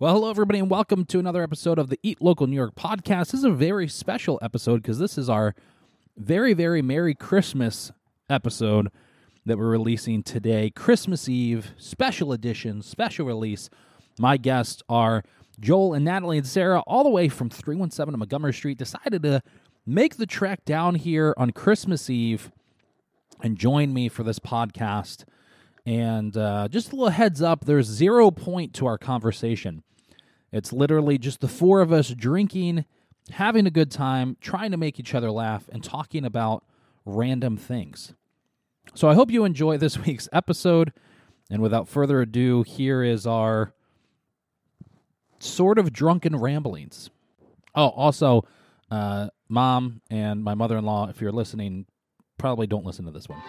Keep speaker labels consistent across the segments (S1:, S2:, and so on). S1: Well, hello, everybody, and welcome to another episode of the Eat Local New York podcast. This is a very special episode because this is our very, very Merry Christmas episode that we're releasing today, Christmas Eve, special edition, special release. My guests are Joel and Natalie and Sarah, all the way from 317 to Montgomery Street, decided to make the trek down here on Christmas Eve and join me for this podcast. And uh, just a little heads up there's zero point to our conversation. It's literally just the four of us drinking, having a good time, trying to make each other laugh, and talking about random things. So I hope you enjoy this week's episode. And without further ado, here is our sort of drunken ramblings. Oh, also, uh, mom and my mother in law, if you're listening, probably don't listen to this one.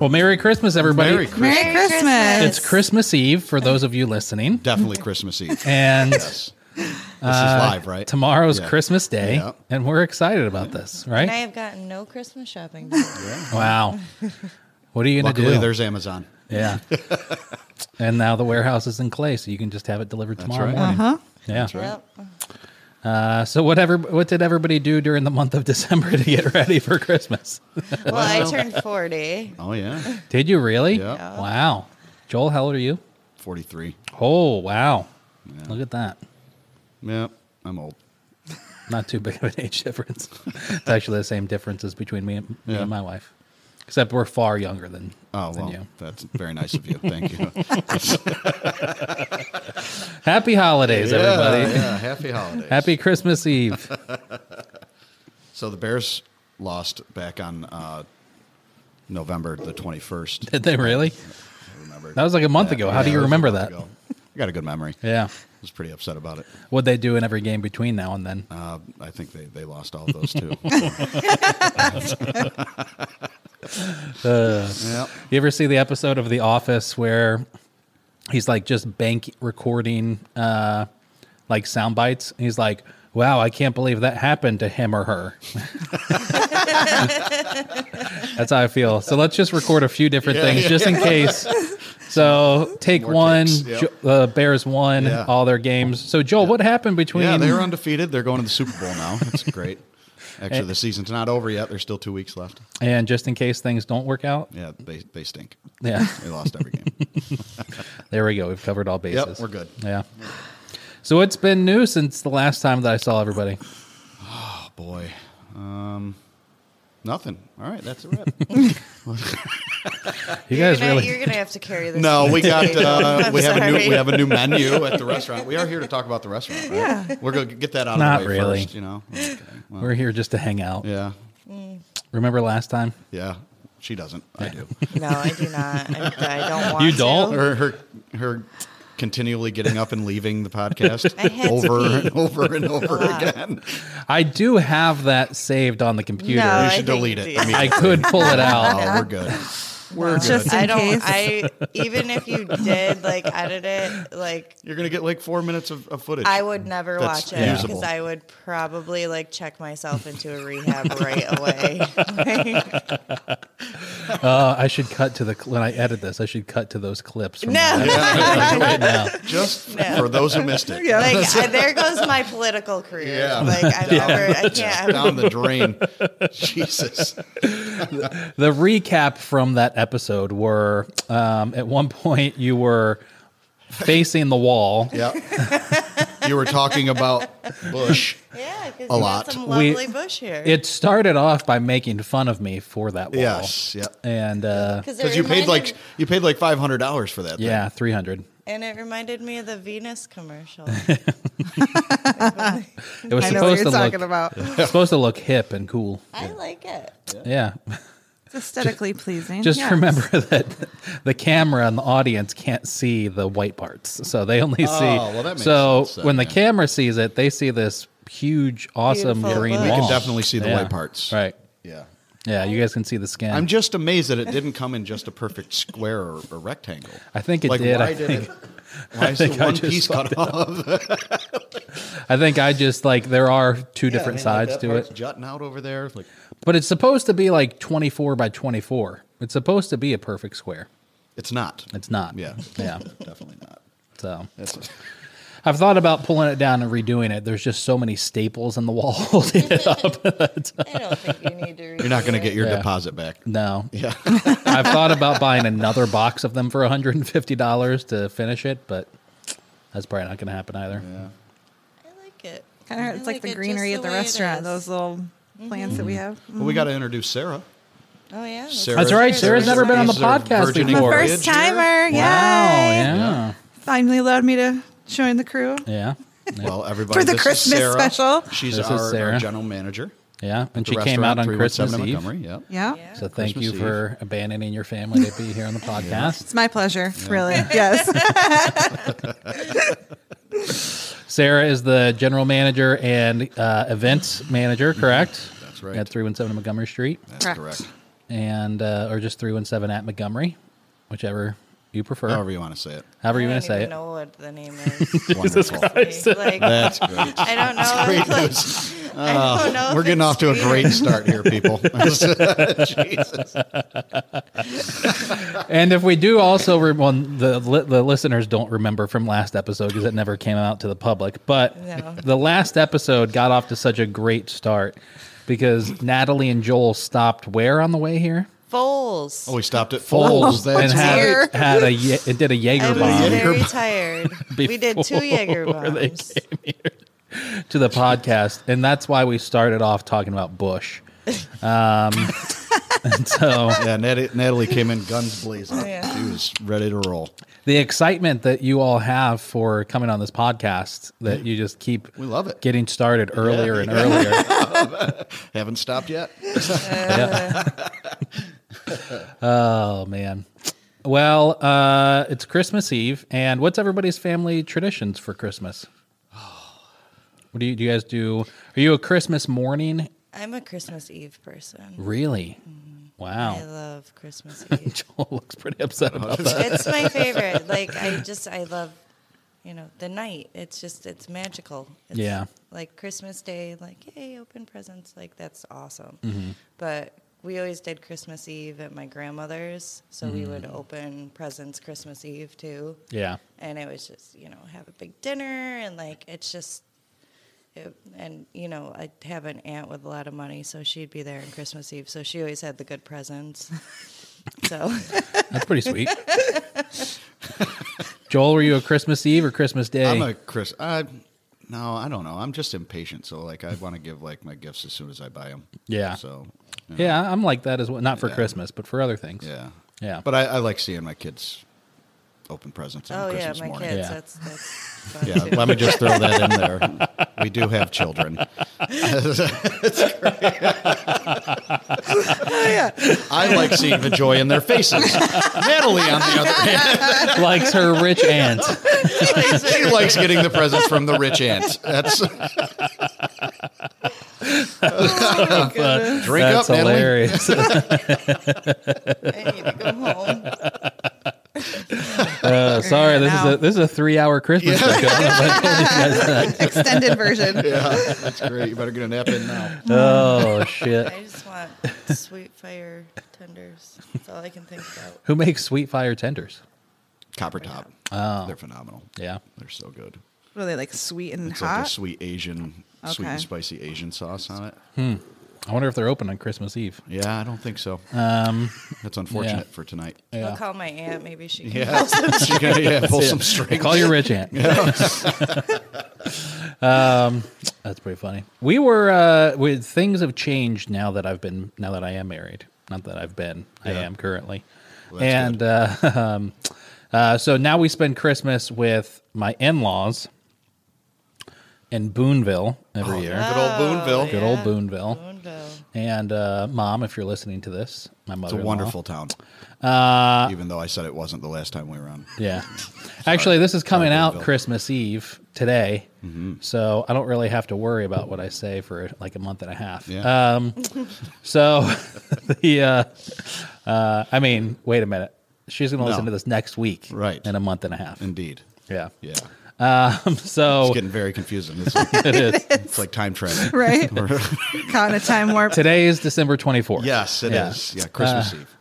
S1: Well, Merry Christmas, everybody.
S2: Merry Christmas.
S3: Merry Christmas.
S1: It's Christmas Eve for those of you listening.
S2: Definitely Christmas Eve. This
S1: And
S2: is live, right?
S1: tomorrow's
S2: Yeah.
S1: Christmas Day,
S2: Yeah.
S1: and we're excited about this,
S3: And I
S1: right?
S3: have gotten no Christmas shopping. done.
S1: Wow. What are you going to
S2: Luckily,
S1: do?
S2: there's Amazon.
S1: yeah. and now the warehouse is in clay, so you can just have it delivered tomorrow
S2: Uh-huh. right.
S1: morning.
S3: huh?
S1: Yeah.
S3: Yep.
S1: Uh, so whatever, what did everybody do during the month of December to get ready for Christmas?
S3: Well, I turned 40.
S2: Oh yeah,
S1: did you really?
S2: Yeah. Yeah.
S1: Wow. Joel, how old are you?
S2: forty-three.
S1: Oh, wow. Look at that.
S2: Yep, I'm old.
S1: Not too big of an age difference. it's actually the same differences between me and, me
S2: Yeah.
S1: and my wife, except we're far younger than,
S2: Oh
S1: than
S2: well,
S1: you.
S2: that's very nice of you. Thank you.
S1: Happy holidays,
S2: Yeah,
S1: everybody.
S2: yeah, happy holidays.
S1: Happy Christmas Eve.
S2: So the Bears lost back on uh, November the twenty-first.
S1: Did they really?
S2: Remember
S1: That was like a month ago. How do you
S2: it was a
S1: remember
S2: month
S1: that?
S2: ago. I got a good memory. I
S1: Yeah.
S2: was pretty upset about it.
S1: What they do in every game between now and then.
S2: Uh, I think they, they lost all of those too. yep.
S1: You ever see the episode of The Office where he's like just bank recording uh like sound bites? And he's like, Wow, I can't believe that happened to him or her. That's how I feel. So let's just record a few different things just in case. So take
S2: More
S1: one,
S2: takes, yep.
S1: Jo- uh, Bears won
S2: Yeah.
S1: all their games. So Joel, what happened between
S2: Yeah, they were undefeated. They're going to the Super Bowl now. It's great.
S3: Eh.
S2: Actually, the season's not over yet. There's still two weeks left.
S1: and just in case things don't work out?
S2: Yeah, they, they stink.
S1: Yeah.
S2: They lost every game.
S1: There we go. We've covered all bases.
S2: we're good.
S1: Yeah. So it's been new since the last time that I saw everybody.
S2: oh boy, um, nothing. All right, that's a wrap.
S1: You
S3: You're
S1: guys
S3: gonna,
S1: really
S3: you're gonna have to carry this.
S2: no, we got
S3: Potato.
S2: uh,
S3: I'm
S2: we have a new
S3: sorry.
S2: we have a new menu at the restaurant. We are here to talk about the restaurant. Right? Yeah, we're gonna get that out
S1: Not
S2: of the way
S1: really.
S2: first. You know. Okay. Well,
S1: we're here just to hang out.
S2: yeah,
S1: Remember last time?
S2: yeah. She doesn't. I do.
S3: No, I do not. I, I don't want.
S1: You don't?
S3: To.
S2: Her her her continually getting up and leaving the podcast
S3: I had to
S2: over
S3: pee.
S2: and over and over again.
S1: I do have that saved on the computer.
S3: No.
S2: You
S3: Oh, I
S2: should
S3: think
S2: delete it.
S3: you do.
S2: immediately.
S1: I could pull it out.
S2: Oh, we're good. We're
S3: Just
S2: good.
S3: I
S4: in
S3: don't.
S4: case.
S3: I even if you did like edit it, like
S2: You're gonna get like four minutes of, of footage.
S3: I would never
S2: That's
S3: watch it
S2: usable.
S3: because I would probably like check myself into a rehab right away. Like,
S1: Uh, I should cut to the when I edit this. I should cut to those clips. From
S3: no.
S1: right now.
S2: just
S3: No.
S2: for those who missed it.
S3: Like I, there goes my political career.
S2: Yeah.
S3: Like I am never, I can't.
S2: Down the drain. Jesus.
S1: The recap from that episode were um, at one point you were facing the wall.
S2: Yep. You were talking about Bush.
S3: Yeah, because
S2: A
S3: you
S2: lot.
S3: got some
S1: We-
S3: lovely bush here.
S1: It started off by making fun of me for that wall.
S2: Yes. Yep.
S1: And uh,
S3: it
S2: Because you paid
S3: reminded-
S2: like you paid like five hundred dollars for that. thing.
S1: yeah, 300.
S3: and it reminded me of the Venus commercial.
S1: It was
S4: I know what
S1: supposed to
S4: you're talking
S1: look
S4: about. It's
S1: It's supposed to look hip and cool.
S3: I like it.
S1: Yeah.
S4: aesthetically pleasing.
S1: Just
S4: yes.
S1: remember that the camera and the audience can't see the white parts. So they only see.
S2: Oh, well, that makes
S1: so
S2: sense then,
S1: when the
S2: yeah.
S1: camera sees it, they see this huge, awesome
S3: Beautiful
S1: green
S3: look.
S1: wall.
S3: We
S2: can definitely see the
S1: Yeah.
S2: white parts.
S1: Right.
S2: Yeah.
S1: Yeah. You guys can see the scan.
S2: I'm just amazed that it didn't come in just a perfect square or, or rectangle.
S1: I think it
S2: like,
S1: did.
S2: Why
S1: I
S2: did
S1: think.
S2: it? Why is the
S5: think I
S2: one
S5: just
S2: piece cut off?
S5: I think I just like there are two
S2: Yeah,
S5: different
S2: I mean, like,
S5: sides
S2: that
S5: to
S2: part's
S5: it,
S2: Jutting out over there, like
S5: but it's supposed to be like 24 by 24. It's supposed to be a perfect square.
S2: it's not.
S5: It's not.
S2: yeah,
S5: Yeah.
S2: definitely not.
S5: So
S2: That's
S5: I've thought about pulling it down and redoing it. There's just so many staples in the wall holding it up.
S3: I don't think you need to.
S2: you're not going to get your
S5: Yeah.
S2: deposit back.
S5: No.
S2: Yeah,
S5: I've thought about buying another box of them for $150 to finish it, but that's probably not going to happen either.
S3: I like it.
S4: Kinda,
S3: I
S4: it's like, the
S3: it just
S4: greenery at the
S3: way it
S4: restaurant.
S3: is. Mm-hmm.
S4: Those little plants that we have. Mm-hmm.
S2: well, we got to introduce Sarah.
S3: Oh yeah.
S2: Sarah
S5: That's right. Sarah's
S3: Sarah's
S5: never been on the
S2: is our
S5: podcast
S2: virgin
S5: before.
S2: Voyage
S4: First
S2: here.
S4: timer,
S5: Wow.
S4: yeah.
S5: Yeah.
S4: Finally allowed me to join the crew.
S5: Yeah.
S2: Well, everybody
S4: For the
S2: this is
S4: Christmas
S2: Sarah.
S4: special.
S2: She's
S5: This is
S2: our, our
S5: Sarah.
S2: general manager.
S5: Yeah. And
S2: The
S5: she came out
S2: restaurant,
S5: on
S2: 317
S5: Christmas
S2: in
S5: Eve.
S2: Montgomery. Yeah.
S4: Yeah.
S3: Yeah.
S5: So thank
S2: Christmas
S5: you
S2: Eve.
S5: for abandoning your family to be here on the podcast.
S4: It's my pleasure, really. Yes.
S5: Sarah is the general manager and uh, events manager, correct?
S2: Mm-hmm. That's right.
S5: At 317 Montgomery Street,
S2: That's
S4: Correct.
S2: correct.
S5: and uh, or just 317 at Montgomery, whichever you prefer.
S2: However you want to say it.
S5: However
S3: I
S5: you
S3: don't
S5: want to say
S3: even
S5: it.
S3: know what the name is.
S2: Wonderful.
S3: like I
S2: That's great.
S3: don't know.
S2: Great
S3: Like,
S2: news. Oh,
S3: I don't know.
S2: We're
S3: if
S2: getting
S3: it's
S2: off to a
S3: weird.
S2: great start here, people. Jesus.
S5: And if we do also, re- well, the li- the listeners don't remember from last episode because it never came out to the public. But
S3: No.
S5: the last episode got off to such a great start because Natalie and Joel stopped where on the way here?
S3: Foals.
S2: Oh, we stopped at Foles.
S5: Foles
S2: That's
S5: and
S2: right.
S5: had, had a Ye- it did a
S3: I
S5: Jaeger
S3: was
S5: bomb.
S3: very tired. we did two Jaeger
S5: they
S3: bombs.
S5: to the podcast, and that's why we started off talking about Bush. Um, and so
S2: Yeah, Nat- Natalie came in guns blazing.
S4: Oh,
S3: yeah.
S2: She was ready to roll.
S5: the excitement that you all have for coming on this podcast that you just keep
S2: We love it.
S5: getting started earlier and earlier.
S2: Haven't stopped yet.
S5: Yeah. oh man. Well, uh, it's Christmas Eve, and what's everybody's family traditions for Christmas? What do you, do you guys do? Are you a Christmas morning?
S3: I'm a Christmas Eve person.
S5: Really? Wow.
S3: I love Christmas Eve.
S5: Joel looks pretty
S2: Oh,
S5: upset about that.
S3: it's my favorite. Like I just I love, you know, the night. It's just it's magical. It's
S5: Yeah.
S3: Like Christmas Day, like yay, open presents. Like that's awesome. But we always did Christmas Eve at my grandmother's, so we would open presents Christmas Eve too.
S5: Yeah.
S3: and it was just you know have a big dinner and like it's just it, and you know i have an aunt with a lot of money so she'd be there on christmas eve so she always had the good presents so
S5: That's pretty sweet. Joel, were you a Christmas Eve or Christmas Day?
S2: I'm a Chris. I, no, I don't know. I'm just impatient. So, like, I want to give like my gifts as soon as I buy them.
S5: Yeah.
S2: So. you know,
S5: yeah, I'm like that as well. Not for
S2: Yeah.
S5: Christmas, but for other things.
S2: Yeah.
S5: Yeah.
S2: But I, I like seeing my kids open presents on
S3: oh yeah
S2: Christmas
S3: my
S2: morning.
S3: kids
S5: Yeah.
S3: that's that's fun
S2: Yeah,
S3: too.
S2: let me just throw that in there. We do have children.
S3: Oh,
S2: I like seeing the joy in their faces. Natalie, on the other hand,
S5: Likes her rich aunt.
S2: she likes getting the presents from the rich aunt. That's Oh,
S4: uh,
S2: drink
S5: That's
S2: up, Natalie.
S5: hilarious.
S3: i need to go home
S5: Uh, sorry, this is
S4: now.
S5: a this is a three hour Christmas.
S2: Yeah.
S5: show. I told you guys that.
S4: Extended version.
S2: Yeah, that's great. You better get a nap in now.
S5: Oh shit!
S3: i just want sweet fire tenders that's all i can think about
S5: Who makes sweet fire tenders?
S2: Copper top. Oh. They're phenomenal.
S5: Yeah,
S2: They're so good.
S4: What are they like sweet and
S2: It's like a
S4: hot?
S2: sweet Asian, sweet
S4: Okay.
S2: and spicy Asian sauce on it.
S5: I wonder if they're open on Christmas Eve.
S2: Yeah, I don't think so. Um, that's unfortunate for tonight.
S3: i'll call my aunt maybe she can
S2: Yeah, She's gonna, yeah pull some strings.
S5: Call your rich aunt. um, that's pretty funny. We were uh, we, things have changed now that I've been now that I am married. Not that I've been, I
S2: Yeah.
S5: am currently.
S2: Well, that's
S5: and uh, um, uh, so now we spend Christmas with my in laws in Boonville every year.
S2: Good
S4: Oh,
S2: old Boonville.
S5: Good old Boonville.
S3: Boonville.
S5: And uh, mom, if you're listening to this, my mother.
S2: It's a wonderful town. Uh, Even though I said it wasn't the last time we were on.
S5: Yeah. Actually, this is coming
S2: Sorry, Mm-hmm.
S5: out
S2: Boonville.
S5: Christmas Eve today, so I don't really have to worry about what I say for like a month and a half.
S2: Yeah.
S5: Um, so the uh, uh, I mean, wait a minute. She's going to listen
S2: No.
S5: to this next week,
S2: Right.
S5: In a month and a half.
S2: Indeed.
S5: Yeah.
S2: Yeah.
S5: So
S2: It's getting very confusing. It's like,
S5: it is.
S2: it's like time travel.
S4: Right? Caught in a time warp.
S2: Um,
S5: Today is December 24th.
S2: Yes, it is.
S5: Yeah.
S2: yeah. Uh, Christmas Eve.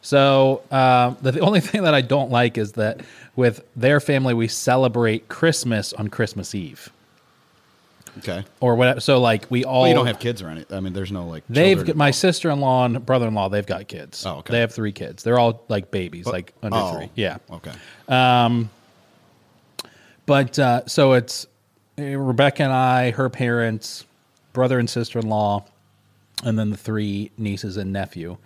S5: So um, the, the only thing that I don't like is that with their family, we celebrate Christmas on Christmas Eve
S2: Okay.
S5: or whatever. So like we all
S2: Well, you don't have kids or anything. I mean, there's no like.
S5: They've
S2: children
S5: my
S2: involved.
S5: sister-in-law and brother-in-law. They've got kids.
S2: Oh, okay.
S5: They have three kids. They're all like babies, like under
S2: Oh,
S5: three. Yeah.
S2: Okay.
S5: But uh, so it's eh, Rebecca and I, her parents, brother and sister in law, and then the three nieces and nephew.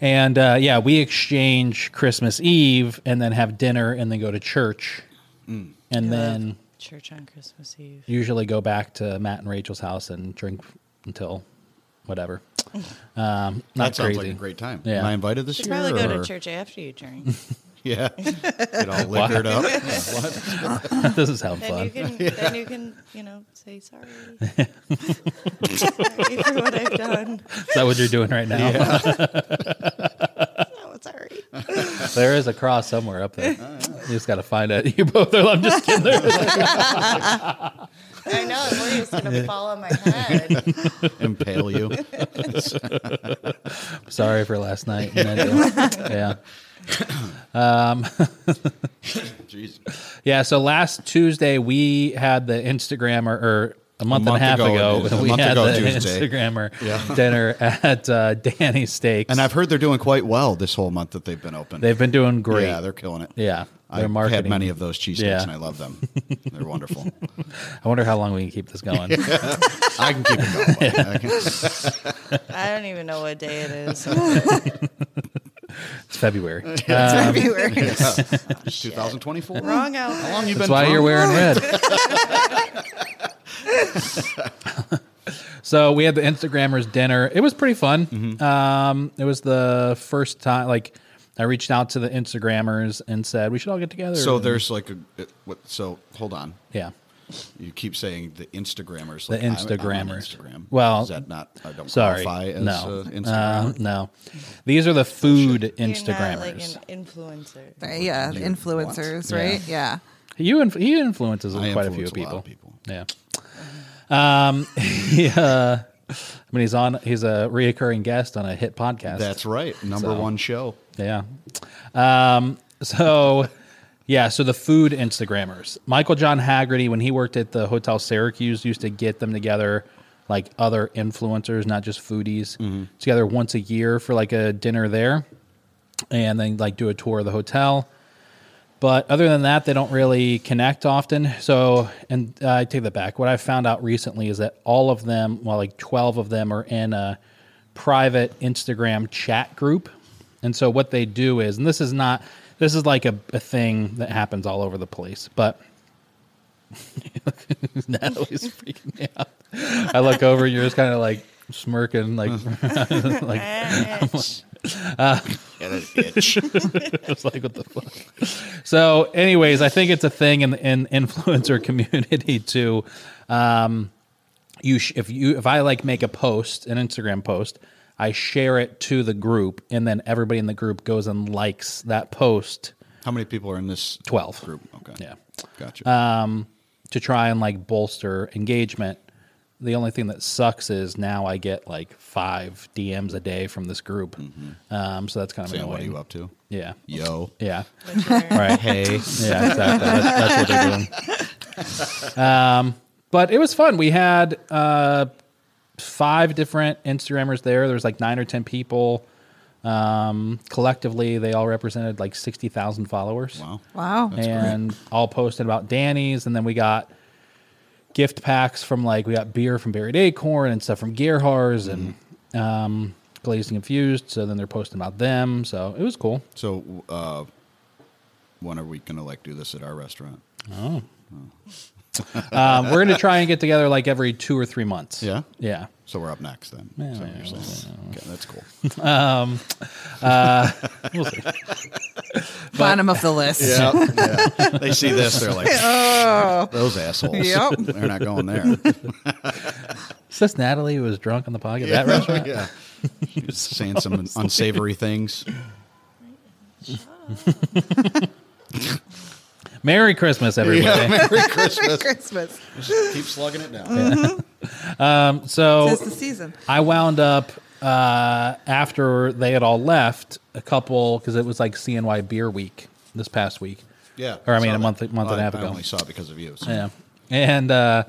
S5: And uh, yeah, we exchange Christmas Eve and then have dinner and then go to church.
S2: Hmm.
S5: And then
S3: church on Christmas Eve.
S5: usually go back to Matt and Rachel's house and drink until whatever. Um,
S2: that
S5: not
S2: sounds like
S5: crazy.
S2: a great time.
S5: Yeah.
S2: Am I invited this
S3: You should
S2: year?
S3: probably go to
S2: or-
S3: church after you drink.
S2: Yeah. Get all liquored up. What?
S5: this is having
S3: then you
S5: fun.
S3: can, then you can, you know, say sorry. sorry for what I've done.
S5: Is that what you're doing right now?
S3: Oh, sorry.
S5: There is a cross somewhere up there.
S2: Oh,
S5: You just got to find it. You both are. I'm just kidding. There is a-
S3: I know. Lori's gonna fall on my head.
S2: Impale you.
S5: Sorry for last night. And then- yeah.
S2: Jeez.
S5: Yeah. So last Tuesday, we had the Instagrammer, or a month,
S2: month
S5: and a half
S2: ago,
S5: ago,
S2: it is. A
S5: we
S2: month
S5: had
S2: ago
S5: the
S2: Tuesday.
S5: Instagrammer dinner at uh, Danny's Steaks.
S2: And I've heard they're doing quite well this whole month that they've been open.
S5: They've been doing great.
S2: Yeah, they're killing it.
S5: Yeah, Their
S2: I've
S5: marketing.
S2: had many of those cheesesteaks
S5: Yeah.
S2: and I love them. They're wonderful.
S5: I wonder how long we can keep this going.
S2: I can keep it going. I can-
S3: I don't even know what day it is.
S5: It's February.
S4: It's everywhere.
S2: Yeah. 2024.
S3: Wrong
S2: How
S3: out.
S2: long you been
S5: That's why
S2: drunk?
S5: you're wearing red. so we had the Instagrammers dinner. It was pretty fun.
S2: Mm-hmm.
S5: Um, it was the first time, like, I reached out to the Instagrammers and said we should all get together.
S2: So
S5: and-
S2: there's like a. it- what, so hold on.
S5: yeah.
S2: You keep saying the Instagrammers.
S5: The
S2: Like, I'm- I'm on
S5: Instagrammers.
S2: Instagram.
S5: Well,
S2: is that not? I don't
S5: Sorry,
S2: qualify as
S5: no,
S2: uh, Instagram.
S5: Uh, no. These are the food
S3: You're not like
S5: Instagrammers.
S3: an influencer.
S4: Yeah, the influencers,
S5: Yeah.
S4: right? Yeah.
S5: you inf- he influences
S2: I
S5: quite a few
S2: influence
S5: people.
S2: a lot of people.
S5: Yeah. Um. Yeah. I mean, he's on. He's a reoccurring guest on a hit podcast.
S2: That's right. Number
S5: So-
S2: one show.
S5: Yeah. Um, so, yeah. So the food Instagrammers, Michael John Haggerty, when he worked at the Hotel Syracuse, used to get them together, like other influencers, not just foodies, together once a year for like a dinner there, and then like do a tour of the hotel. But other than that, they don't really connect often. So, and uh, I take that back. What I found out recently is that all of them, well, like 12 of them, are in a private Instagram chat group. And so, what they do is, and this is not, this is like a, a thing that happens all over the place, but Natalie's freaking me out. I look over, you're just kind of like smirking, like, like
S3: Bitch.
S5: It's like, what the fuck? So, anyways, I think it's a thing in the in influencer community too. Um, you sh- if you if I like make a post, an Instagram post, I share it to the group, and then everybody in the group goes and likes that post.
S2: How many people are in this
S5: 12.
S2: group? Okay.
S5: Yeah, Uh,
S2: Gotcha.
S5: to try and like bolster engagement. The only thing that sucks is now I get like five DMs a day from this group. Um, so that's kind of
S2: Saying what are
S5: annoying.
S2: Mm-hmm. you up to?
S5: Yeah,
S2: Yo.
S5: yeah.
S3: Which
S5: All
S3: are-
S5: right.
S2: Hey.
S5: Yeah, exactly. that's, that's what they're doing. Um, but it was fun. We had uh, five different Instagrammers there. There was like nine or ten people. Um, collectively, they all represented like sixty thousand followers
S2: Wow.
S4: Wow.
S5: and all posted about Danny's, and then we got gift packs from like we got beer from Buried Acorn and stuff from Gearhars and um, Glazed and Confused. So then they're posting about them. So it was cool.
S2: So, uh, when are we gonna like do this at our restaurant?
S5: Um, we're gonna try and get together like every two or three months.
S2: Yeah?
S5: yeah.
S2: So we're up next then. Is that what you're saying? Okay, that's cool.
S5: We'll see.
S4: Bottom of the list.
S2: yeah, yeah. They see this, they're like,
S4: Oh,
S2: those assholes.
S4: Yep.
S2: They're not going there.
S5: Is this Natalie who was drunk on the podcast? That restaurant?
S2: yeah. She was saying some unsavory things.
S5: Merry Christmas, everybody.
S2: Yeah, Merry Christmas.
S4: Christmas.
S2: Just keep slugging it down.
S5: So
S2: Oh.
S4: It's the season.
S5: I wound up uh, after they had all left a couple because it was like CNY Beer Week this past week.
S2: Yeah.
S5: or I mean
S2: saw
S5: a
S2: that.
S5: month month and a
S2: I-
S5: half
S2: I
S5: ago.
S2: only saw it because of you. so-
S5: Yeah, and uh,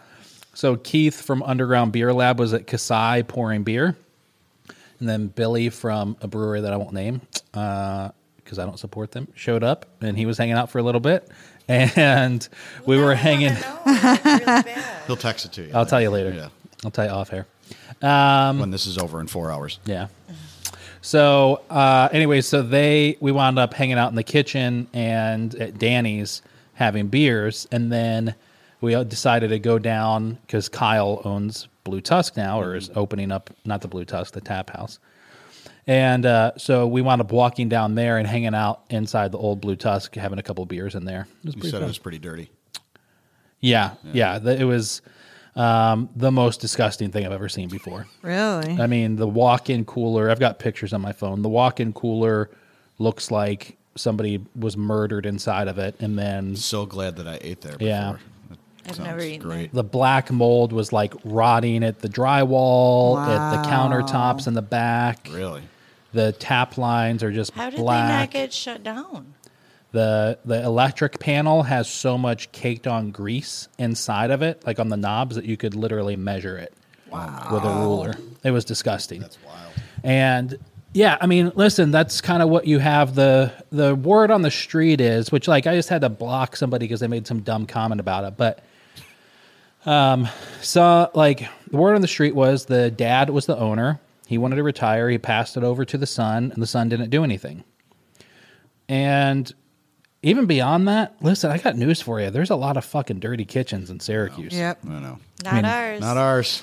S5: so Keith from Underground Beer Lab was at Kasai pouring beer, and then Billy from a brewery that I won't name because I don't support them showed up, and he was hanging out for a little bit, and we were hanging.
S2: He'll text it to you.
S5: I'll tell you later. Um,
S2: Yeah.
S5: I'll tell you off air.
S2: when this is over in four hours.
S5: Yeah. So uh, anyway, so they we wound up hanging out in the kitchen and at Danny's having beers, and then we all decided to go down because Kyle owns Blue Tusk now, or is opening up not the Blue Tusk, the Tap House. And uh, so we wound up walking down there and hanging out inside the old Blue Tusk, having a couple beers in there. It was
S2: You
S5: pretty
S2: said
S5: fun.
S2: it was pretty dirty.
S5: yeah, yeah, the- it was um, the most disgusting thing I've ever seen before.
S4: Really?
S5: I mean, the walk-in cooler. I've got pictures on my phone. The walk-in cooler looks like somebody was murdered inside of it, and then
S2: So glad that I ate there. Before.
S5: Yeah.
S2: That
S3: I've
S2: sounds
S3: never eaten
S2: great.
S5: the black mold was like rotting at the drywall, at the
S4: Wow.
S5: countertops in the back.
S2: Really?
S5: The tap lines are just
S3: How did they not
S5: black.
S3: get shut down?
S5: the the electric panel has so much caked on grease inside of it, like on the knobs, that you could literally measure it with a ruler. It was disgusting.
S2: Oh, That's wild.
S5: And yeah, I mean, listen, that's kind of what you have the the word on the street is, which like I just had to block somebody because they made some dumb comment about it, but um so like the word on the street was the dad was the owner. He wanted to retire, he passed it over to the son, and the son didn't do anything. And even beyond that, listen, I got news for you. There's a lot of fucking dirty kitchens in Syracuse.
S4: Yep.
S2: I don't know.
S3: Not
S5: mean,
S3: ours.
S2: Not ours.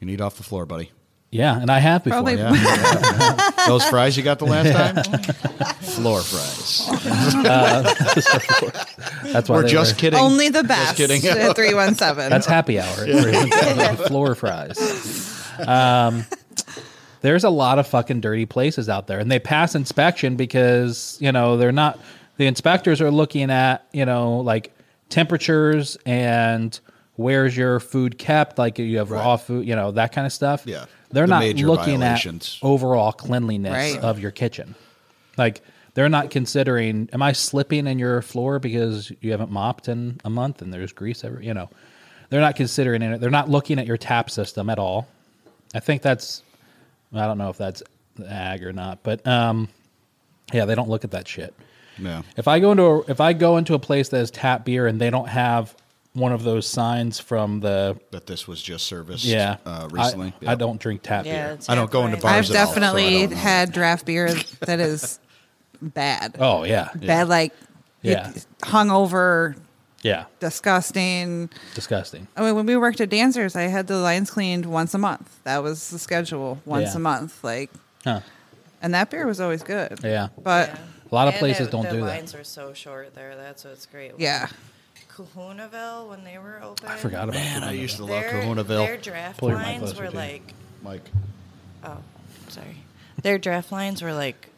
S2: You need off the floor, buddy.
S5: Yeah, and I have before.
S4: Probably-
S2: Yeah. Those fries you got the last time? floor fries.
S5: That's why
S2: We're
S5: they
S2: just kidding.
S4: Only the best.
S2: kidding.
S4: At 317.
S5: That's happy hour. Floor fries. Um, there's a lot of fucking dirty places out there, and they pass inspection because you know they're not. The inspectors are looking at you know like temperatures and where's your food kept, like you have raw
S2: Right.
S5: food, you know that kind of stuff.
S2: Yeah.
S5: they're
S2: The
S5: not
S2: major
S5: looking
S2: violations.
S5: at overall cleanliness
S4: Right.
S5: of your kitchen. Like they're not considering, am I slipping in your floor because you haven't mopped in a month and there's grease every, you know, they're not considering it. They're not looking at your tap system at all. I think that's, I don't know if that's ag or not, but um, yeah, they don't look at that shit.
S2: Yeah.
S5: If I go into a, if I go into a place that has tap beer and they don't have one of those signs from the
S2: That this was just serviced
S5: yeah
S2: uh,
S5: I-
S2: recently.
S5: I,
S2: Yeah.
S5: don't drink tap
S3: Yeah,
S5: beer.
S3: it's
S2: I don't go into
S3: half
S2: bars
S3: right.
S4: I've
S2: at all, so I
S4: definitely
S2: don't know.
S4: had draft beer that is bad.
S5: Oh yeah,
S4: Bad, like
S5: Yeah.
S4: hungover,
S5: yeah,
S4: disgusting.
S5: disgusting.
S4: I mean, when we worked at Dancers, I had the lines cleaned once a month. That was the schedule, once
S5: Yeah.
S4: a month. Like,
S5: Huh.
S4: and that beer was always good.
S5: Yeah.
S4: But
S5: A lot of
S3: And
S5: places
S3: the-
S5: don't
S3: the
S5: do
S3: lines
S5: that.
S3: are so short there. That's what's great.
S4: yeah,
S3: Kahunaville when they were open.
S5: I forgot about
S2: Man,
S5: that.
S2: I used to love
S3: their, Their
S2: Kahunaville.
S3: draft
S5: Pull your mic
S3: lines
S5: closer,
S3: were
S5: dude.
S3: like,
S2: Mike.
S3: sorry, their draft lines were like,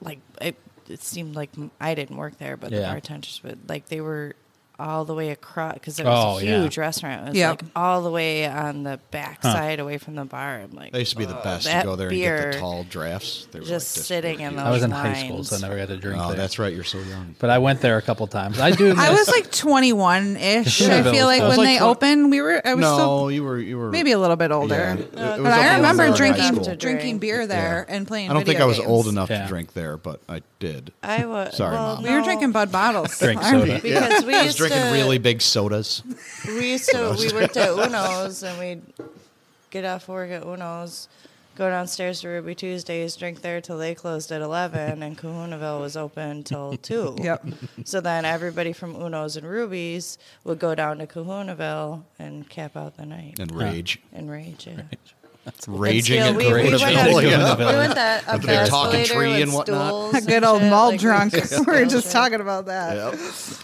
S3: like it, it seemed like m- I didn't work there, but the
S5: Yeah.
S3: bartenders, but like they were all the way across because it was
S5: Oh,
S3: a
S5: yeah.
S3: huge restaurant. It was
S4: Yep.
S3: like all the way on the back side, away from the bar. I'm like,
S2: They used to be the
S4: Uh,
S3: "Oh,
S2: best. You
S3: that
S2: go there and
S3: beer
S2: get the tall drafts. They were
S3: just
S2: like this
S3: sitting
S2: big.
S3: in those.
S5: I was in
S3: lines.
S5: high school, so I never got to drink
S2: Oh,
S5: there.
S2: that's right. You're so young.
S5: But I went there a couple times. I do.
S4: I
S5: miss-
S4: was like 21 ish. I
S5: Kahunaville was
S4: feel
S5: cool.
S4: like when
S2: It was
S4: they
S2: like twen-
S4: opened, we were. I was
S2: no,
S4: still
S2: you were you were
S4: maybe a little bit older. Uh,
S2: It-
S3: No,
S2: it was
S4: But
S2: up
S4: I
S2: in
S4: remember
S2: Illinois
S3: old enough
S4: drinking
S2: high school.
S3: to
S4: drinking
S3: drink.
S4: beer there and playing.
S2: I don't think I
S4: video
S2: was
S4: games.
S2: old enough
S5: Yeah.
S2: to drink there, but I did.
S3: I was
S2: Sorry,
S3: well,
S2: Mom.
S4: We were
S3: no,
S4: drinking Bud bottles.
S5: Drink soda.
S3: because we
S2: I was
S3: used
S2: drinking
S4: uh,
S3: to,
S2: really big sodas.
S3: We used to we worked at Uno's and we'd get off work at Uno's, go downstairs to Ruby Tuesdays, drink there till they closed at eleven and Kahunaville was open till two.
S4: Yep.
S3: So then everybody from Uno's and Ruby's would go down to Kahunaville and cap out the night.
S2: and rage,
S3: and rage, yeah.
S2: raging and
S3: And still, we, we
S2: rage.
S3: went
S5: Kahunaville.
S3: up,
S5: Yeah.
S3: we went that up
S2: The
S3: the
S2: big talking
S3: escalator
S2: tree
S3: with
S2: and whatnot.
S3: stools
S4: A
S3: and
S4: good old
S3: shit,
S4: mall
S3: like, we
S4: drunk. we were
S3: bullshit.
S4: just talking about that.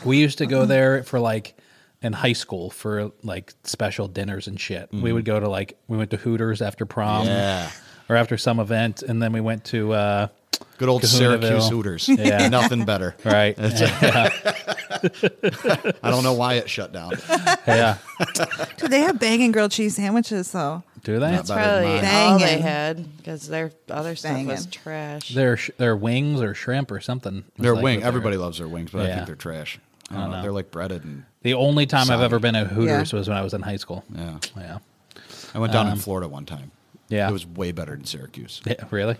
S5: we used to go there for like in high school for like special dinners and shit. We would go to like we went to Hooters after prom
S2: Mm-hmm. Yeah.
S5: or after some event, and then we went to uh,
S2: Good old
S5: Kahunaville.
S2: Syracuse Hooters.
S5: Yeah.
S2: Nothing better.
S5: right.
S2: I don't know why it shut down. uh,
S5: yeah.
S4: Dude, they have bang and grilled cheese sandwiches though.
S5: Do they?
S2: Not
S3: That's
S2: better than
S3: probably
S2: mine.
S4: mine.
S3: all they
S4: Banging.
S3: had because their other stuff was
S4: Banging.
S3: trash.
S5: Their sh- their wings or shrimp or something. was
S2: Their
S5: like
S2: wing.
S5: what they were.
S2: Everybody loves their wings, but I
S5: Yeah.
S2: think they're trash. I don't, know. They're like breaded and
S5: The only time I've
S2: Soggy.
S5: ever been at Hooters
S4: Yeah.
S5: was when I was in high school.
S2: yeah.
S5: Yeah.
S2: I went down in Florida one time.
S5: Um, yeah.
S2: It was way better than Syracuse.
S5: Yeah, really?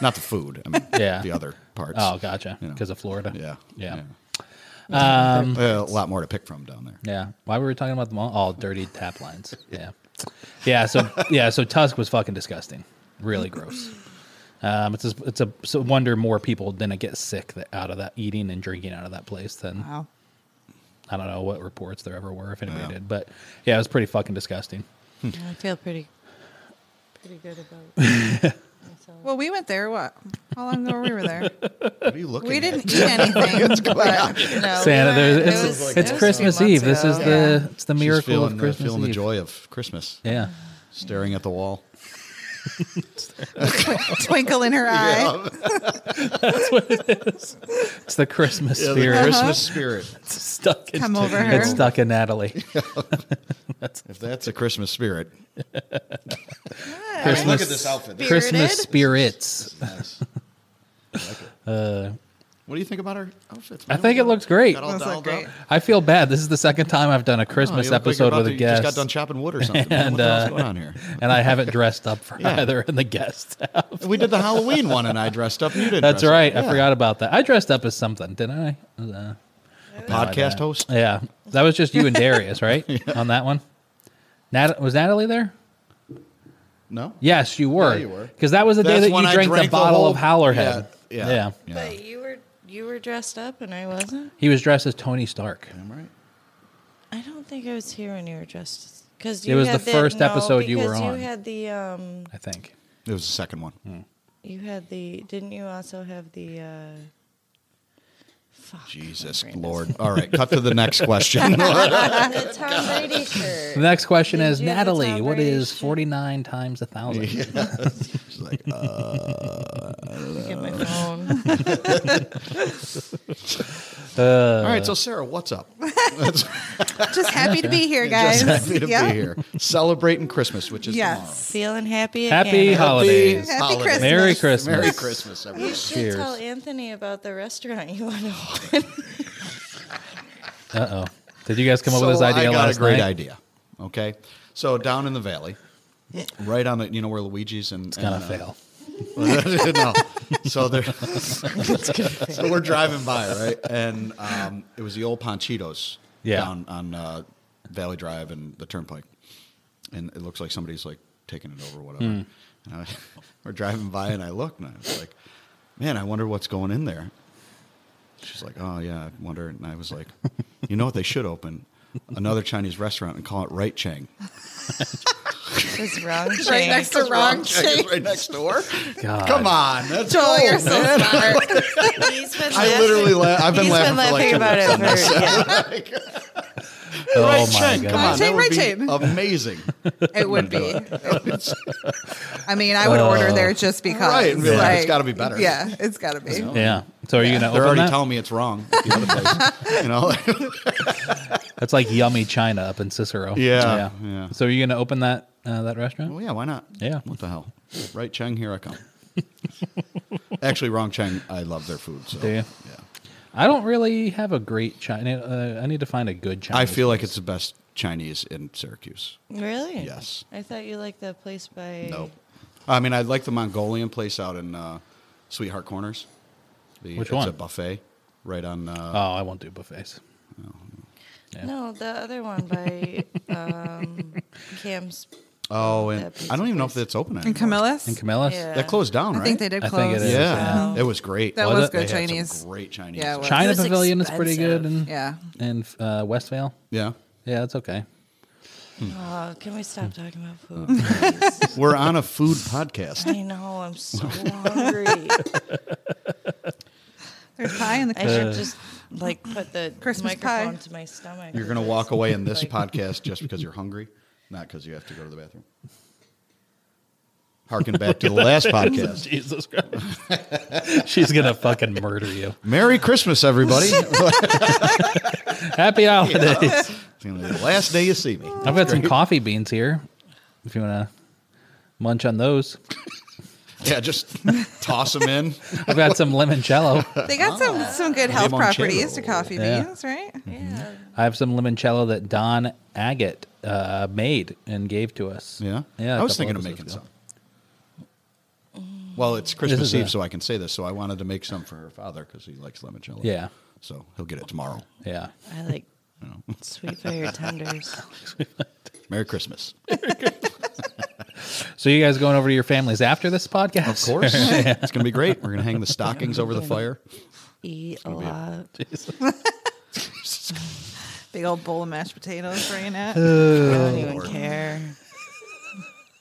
S2: Not the food. I mean,
S5: Yeah.
S2: the other parts.
S5: Oh, gotcha.
S2: You know.
S5: Because of Florida.
S2: Yeah.
S5: Yeah.
S2: Um, a lot more to pick from down there.
S5: Yeah. Why were we talking about them all? All dirty tap lines. Yeah. Yeah. So yeah. So Tusk was fucking disgusting. Really gross. Um, it's a, it's a it's a wonder more people didn't get sick that, out of that eating and drinking out of that place than
S4: Wow.
S5: I don't know what reports there ever were if anybody
S2: Yeah.
S5: did, but yeah, it was pretty fucking disgusting.
S3: I feel pretty, pretty good about. myself.
S4: Well, we went there. What? How long ago we were there?
S2: What are you looking
S4: We
S2: at?
S4: didn't eat anything. but, no,
S5: Santa,
S4: we
S5: there's,
S4: went-
S5: it's
S4: Oh, it was-
S5: it's
S4: it was a few
S5: Christmas
S4: months
S5: Eve. This is
S4: ago.
S5: the it's the
S2: She's
S5: miracle
S2: feeling
S5: of
S2: the-
S5: Christmas
S2: feeling
S5: Eve.
S2: the joy of Christmas.
S5: Yeah,
S2: Staring at the wall.
S4: Yeah. twinkle in her eye.
S5: it's the Christmas
S2: Yeah, the
S5: spirit
S2: Christmas
S4: Uh-huh.
S2: spirit.
S5: It's stuck. in-
S4: Come over her.
S5: It's stuck in Natalie.
S2: If that's a Christmas spirit,
S5: Christmas.
S2: look at this outfit. This
S4: Spirited?
S5: Christmas spirits.
S2: is nice. I like it. what do you think about our outfits?
S5: Uh, I
S2: man?
S5: think
S2: We
S5: it looks great.
S2: got all
S4: That's not
S2: dolled up.
S4: great.
S5: I feel bad. This is the second time I've done
S2: Oh,
S5: a
S2: you
S5: Christmas
S2: look like you're
S5: episode
S2: about
S5: with
S2: to-
S5: a
S2: you
S5: guest,
S2: Just got done chopping wood or something. man.
S5: And,
S2: what the hell's
S5: uh,
S2: going on here?
S5: and I haven't dressed up for
S2: Yeah.
S5: either in the guest.
S2: We did the Halloween one, and I dressed up. You didn't.
S5: That's
S2: dress
S5: right.
S2: Up.
S5: I
S2: Yeah.
S5: forgot about that. I dressed up as something, didn't I? Uh,
S2: Podcast host.
S5: yeah, that was just you and Darius, right? On that one, Nat- was Natalie there?
S2: No.
S5: Yes, you were.
S2: you were.
S5: Because that was the
S2: That's
S5: day that
S2: when
S5: you
S2: I
S5: drank the
S2: drank the
S5: bottle
S2: whole-
S5: of Howlerhead.
S2: Yeah, yeah. Yeah.
S3: But you were you were dressed up and I wasn't.
S5: He was dressed as Tony Stark.
S2: Am I right?
S3: I don't think I was here when you were dressed because
S5: It was the first
S3: no,
S5: episode you were
S3: because
S5: on.
S3: You had the um,
S5: I think.
S2: It was the second one.
S5: Hmm.
S3: you had the didn't you also have the. Uh, fuck, my
S2: Jesus
S3: brain is-
S2: Lord. All right, cut to the next question.
S5: Uh,
S3: the Tom Brady shirt.
S5: The next question
S3: Did
S5: is
S3: you have the
S5: Natalie,
S3: top
S5: what
S3: right
S5: is
S3: shoe?
S5: 49 times a 1,000?
S2: She's like, uh,
S3: Look at my phone.
S2: all right, so Sarah, what's up? That's
S4: Just happy to be here, guys.
S2: just happy to
S4: Yeah.
S2: be here, celebrating Christmas, which is
S4: Yes.
S3: Feeling happy. Again.
S5: Happy
S2: tomorrow.
S5: holidays.
S4: Happy
S2: holidays.
S4: Christmas.
S5: Merry Christmas.
S2: Merry Christmas, everyone.
S3: You should
S5: Cheers.
S3: tell Anthony about the restaurant you want to.
S5: Uh oh. Did you guys come up with this
S2: So
S5: idea
S2: I got
S5: last
S2: a great
S5: night?
S2: idea. Okay, so down in the valley, right on the you know where Luigi's and it's
S5: Gonna fail.
S2: no. So there. so we're driving by, right? And um, it was the old Panchitos
S5: Yeah.
S2: down on uh, Valley Drive and the Turnpike, and it looks like somebody's like taking it over, or whatever.
S5: Hmm.
S2: And I, we're driving by, and I look, and I was like, "Man, I wonder what's going in there." She's like, "Oh yeah, I wonder." And I was like, "You know what? They should open another Chinese restaurant and call it Right Chang."
S3: It's wrong.
S4: Right
S3: Shane.
S4: next to wrong
S2: Chang
S4: shape.
S2: is right next door.
S5: God.
S2: Come on, that's
S4: Joel,
S2: cool,
S4: you're so
S2: Oh, man.
S4: smart.
S3: He's been
S2: I
S3: laughing-
S2: literally la- I've been
S3: he's
S2: laughing,
S3: been laughing
S2: for like
S3: about it for yeah.
S5: Oh
S2: Right
S5: my
S2: chain,
S5: God.
S2: Come on,
S4: Right
S2: that
S4: chain,
S2: would
S4: right
S2: be
S4: chain.
S2: amazing.
S4: It would be. I mean, I would order
S5: Oh.
S4: there just because.
S2: Right, and be like,
S4: like,
S2: it's gotta be better.
S4: Yeah, it's got to be.
S5: Yeah. So are you going to
S2: They're
S5: open
S2: already
S5: that?
S2: telling me it's wrong. The other place, you know,
S5: That's like yummy China up in Cicero.
S2: Yeah, yeah.
S5: So are you going to open that uh, that restaurant?
S2: well, yeah, why not?
S5: Yeah.
S2: what the hell? Right, Chang, here I come. Actually, wrong Chang. I love their food. So,
S5: Do you?
S2: yeah,
S5: I don't really have a great China. Uh, I need to find a good China.
S2: I feel like it's the best Chinese in Syracuse.
S3: Really?
S2: Yes.
S3: I thought you liked that place by.
S2: Nope. I mean, I like the Mongolian place out in uh, Sweetheart Corners. The,
S5: Which
S2: it's
S5: one?
S2: a buffet right on.
S5: Oh,
S2: Uh,
S5: I won't do buffets. Yeah.
S3: No, the other one by um, Cam's.
S2: oh, and
S3: that pizza
S2: I don't even know if
S3: place.
S2: it's open anymore.
S4: And Camillus?
S5: In Camillus?
S3: Yeah.
S2: That closed down,
S4: I
S2: right?
S4: think they did
S5: I
S4: close.
S5: think it is.
S2: Yeah,
S3: Wow.
S2: it was great.
S4: That
S5: Was
S4: was
S5: it?
S2: They
S4: good
S2: had some
S4: Chinese.
S2: great Chinese.
S4: Yeah, it
S2: restaurants.
S4: was.
S5: China
S3: It was
S5: Pavilion is pretty good.
S3: expensive.
S5: And,
S4: Yeah.
S5: And uh, Westvale.
S2: Yeah.
S5: Yeah, that's okay.
S3: Oh, can we stop talking about food?
S2: Mm.
S3: please?
S2: We're on a food podcast.
S3: I know. I'm so hungry.
S4: There's pie in the
S3: I
S2: Uh,
S3: should just like put the
S4: Christmas pie.
S3: microphone to my stomach.
S2: You're going to walk away in this podcast just because you're hungry, not because you have to go to the bathroom. harken back to the last podcast.
S5: Jesus Christ. She's going to fucking murder you.
S2: Merry Christmas, everybody. It's
S5: Happy holidays.
S2: gonna be the last day you see me.
S5: I've got some coffee beans here if you want to munch on those.
S2: Yeah, just toss them in.
S5: I've got some limoncello.
S4: They got some
S2: Oh.
S4: some good health
S2: Limoncello.
S4: properties to coffee
S5: Yeah.
S4: beans, right?
S3: Yeah.
S5: I have some limoncello that Don Agate uh, made and gave to us.
S2: Yeah,
S5: Yeah. a
S2: I was
S5: couple
S2: thinking of making
S5: episodes
S2: some.
S5: ago.
S2: Well, it's
S5: This is
S2: Christmas Eve,
S5: a-
S2: so I can say this. So I wanted to make some for her father because he likes limoncello.
S5: Yeah.
S2: So he'll get it tomorrow.
S5: Yeah.
S3: I like sweet fire tenders.
S2: Merry Christmas.
S5: So you guys going over to your families after this podcast?
S2: Of course, it's gonna be great. We're gonna hang the stockings over the fire.
S3: Eat a lot.
S4: Big old bowl of mashed potatoes right Oh, now.
S3: I don't even care.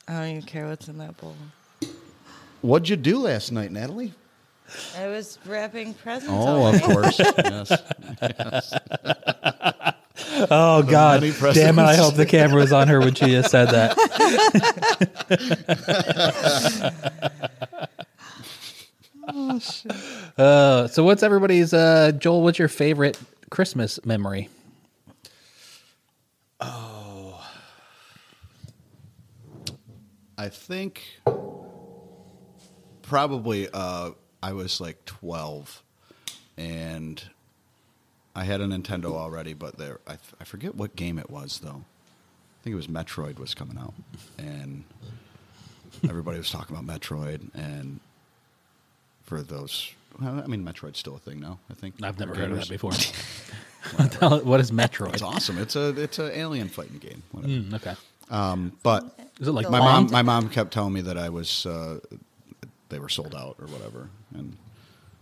S3: I don't even care what's in that bowl.
S2: What'd you do last night, Natalie?
S3: I was wrapping presents.
S2: Oh,
S3: all
S2: of
S3: night.
S2: course. Yes.
S5: Oh God!
S2: many presents.
S5: Damn it! I hope the camera was on her when she just said that. uh, so, what's everybody's uh, Joel? What's your favorite Christmas memory?
S2: I think probably uh, I was like 12 and I had a Nintendo already, but there I, I forget what game it was though. I think it was Metroid was coming out and everybody was talking about Metroid and for those I mean Metroid's still a thing now, I think.
S5: I've never heard of that
S2: Gamers.
S5: before. what is
S2: It's
S5: Metroid?
S2: awesome. It's a it's an alien fighting game. Whatever.
S5: Mm, okay,
S2: Um, but
S5: is it like
S2: my mom my mom kept telling me that I was uh, they were sold out or whatever and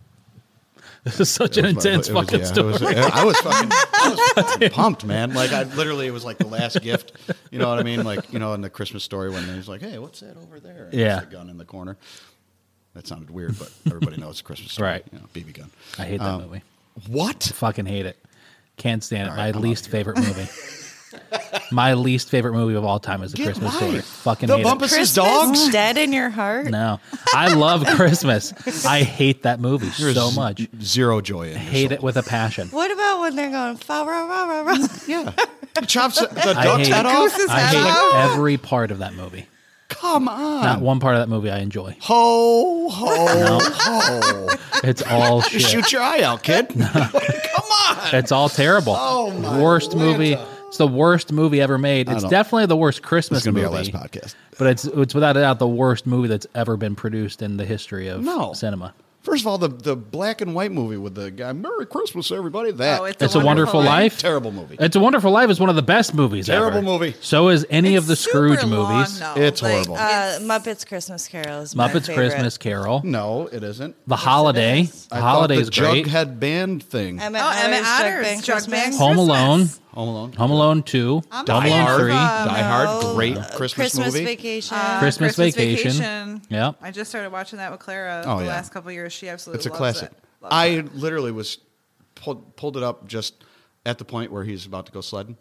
S5: This is such an
S2: it was-
S5: intense
S2: it was-
S5: fucking
S2: yeah, it
S5: story.
S2: was- I was fucking, I was fucking pumped man like I literally it was like the last gift you know what I mean like you know in the Christmas story when there's like hey what's that over there And it's
S5: Yeah.
S2: a gun in the corner that sounded weird but everybody knows it's a Christmas story
S5: Right.
S2: you know, BB gun
S5: I hate that
S2: Um,
S5: movie.
S2: what
S5: Fucking hate it. Can't stand it.
S2: All
S5: My
S2: right, I'm
S5: least favorite movie. My least favorite movie of all time is The
S2: Get
S5: Christmas
S2: life.
S5: Story. Fucking
S2: The
S5: hate it.
S2: Bumpus- Chris's
S3: Christmas
S2: dogs?
S3: dead in your heart.
S5: No, I love Christmas. I hate that movie
S2: There's
S5: so much.
S2: zero joy in your
S5: Hate
S2: soul.
S5: it with a passion.
S3: What about when they're going fa ra ra ra ra?
S2: yeah he chops the
S5: I
S2: duck's
S5: hate-
S2: head off
S4: Goose's
S5: I
S4: head
S5: hate
S4: off.
S5: every part of that movie.
S2: come on
S5: Not one part of that movie I enjoy.
S2: Ho, ho, ho.
S5: It's all
S2: You
S5: shit.
S2: shoot your eye out, kid. Come on.
S5: It's all terrible.
S2: Oh, my
S5: worst
S2: Lanta.
S5: movie. It's the worst movie ever made. It's
S2: don't-
S5: definitely the worst Christmas
S2: It's going to
S5: movie.
S2: be our last podcast.
S5: But it's it's without a doubt the worst movie that's ever been produced in the history of
S2: No.
S5: cinema.
S2: First of all, the, the black and white movie with the guy, Merry Christmas, everybody. That
S4: Oh, it's
S5: It's a Wonderful Life.
S2: terrible movie.
S5: It's a Wonderful Life is one of the best movies
S2: Terrible
S5: ever.
S2: movie.
S5: So is any of the
S4: It's
S5: Scrooge
S4: super long,
S5: movies.
S4: though.
S2: It's
S4: Like,
S2: horrible.
S3: Uh, Muppets Christmas Carol is my
S5: Muppets
S3: favorite.
S5: Christmas Carol.
S2: no, it isn't.
S5: The Holiday. The
S2: I thought
S5: Holiday
S2: the
S5: is great.
S2: Jughead band thing.
S3: Emmett
S4: Oh, Emmett
S3: Otter's Jug
S4: Otter's
S3: Band
S4: Jug
S3: Christmas.
S4: Band
S5: Home
S4: Christmas.
S5: Alone.
S2: Home Alone.
S5: Home Alone 2.
S4: I'm
S5: Home
S4: Die
S5: Alone
S4: Hard.
S5: 3.
S4: Uh,
S2: Die Hard.
S3: Oh,
S2: Great
S3: uh,
S2: Christmas,
S3: Christmas
S2: movie.
S3: Vacation.
S4: Uh,
S5: Christmas Vacation. Yep.
S4: I just started watching that with Clara
S2: Oh,
S4: the
S2: yeah.
S4: last couple years. She absolutely
S2: It's a
S4: loves
S2: classic.
S4: it. Loves it.
S2: I literally was pulled, pulled it up just at the point where he's about to go sledding.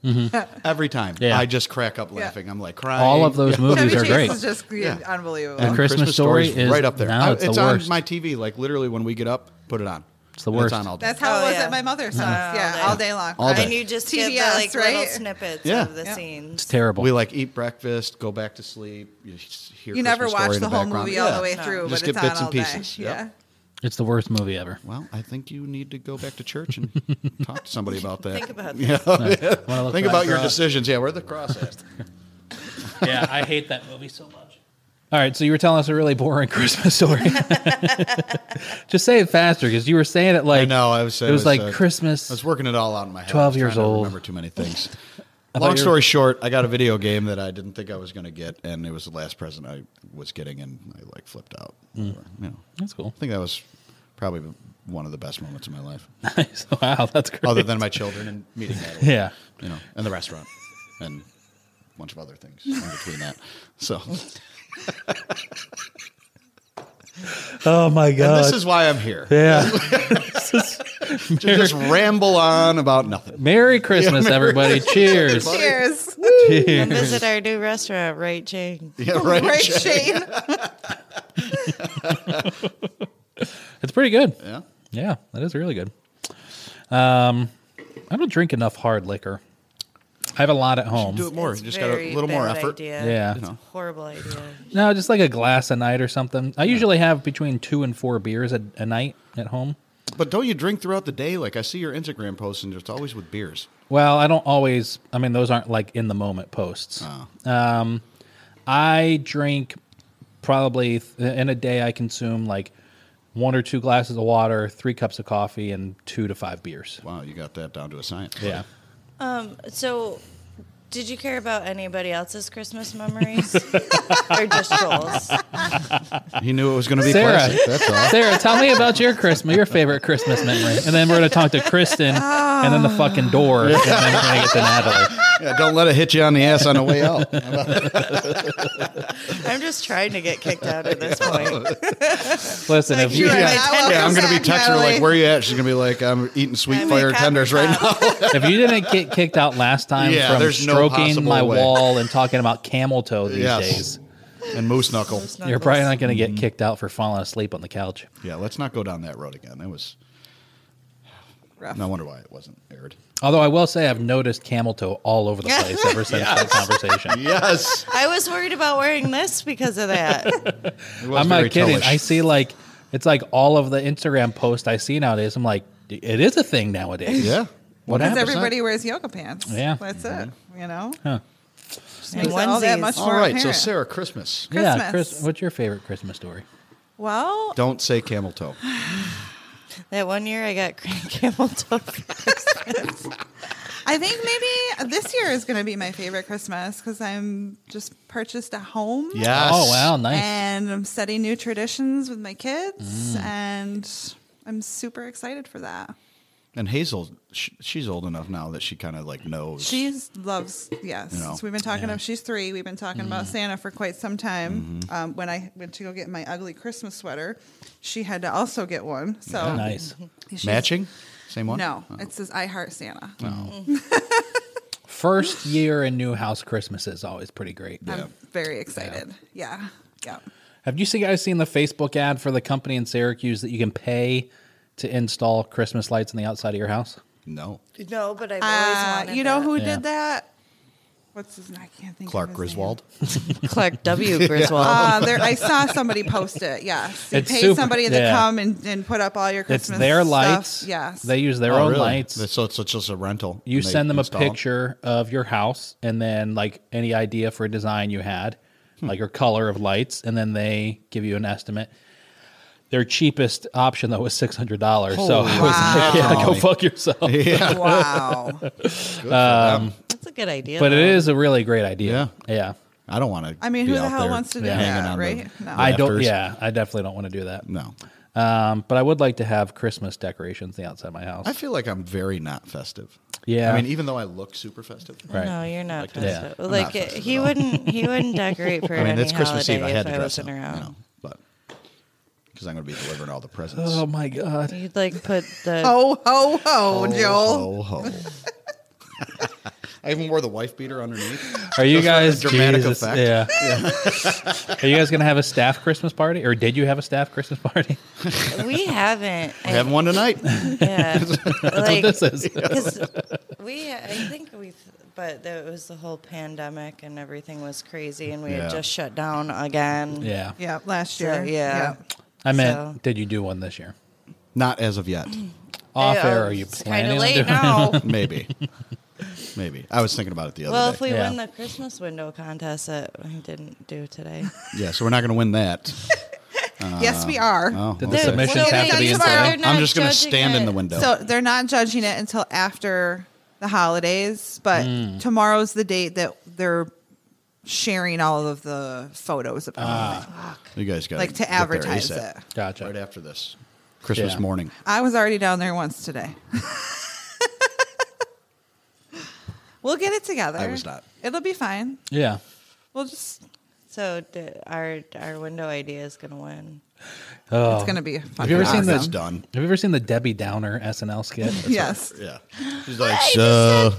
S2: Every time,
S5: Mm-hmm. Yeah.
S2: I just crack up laughing. I'm like crying.
S5: All of those
S2: Yeah.
S5: movies
S4: Chevy
S5: are
S4: Chase
S5: great.
S4: is just
S2: Yeah.
S4: unbelievable.
S5: And Christmas Story
S2: Story's
S5: is-
S2: right up there.
S5: now
S2: I-
S5: it's the worst.
S2: on my TV. Like literally, when we get up, put it on.
S5: It's the
S2: And
S5: worst.
S2: It's on all day.
S4: That's how
S3: Oh,
S4: it was
S3: yeah.
S4: at my mother's house.
S3: all
S4: yeah,
S3: day.
S4: all day long.
S2: All day.
S3: And you just get
S4: TBS,
S3: the like little
S4: right?
S3: snippets
S2: Yeah.
S3: of the
S4: Yeah.
S5: It's
S3: scenes.
S5: terrible.
S2: we like eat breakfast, go back to sleep. You s- hear
S4: You never
S2: Christmas
S4: watch
S2: Story
S4: the,
S2: in
S4: whole
S2: background.
S4: movie all
S2: Yeah.
S4: the way through,
S2: Just
S4: but
S2: get
S4: it's on
S2: bits and
S4: all day.
S2: pieces. Yep.
S4: Yeah.
S5: it's the worst movie ever.
S2: Well, I think you need to go back to church and talk to somebody about that.
S3: Think about
S2: Yeah.
S5: Wanna look
S2: Think
S5: back
S2: about your
S5: for us?
S2: decisions. Yeah, where the cross at?
S5: yeah, I hate that movie so much. All right, so you were telling us a really boring Christmas story. Just say it faster because you were saying it like
S2: I know. I was. I
S5: it was like
S2: uh,
S5: Christmas.
S2: I was working it all out in my head.
S5: 12
S2: I was
S5: years
S2: trying to
S5: old.
S2: Remember too many things.
S5: thought
S2: Long
S5: you were-
S2: story short, I got a video game that I didn't think I was going to get, and it was the last present I was getting, and I like flipped out.
S5: Hmm.
S2: Or, you know,
S5: That's cool.
S2: I think that was probably one of the best moments of my life,
S5: Nice. Wow, that's great.
S2: other than my children and meeting Natalie.
S5: yeah,
S2: you know, and the restaurant, and a bunch of other things in between that. So
S5: Oh my god.
S2: this is why I'm here.
S5: yeah.
S2: To just ramble on about nothing.
S5: Merry Christmas, everybody. Cheers.
S4: Cheers.
S3: Come visit our new restaurant, right, Jane?
S2: Yeah, right.
S4: Right, Shane?
S5: It's pretty good.
S2: Yeah.
S5: Yeah, that is really good. Um, I don't drink enough hard liquor. I have a lot at home.
S2: Do it more.
S3: It's
S2: You just got a
S3: very
S2: little more
S3: bad
S2: effort.
S3: Idea.
S5: Yeah.
S3: It's
S5: You
S3: a
S2: know.
S3: horrible idea.
S5: No, just like a glass a night or something. I usually have between two and four beers a, a night at home.
S2: But don't you drink throughout the day? Like I see your Instagram posts, and it's always with beers.
S5: Well, I don't always. I mean, those aren't like in the moment posts.
S2: Oh.
S5: Um, I drink probably th- in a day. I consume like one or two glasses of water, three cups of coffee, and two to five beers.
S2: Wow, you got that down to a science.
S5: Yeah.
S3: So, did you care about anybody else's Christmas memories or just Joel's?
S2: He knew it was going to be
S5: Sarah.
S2: classic. That's all.
S5: Sarah, tell me about your Christmas, your favorite Christmas memory, and then we're gonna talk to Kristen, and then the fucking door, and then we're gonna get to Natalie.
S2: Yeah, don't let it hit you on the ass on the way out.
S3: I'm just trying to get kicked out at this point.
S5: Listen, if
S4: You
S5: you,
S4: are
S2: Yeah.
S4: not
S3: Yeah,
S2: Yeah, I'm
S4: welcome
S2: going to be
S4: back,
S2: texting her
S4: Natalie.
S2: like, "Where you at?" She's going to be like, "I'm eating sweet
S3: I'm
S2: fire
S3: a
S2: tenders right now."
S3: copperpot.
S5: if you didn't get kicked out last time
S2: Yeah,
S5: from
S2: there's no
S5: stroking
S2: possible
S5: my
S2: way.
S5: wall and talking about camel toe these
S2: Yes. Mm-hmm.
S5: days,
S2: And moose knuckle.
S3: It's
S5: you're probably
S3: close.
S5: not gonna get kicked out for falling asleep on the couch.
S2: Yeah, let's not go down that road again. That was
S4: Rough.
S2: no wonder why it wasn't aired.
S5: Although I will say, I've noticed camel toe all over the place ever since that conversation.
S2: Yes,
S3: I was worried about wearing this because of that.
S2: It was
S5: I'm not
S2: very
S5: kidding.
S2: tellish.
S5: I see like it's like all of the Instagram posts I see nowadays. I'm like, it is a thing nowadays.
S2: Yeah,
S5: What
S4: Because
S5: happened?
S4: everybody wears yoga pants.
S5: Yeah.
S4: That's
S2: Mm-hmm.
S4: it. You know?
S3: And
S4: Makes it all that
S3: onesies.
S4: much
S2: All
S4: more
S2: right, so
S4: apparent.
S2: Sarah, Christmas.
S5: Yeah,
S4: Christmas.
S5: Chris, what's your favorite Christmas story?
S4: Well,
S2: Don't say camel toe.
S3: That one year I got crank camel toe.
S4: I think maybe this year is going to be my favorite Christmas because I'm just purchased a home.
S2: Yes.
S5: Oh wow, nice.
S4: And I'm setting new traditions with my kids.
S2: Mm.
S4: And I'm super excited for that.
S2: And Hazel, sh she's old enough now that she kind of like knows.
S4: She loves, yes.
S2: You know, Mm.
S4: we've been talking about, she's three. We've been talking about Santa for quite some time.
S2: Mm-hmm.
S4: Um, when I went to go get my ugly Christmas sweater, she had to also get one. So
S5: nice.
S4: she's-
S2: matching. Same one. Oh.
S4: No, Mm-hmm. it says I Heart Santa.
S5: First year in new house Christmas is always pretty great.
S4: I'm very excited. Yeah. Yeah.
S5: Have you see- guys seen the Facebook ad for the company in Syracuse that you can pay to install Christmas lights on the outside of your house?
S2: No.
S3: No, but I've always
S4: Uh,
S3: wanted
S4: you know
S3: that.
S4: who
S5: Yeah.
S4: did that? What's his name? I can't think.
S2: Clark
S4: of his
S2: Griswold.
S3: Clark W. Griswold.
S4: Uh, there, I saw somebody post it. Yes, you
S5: It's
S4: pay
S5: super-
S4: somebody to
S5: yeah.
S4: come and, and put up all your Christmas.
S5: it's their
S4: stuff.
S5: lights.
S4: Yes,
S5: They use their
S2: Oh,
S5: own
S2: really?
S5: lights.
S2: So it's, it's just a rental.
S5: you
S2: and they
S5: send them a
S2: install it.
S5: picture of your house and then like any idea for a design you had, like your color of lights, and then they give you an estimate. Their cheapest option though was six hundred dollars. So
S2: Holy
S5: I was like, yeah, go
S2: moly.
S5: fuck yourself.
S4: wow.
S2: Good for them.
S5: um,
S3: That's a good idea.
S5: But it
S3: though.
S5: is a really great idea. Yeah.
S2: I don't want to.
S4: I mean, who the hell wants to do that, right? No.
S5: I don't
S2: Rafters.
S5: yeah, I definitely don't want to do that.
S2: No.
S5: Um, but I would like to have Christmas decorations on the outside of my house.
S2: I feel like I'm very not festive.
S5: Yeah.
S2: I mean, even though I look super festive.
S5: right.
S3: No, you're not
S5: that.
S3: festive.
S2: Yeah. I'm
S3: Like
S2: not festive
S3: he
S2: at all.
S3: wouldn't. He wouldn't decorate for
S2: I mean,
S3: any
S2: it's Christmas
S3: holiday
S2: Eve. I had
S3: if
S2: to
S3: I
S2: dress
S3: wasn't
S2: up,
S3: around.
S2: You know, but because I'm going to be delivering all the presents.
S5: Oh my god.
S3: You'd like put the
S2: Oh.
S4: ho ho ho, Oh, Joel.
S2: Ho, ho, ho. I even wore the wife beater underneath.
S5: Are you
S2: Just for the
S5: guys
S2: dramatic
S5: Jesus,
S2: effect?
S5: Yeah. Are you guys gonna have a staff Christmas party, or did you have a staff Christmas party?
S3: we haven't.
S2: We have one tonight.
S3: Yeah. like,
S5: This is
S3: 'cause we, I think we, but it was the whole pandemic and everything was crazy, and we
S2: Yeah.
S3: had just shut down again.
S5: yeah.
S4: Yeah, last
S3: So,
S4: year.
S3: yeah.
S5: I meant,
S3: So-
S5: did you do one this year?
S2: Not as of yet.
S5: Off
S3: Yeah,
S5: air, are you
S3: it's
S5: planning
S3: Kinda
S5: on
S3: late now.
S5: doing?
S2: Maybe. Maybe. I was thinking about it the other
S3: well,
S2: day.
S3: if we
S5: Yeah.
S3: win the Christmas window contest that I didn't do today,
S2: yeah, so we're not going to win that.
S5: Uh,
S4: yes, we are.
S2: Oh,
S5: Did the
S2: okay.
S5: submission-
S3: Well,
S5: Missions have
S3: we
S4: to
S3: got
S4: be
S3: you
S4: inside.
S3: fired.
S5: I'm
S3: Not
S2: I'm just going to
S3: judging
S2: stand in
S3: it.
S2: the window.
S4: So they're not judging it until after the holidays, but
S5: Hmm.
S4: tomorrow's the date that they're sharing all of the photos about
S5: Ah.
S4: it,
S2: you guys got
S4: like to advertise it.
S5: Gotcha.
S2: right after this Christmas
S5: Yeah.
S2: morning.
S4: I was already down there once today. we'll get it together.
S2: I was not.
S4: It'll be fine.
S5: Yeah.
S4: We'll just.
S3: So d- our our window idea is gonna win.
S4: It's gonna be. Fun.
S5: Oh. Have you ever
S2: Ah,
S5: seen the?
S2: that's done.
S5: Have you ever seen the Debbie Downer SNL skit?
S4: Yes.
S2: Yeah. She's like, so.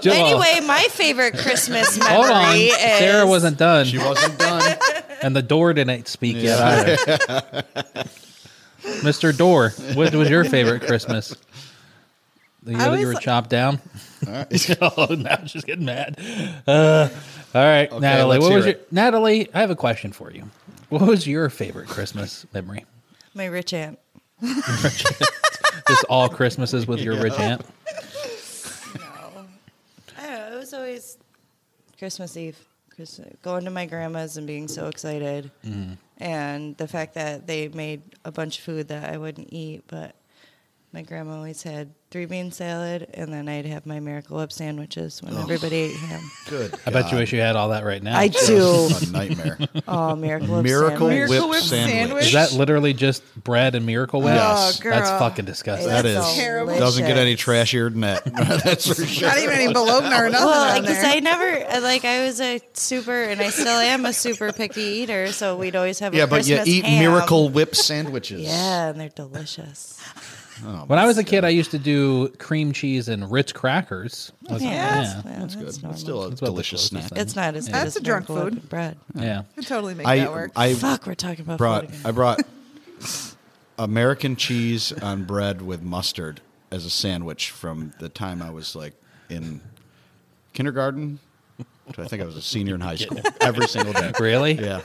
S5: Jill-
S3: Anyway, my favorite Christmas memory
S5: Hold on,
S3: is
S5: Sarah wasn't done,
S2: She wasn't done.
S5: and the door didn't speak yet either. Mr. Door, what was your favorite Christmas? The year
S4: I
S5: that you
S4: was-
S5: were chopped down. oh, now she's getting mad. Uh, all right, Natalie.
S2: let's
S5: What
S2: hear
S5: was your,
S2: it.
S5: Natalie? I have a question for you. What was your favorite Christmas memory?
S3: my rich aunt.
S5: Just all Christmases with your rich aunt.
S3: I don't know. It was always Christmas Eve. Christ- Going to my grandma's and being so excited,
S2: Mm-hmm.
S3: and the fact that they made a bunch of food that I wouldn't eat, but my grandma always had three bean salad, and then I'd have my Miracle Whip sandwiches
S2: Oh.
S3: when everybody ate ham.
S2: Good.
S5: I bet you wish you had all that right now.
S3: I do.
S2: A nightmare.
S3: Oh, Miracle Whip
S2: Miracle
S3: sandwich.
S4: Miracle
S2: Whip
S4: Whip
S2: sandwich.
S4: sandwich?
S5: Is that literally just bread and Miracle Whip?
S2: Yes.
S4: Oh, girl.
S5: That's fucking disgusting.
S2: That
S3: That's
S2: is-
S3: terrible.
S2: Doesn't get any trashier than that. That's for sure.
S4: Not even any bologna or nothing.
S3: Well,
S4: on
S3: because
S4: there.
S3: I never I- like I was a super and I still am a super picky eater, so we'd always have
S2: Yeah,
S3: a
S2: but
S3: Christmas
S2: you eat
S3: ham.
S2: Miracle Whip sandwiches.
S3: Yeah, and they're delicious.
S5: When I was a kid, I used to do cream cheese and Ritz crackers. Was-
S3: Yeah,
S5: yeah.
S3: that's,
S2: Good.
S3: normal.
S2: It's still a
S5: That's about the
S2: delicious
S5: closest
S2: snack.
S5: thing.
S3: It's not as good
S4: That's
S3: as
S4: a drunk
S3: Miracle Whip
S4: food.
S3: and bread.
S5: yeah.
S4: could totally make that
S2: I
S4: work.
S2: I
S3: Fuck, we're talking about
S2: brought
S3: food
S2: I
S3: again.
S2: brought American cheese on bread with mustard as a sandwich from the time I was like in kindergarten to I think I was a senior in high school. Every single day.
S5: Really?
S2: Yeah.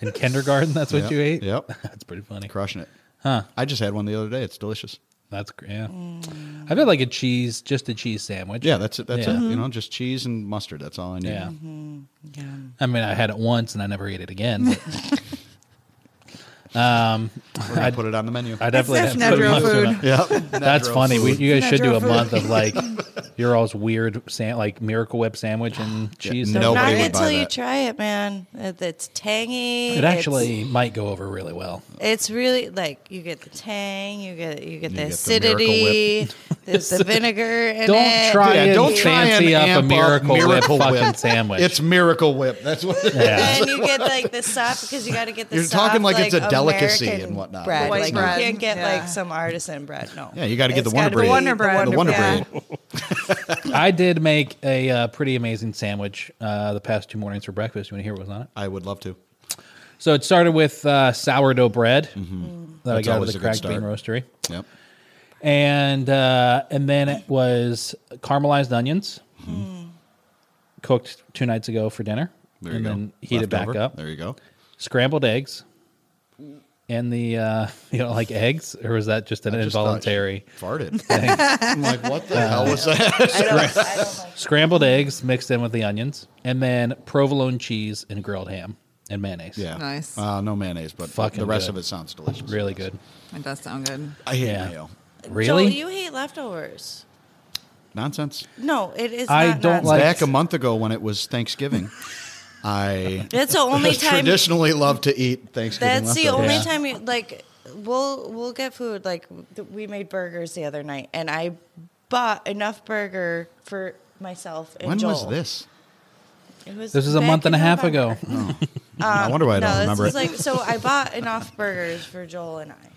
S5: In kindergarten, that's what
S2: Yep.
S5: you ate.
S2: Yep.
S5: That's pretty funny.
S2: Crushing it. Huh. I just had one the other day. It's delicious.
S5: That's gr- yeah.
S4: Mm.
S5: I feel like a cheese, just a cheese sandwich.
S2: Yeah, that's it. That's
S5: Yeah.
S2: it. You know, just cheese and mustard. That's all I need.
S5: Yeah.
S4: Mm-hmm.
S3: Yum.
S5: I mean, I had it once and I never ate it again. but
S2: We're gonna put it on the menu.
S5: I definitely
S4: That's
S5: had to put
S4: natural
S5: mustard on-
S4: food.
S2: yep.
S5: That's
S2: Natural
S5: funny. We,
S2: food.
S5: you guys should do a
S4: Natural
S5: month of like your all's weird, san- like Miracle Whip sandwich and cheese.
S2: no. Nobody
S3: Knock
S2: would
S3: it
S2: buy
S3: till you
S2: that.
S3: try it, man. It- It's tangy.
S5: It actually might go over really well.
S3: it's, it's really like you get the tang, you get you
S2: You
S3: get the
S2: get the Miracle
S3: acidity, there's the vinegar in it.
S5: Don't try
S2: Yeah,
S5: and
S2: don't try and
S5: fancy up a
S2: amp
S5: Miracle,
S2: Miracle
S5: Whip,
S2: Whip.
S5: fucking sandwich.
S2: It's Miracle Whip. That's what it is.
S5: yeah.
S3: And you get like the soft because you got to get the
S2: You're
S3: soft,
S2: talking like it's a delicacy
S3: American
S2: and whatnot,
S3: Bread.
S4: but
S3: like
S4: it's not.
S3: you can't get
S4: Yeah.
S3: like some artisan bread. No.
S2: Yeah, you gotta get the
S3: It's
S2: Wonder
S3: gotta be
S2: Bread.
S4: Wonder bread.
S2: The Wonder
S4: Yeah.
S2: Bread.
S5: I did make a uh, pretty amazing sandwich uh, the past two mornings for breakfast. You want to hear what was on it?
S2: I would love to.
S5: So it started with uh, sourdough bread that I
S2: Mm-hmm. That's
S5: got out of
S2: always
S5: the
S2: a good
S5: cracked bean roastery,
S2: Yep.
S5: and uh, and then it was caramelized onions, cooked two nights ago for dinner,
S2: Mm-hmm. There
S5: and
S2: you
S5: then
S2: go.
S5: heated back
S2: Leftover.
S5: up.
S2: There you go.
S5: Scrambled eggs, and the uh, you know like eggs, or was that just an
S2: I just thought
S5: involuntary?
S2: she Farted. I'm like, what the hell was that?
S3: I don't, I don't like
S5: Scrambled eggs mixed in with the onions, and then provolone cheese and grilled ham and mayonnaise.
S2: Yeah.
S4: Nice.
S2: Uh, no mayonnaise, but
S5: Fucking
S2: the rest
S5: good.
S2: of it sounds delicious.
S5: really good.
S4: It does sound good.
S2: I hate
S5: Yeah.
S2: mayo.
S5: Really?
S3: Joel, you hate leftovers.
S2: Nonsense.
S3: No, it is.
S5: I
S3: not
S5: don't
S3: nonsense.
S5: Like-
S2: Back a month ago when it was Thanksgiving, I
S3: That's the only time.
S2: traditionally love to eat Thanksgiving.
S3: That's the
S2: leftovers.
S3: only
S5: Yeah.
S3: time you like. We'll we'll get food. Like th- we made burgers the other night, and I bought enough burger for myself. And
S2: When
S3: Joel.
S2: was this?
S3: It was
S5: This was a
S3: back
S5: month and a
S3: in
S5: half
S3: November.
S5: ago.
S2: I wonder why I don't
S3: Uh, no, this
S2: remember
S3: was
S2: it.
S3: like so. I bought enough burgers for Joel and I,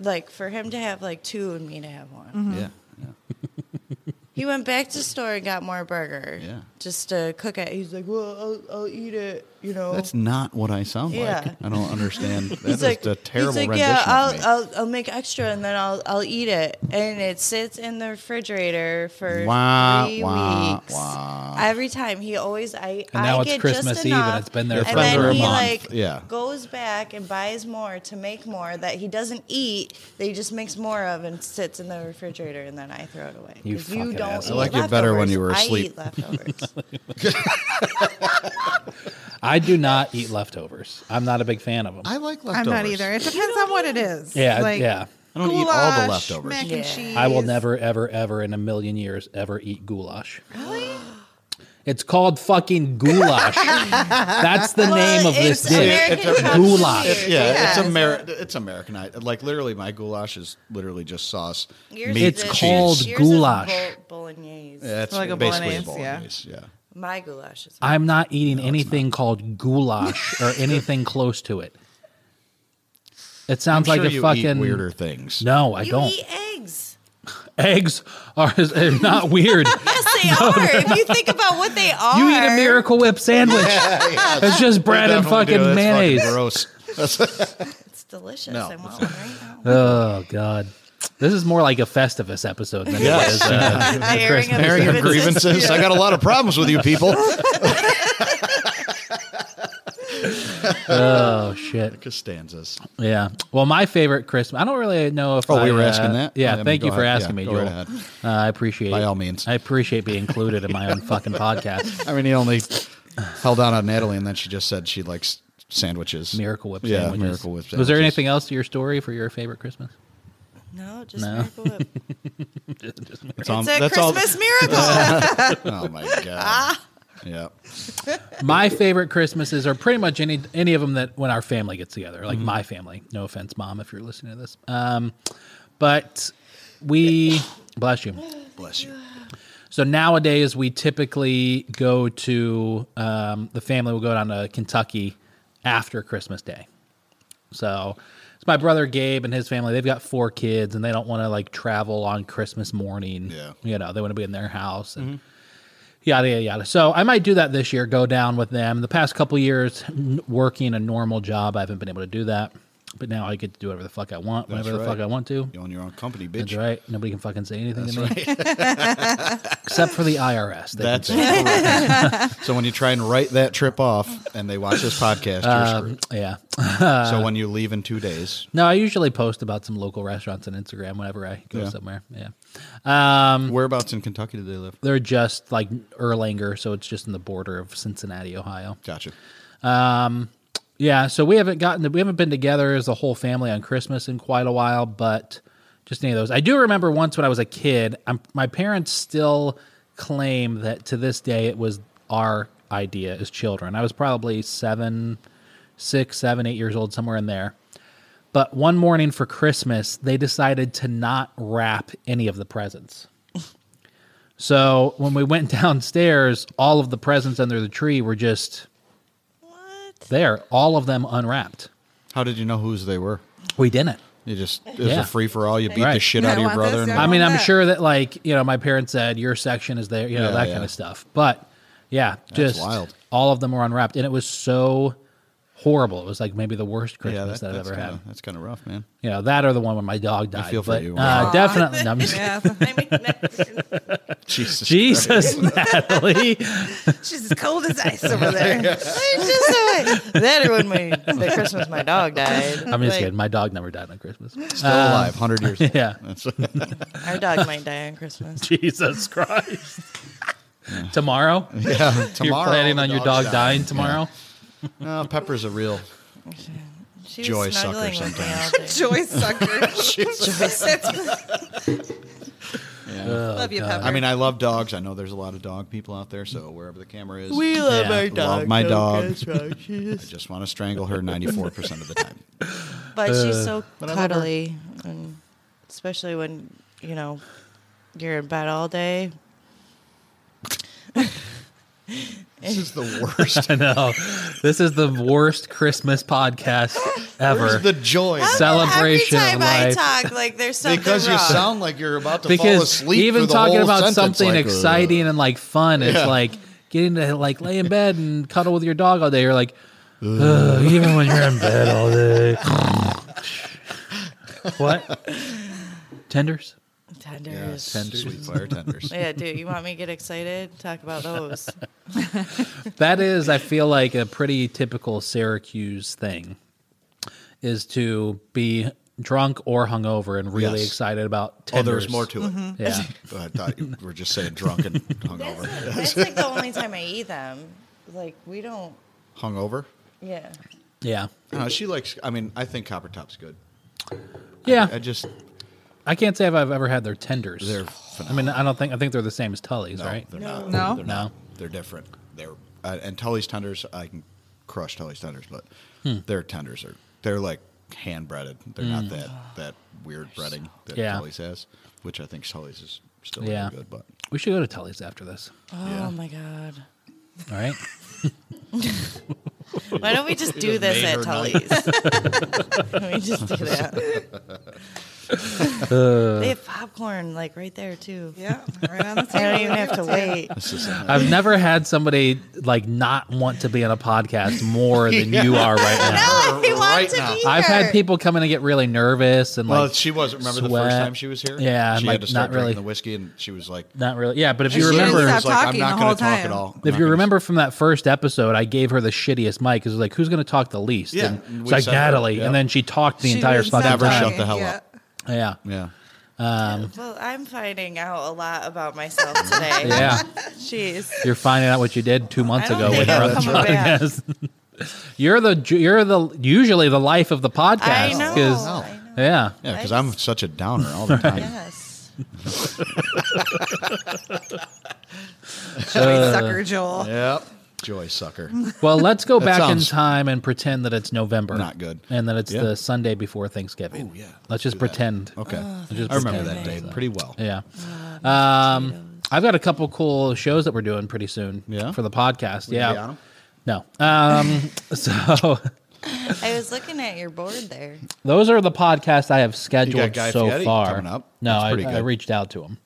S3: like for him to have like two and me to have one.
S5: Mm-hmm.
S2: yeah. yeah.
S3: He went back to the store and got more burger.
S2: Yeah.
S3: just to cook it. He's like, well, I'll, I'll eat it. You know,
S2: That's not what I sound
S3: Yeah.
S2: like. I don't understand. That's
S3: He's like,
S2: a terrible
S3: he's like,
S2: rendition
S3: yeah,
S2: of
S3: I'll,
S2: me.
S3: I'll I'll make extra and then I'll I'll eat it, and it sits in the refrigerator for
S2: Wah,
S3: three
S2: wah,
S3: weeks.
S2: wah.
S3: Every time he always I
S5: And now
S3: I
S5: it's
S3: get
S5: Christmas
S3: just
S5: Eve and
S3: enough,
S5: it's been there
S2: for
S3: and then
S2: over a
S3: he
S2: month.
S3: like
S2: Yeah.
S3: goes back and buys more to make more that he doesn't eat that he just makes more of and sits in the refrigerator and then I throw it away.
S5: You
S3: 'Cause
S5: fucking
S3: don't
S5: asshole.
S3: eat
S2: I like you better when you were
S3: leftovers.
S2: asleep.
S3: I eat leftovers.
S5: I do not eat leftovers. I'm not a big fan of them.
S2: I like leftovers.
S4: I'm not either. It depends on what it is.
S5: yeah, yeah.
S2: I don't eat all the
S4: goulash,
S2: leftovers.
S4: Mac
S3: Yeah.
S4: and cheese.
S5: I will never, ever, ever in a million years ever eat goulash. Really? It's called fucking goulash. That's the name of this
S3: it's
S5: dish.
S3: American
S2: It's a-
S3: cottage
S5: Goulash.
S3: cheese.
S2: Yeah,
S4: Yeah,
S2: it's
S4: it's
S2: Ameri- it's Americanized. Like literally, my goulash is literally just sauce.
S3: Yours
S2: meat,
S5: It's
S3: is
S2: cheese.
S3: a-
S5: called
S3: yours is a
S5: goulash.
S3: bol- bolognese.
S2: Yeah, it's
S4: Like a
S2: basically
S4: bolognese, yeah.
S2: bolognese, Yeah.
S3: My goulash is.
S5: I'm not eating anything called goulash or anything close to it. It
S2: I'm
S5: sounds
S2: sure
S5: like a
S2: you
S5: fucking
S2: eat weirder things.
S5: No, I
S3: you
S5: don't.
S3: eat eggs.
S5: Eggs are is- are not weird.
S3: Yes, they are. If you think about what they are,
S5: you eat a Miracle Whip sandwich. It's just bread and
S2: Definitely do.
S5: fucking
S2: That's
S5: mayonnaise.
S2: Fucking gross.
S3: It's delicious.
S2: No.
S3: I want one right now.
S5: Oh god. This is more like a Festivus episode than it
S2: Yes.
S5: is. Uh,
S3: The airing of
S2: Airing of grievances. I got a lot of problems with you people.
S5: oh shit!
S2: Costanzas.
S5: Yeah. Well, my favorite Christmas. I don't really know if.
S2: Oh, we
S5: I,
S2: were
S5: uh,
S2: asking that?
S5: Yeah.
S2: Yeah,
S5: thank
S2: go
S5: you for
S2: ahead.
S5: asking
S2: Yeah,
S5: me,
S2: go
S5: Joel.
S2: right ahead.
S5: Uh, I appreciate.
S2: By all means.
S5: I appreciate being included in my own fucking podcast.
S2: I mean, he only held on on Natalie, and then she just said she likes sandwiches.
S5: Miracle Whip.
S2: Yeah,
S5: sandwiches.
S2: Miracle Whip.
S5: Was there
S2: sandwiches.
S5: anything else to your story for your favorite Christmas?
S3: No, just
S5: No.
S3: Miracle Whip.
S2: That's all,
S4: It's a
S2: that's all-
S4: Christmas Ah. miracle.
S2: Oh my god. yeah.
S5: my favorite Christmases are pretty much any any of them that when our family gets together, like my family. No offense, mom, if you're listening to this. Um, but we bless you.
S2: Bless you.
S5: So nowadays we typically go to um, the family will go down to Kentucky after Christmas Day. So it's my brother Gabe and his family. They've got four kids and they don't want to like travel on Christmas morning.
S2: Yeah. Mm-hmm.
S5: You know, they want to be in their house and yada yada yada. So I might do that this year. Go down with them. The past couple years, n- working a normal job, I haven't been able to do that. But now I get to do whatever the fuck I want,
S2: That's
S5: whenever the fuck
S2: right.
S5: I want to.
S2: You own your own company,
S5: That's
S2: bitch.
S5: right. Nobody can fucking say anything to me, except for the IRS. They can
S2: That's
S5: say
S2: correct. so when you try and write that trip off, and they watch this podcast, you're
S5: Um,
S2: screwed.
S5: yeah. uh,
S2: so when you leave in two days,
S5: No, I usually post about some local restaurants on Instagram whenever I go
S2: Yeah.
S5: somewhere. Yeah. Um,
S2: whereabouts in Kentucky do they live?
S5: they're just like Erlanger, so it's just in the border of Cincinnati, Ohio.
S2: Gotcha.
S5: Um, yeah, so we haven't gotten to, we haven't been together as a whole family on Christmas in quite a while, but just any of those. I do remember once when I was a kid, i my parents still claim that to this day it was our idea as children. I was probably seven, six, seven, eight years old, somewhere in there. But one morning for Christmas, they decided to not wrap any of the presents. So when we went downstairs, all of the presents under the tree were just
S3: What?
S5: there, all of them unwrapped.
S2: How did you know whose they were?
S5: We didn't.
S2: You just it was
S5: Yeah.
S2: a free for all. You beat
S5: Right.
S2: the shit
S4: No,
S2: out of
S4: I
S2: your
S4: want
S2: brother.
S4: this,
S2: And
S4: yeah.
S5: I mean, I'm
S4: that.
S5: sure that like you know, my parents said your section is there, you know,
S2: Yeah,
S5: that
S2: yeah.
S5: kind of stuff. But yeah, just
S2: wild.
S5: all of them were unwrapped, and it was so horrible. It was like maybe the worst
S2: yeah, that,
S5: Christmas that I've
S2: that's
S5: ever
S2: kind
S5: had.
S2: of that's kind of rough, man.
S5: You know, that or the one when my dog died.
S2: feel for
S5: but,
S2: you.
S5: Uh,
S2: Aw.
S5: definitely. No, I'm just-
S4: yeah.
S3: I mean, that-
S2: Jesus.
S5: Jesus, Natalie.
S4: She's as cold as ice over there.
S3: I just, that ruined my the Christmas my dog died.
S5: I'm just
S3: Like,
S5: kidding. My dog never died on Christmas.
S2: Still alive, hundred years. old.
S5: Uh, Yeah.
S2: That's,
S3: Our dog might die on Christmas.
S5: Jesus Christ. tomorrow?
S2: yeah. Tomorrow,
S5: You're planning on
S2: the
S5: your dog
S2: dies.
S5: dying tomorrow?
S2: No, Pepper's a real.
S3: She
S2: Joy
S3: was
S2: sucker
S3: snuggling with me all
S2: sometimes.
S3: day.
S4: Joy sucker. That's-
S5: Oh,
S4: Love you,
S5: God.
S4: Pepper.
S2: Oh, I mean, I love dogs. I know there's a lot of dog people out there. So wherever the camera is,
S3: We love
S5: Yeah.
S3: our
S5: Love
S3: dog.
S2: my
S3: don't
S2: dog.
S3: get us wrong. She
S2: I
S3: is-
S2: just want to strangle her 94% of the time.
S3: but she's so
S2: Uh, But I love her.
S3: cuddly, and especially when you know you're in bed all day.
S2: This is the worst.
S5: I know. This is the worst Christmas podcast ever.
S2: Where's the joy?
S5: Celebration
S3: Every time
S5: of life.
S3: I talk, like there's something
S2: Because you
S3: wrong.
S2: sound like you're about to fall
S5: because
S2: asleep.
S5: even
S2: through the
S5: talking
S2: whole
S5: about
S2: sentence,
S5: something
S2: like, uh,
S5: exciting and like fun, it's
S2: Yeah.
S5: like getting to like lay in bed and cuddle with your dog all day. You're like, "Ugh, even when you're in bed all day. what? Tenders?
S3: tenders.
S2: Yes, Sweet fire tenders.
S3: Yeah, dude, you want me to get excited? Talk about those.
S5: That is, I feel like a pretty typical Syracuse thing is to be drunk or hungover and really
S2: Yes.
S5: excited about
S2: Oh,
S5: tenders.
S2: there was more to it.
S3: Mm-hmm.
S5: Yeah.
S2: I thought you were just saying drunk and hungover.
S3: That's like the only time I eat them. Like we don't.
S2: hungover?
S3: Yeah.
S5: Yeah.
S2: No, she likes. I mean, I think Copper Top's good.
S5: Yeah.
S2: I just
S5: I can't say if I've ever had their tenders.
S2: They're
S5: I mean, I don't think I think they're the same as Tully's,
S2: no,
S5: right?
S2: They're
S4: No.
S2: not.
S4: No?
S2: they're
S5: No.
S2: not. They're different. They're uh, and Tully's tenders. I can crush Tully's tenders, but
S5: Hmm.
S2: their tenders are they're like hand breaded. They're not that that weird breading that
S5: Yeah.
S2: Tully's has, which I think Tully's is still
S5: Yeah.
S2: really good. But
S5: We should go to Tully's after this.
S3: Oh
S2: Yeah.
S3: my god.
S5: All right.
S3: Why don't we just do this
S2: made her
S3: at Tully's? we just do that. They have popcorn like right there too.
S4: Yeah, right on the
S3: I
S4: table.
S3: don't even have to wait.
S5: I've never had somebody like not want to be on a podcast more than you are right now.
S4: No, I want
S2: Right
S4: to
S2: now.
S4: be
S5: I've
S4: here.
S5: had people come in and get really nervous and like
S2: well, she was. Remember the
S5: sweat.
S2: first time she was here?
S5: Yeah,
S2: she
S5: like,
S2: had to start
S5: not really-
S2: drinking the whiskey, and she was like,
S5: not really. Yeah, but if
S2: She
S5: you
S4: She didn't
S5: remember,
S2: was
S4: stop
S2: like, I'm
S4: talking
S2: not
S4: the
S2: going
S4: whole
S2: to talk at
S4: time.
S2: all. I'm not
S5: if you
S2: gonna-
S5: remember from that first episode, I gave her the shittiest mic because it was like, who's going to talk the least?
S2: Yeah,
S5: and
S2: and
S5: it's
S2: we
S5: like
S2: said
S5: Natalie,
S2: that, yeah.
S5: and then she talked the
S4: She
S5: entire
S4: wouldn't
S5: fucking
S4: stop
S2: Never
S5: time.
S2: shut the hell
S4: yeah.
S2: up.
S5: Yeah,
S2: yeah,
S3: Well, I'm finding out a lot about myself today.
S5: yeah.
S3: Jeez.
S5: You're finding out what you did two months
S3: I don't
S5: ago
S3: think
S5: with her
S3: I'll
S5: on the
S3: come back.
S5: podcast. you're the you're the usually the life of the podcast.
S3: I know.
S5: 'cause-
S3: Oh, I know.
S5: Yeah.
S2: yeah. Because
S3: I
S2: I'm such a downer all the time.
S3: Yes.
S4: Joey
S5: Uh,
S4: Sucker Joel.
S2: Yep. Joy sucker.
S5: Well, let's go back
S2: sounds-
S5: in time and pretend that it's November.
S2: Not good.
S5: And that it's
S2: Yeah.
S5: the Sunday before Thanksgiving.
S2: Ooh, yeah.
S5: Let's just pretend.
S2: Okay.
S5: Let's just
S2: I remember that
S5: pretend.
S2: day pretty well.
S5: Yeah. Um, I've got a couple cool shows that we're doing pretty soon.
S2: Yeah?
S5: For the podcast.
S2: We
S5: yeah.
S2: be on 'em?
S5: No. Um, so
S3: I was looking at your board there.
S5: those are the podcasts I have scheduled
S2: Guy
S5: so
S2: Fieri
S5: far.
S2: coming up.
S5: No,
S2: That's
S5: I,
S2: pretty
S5: I
S2: good.
S5: reached out to him.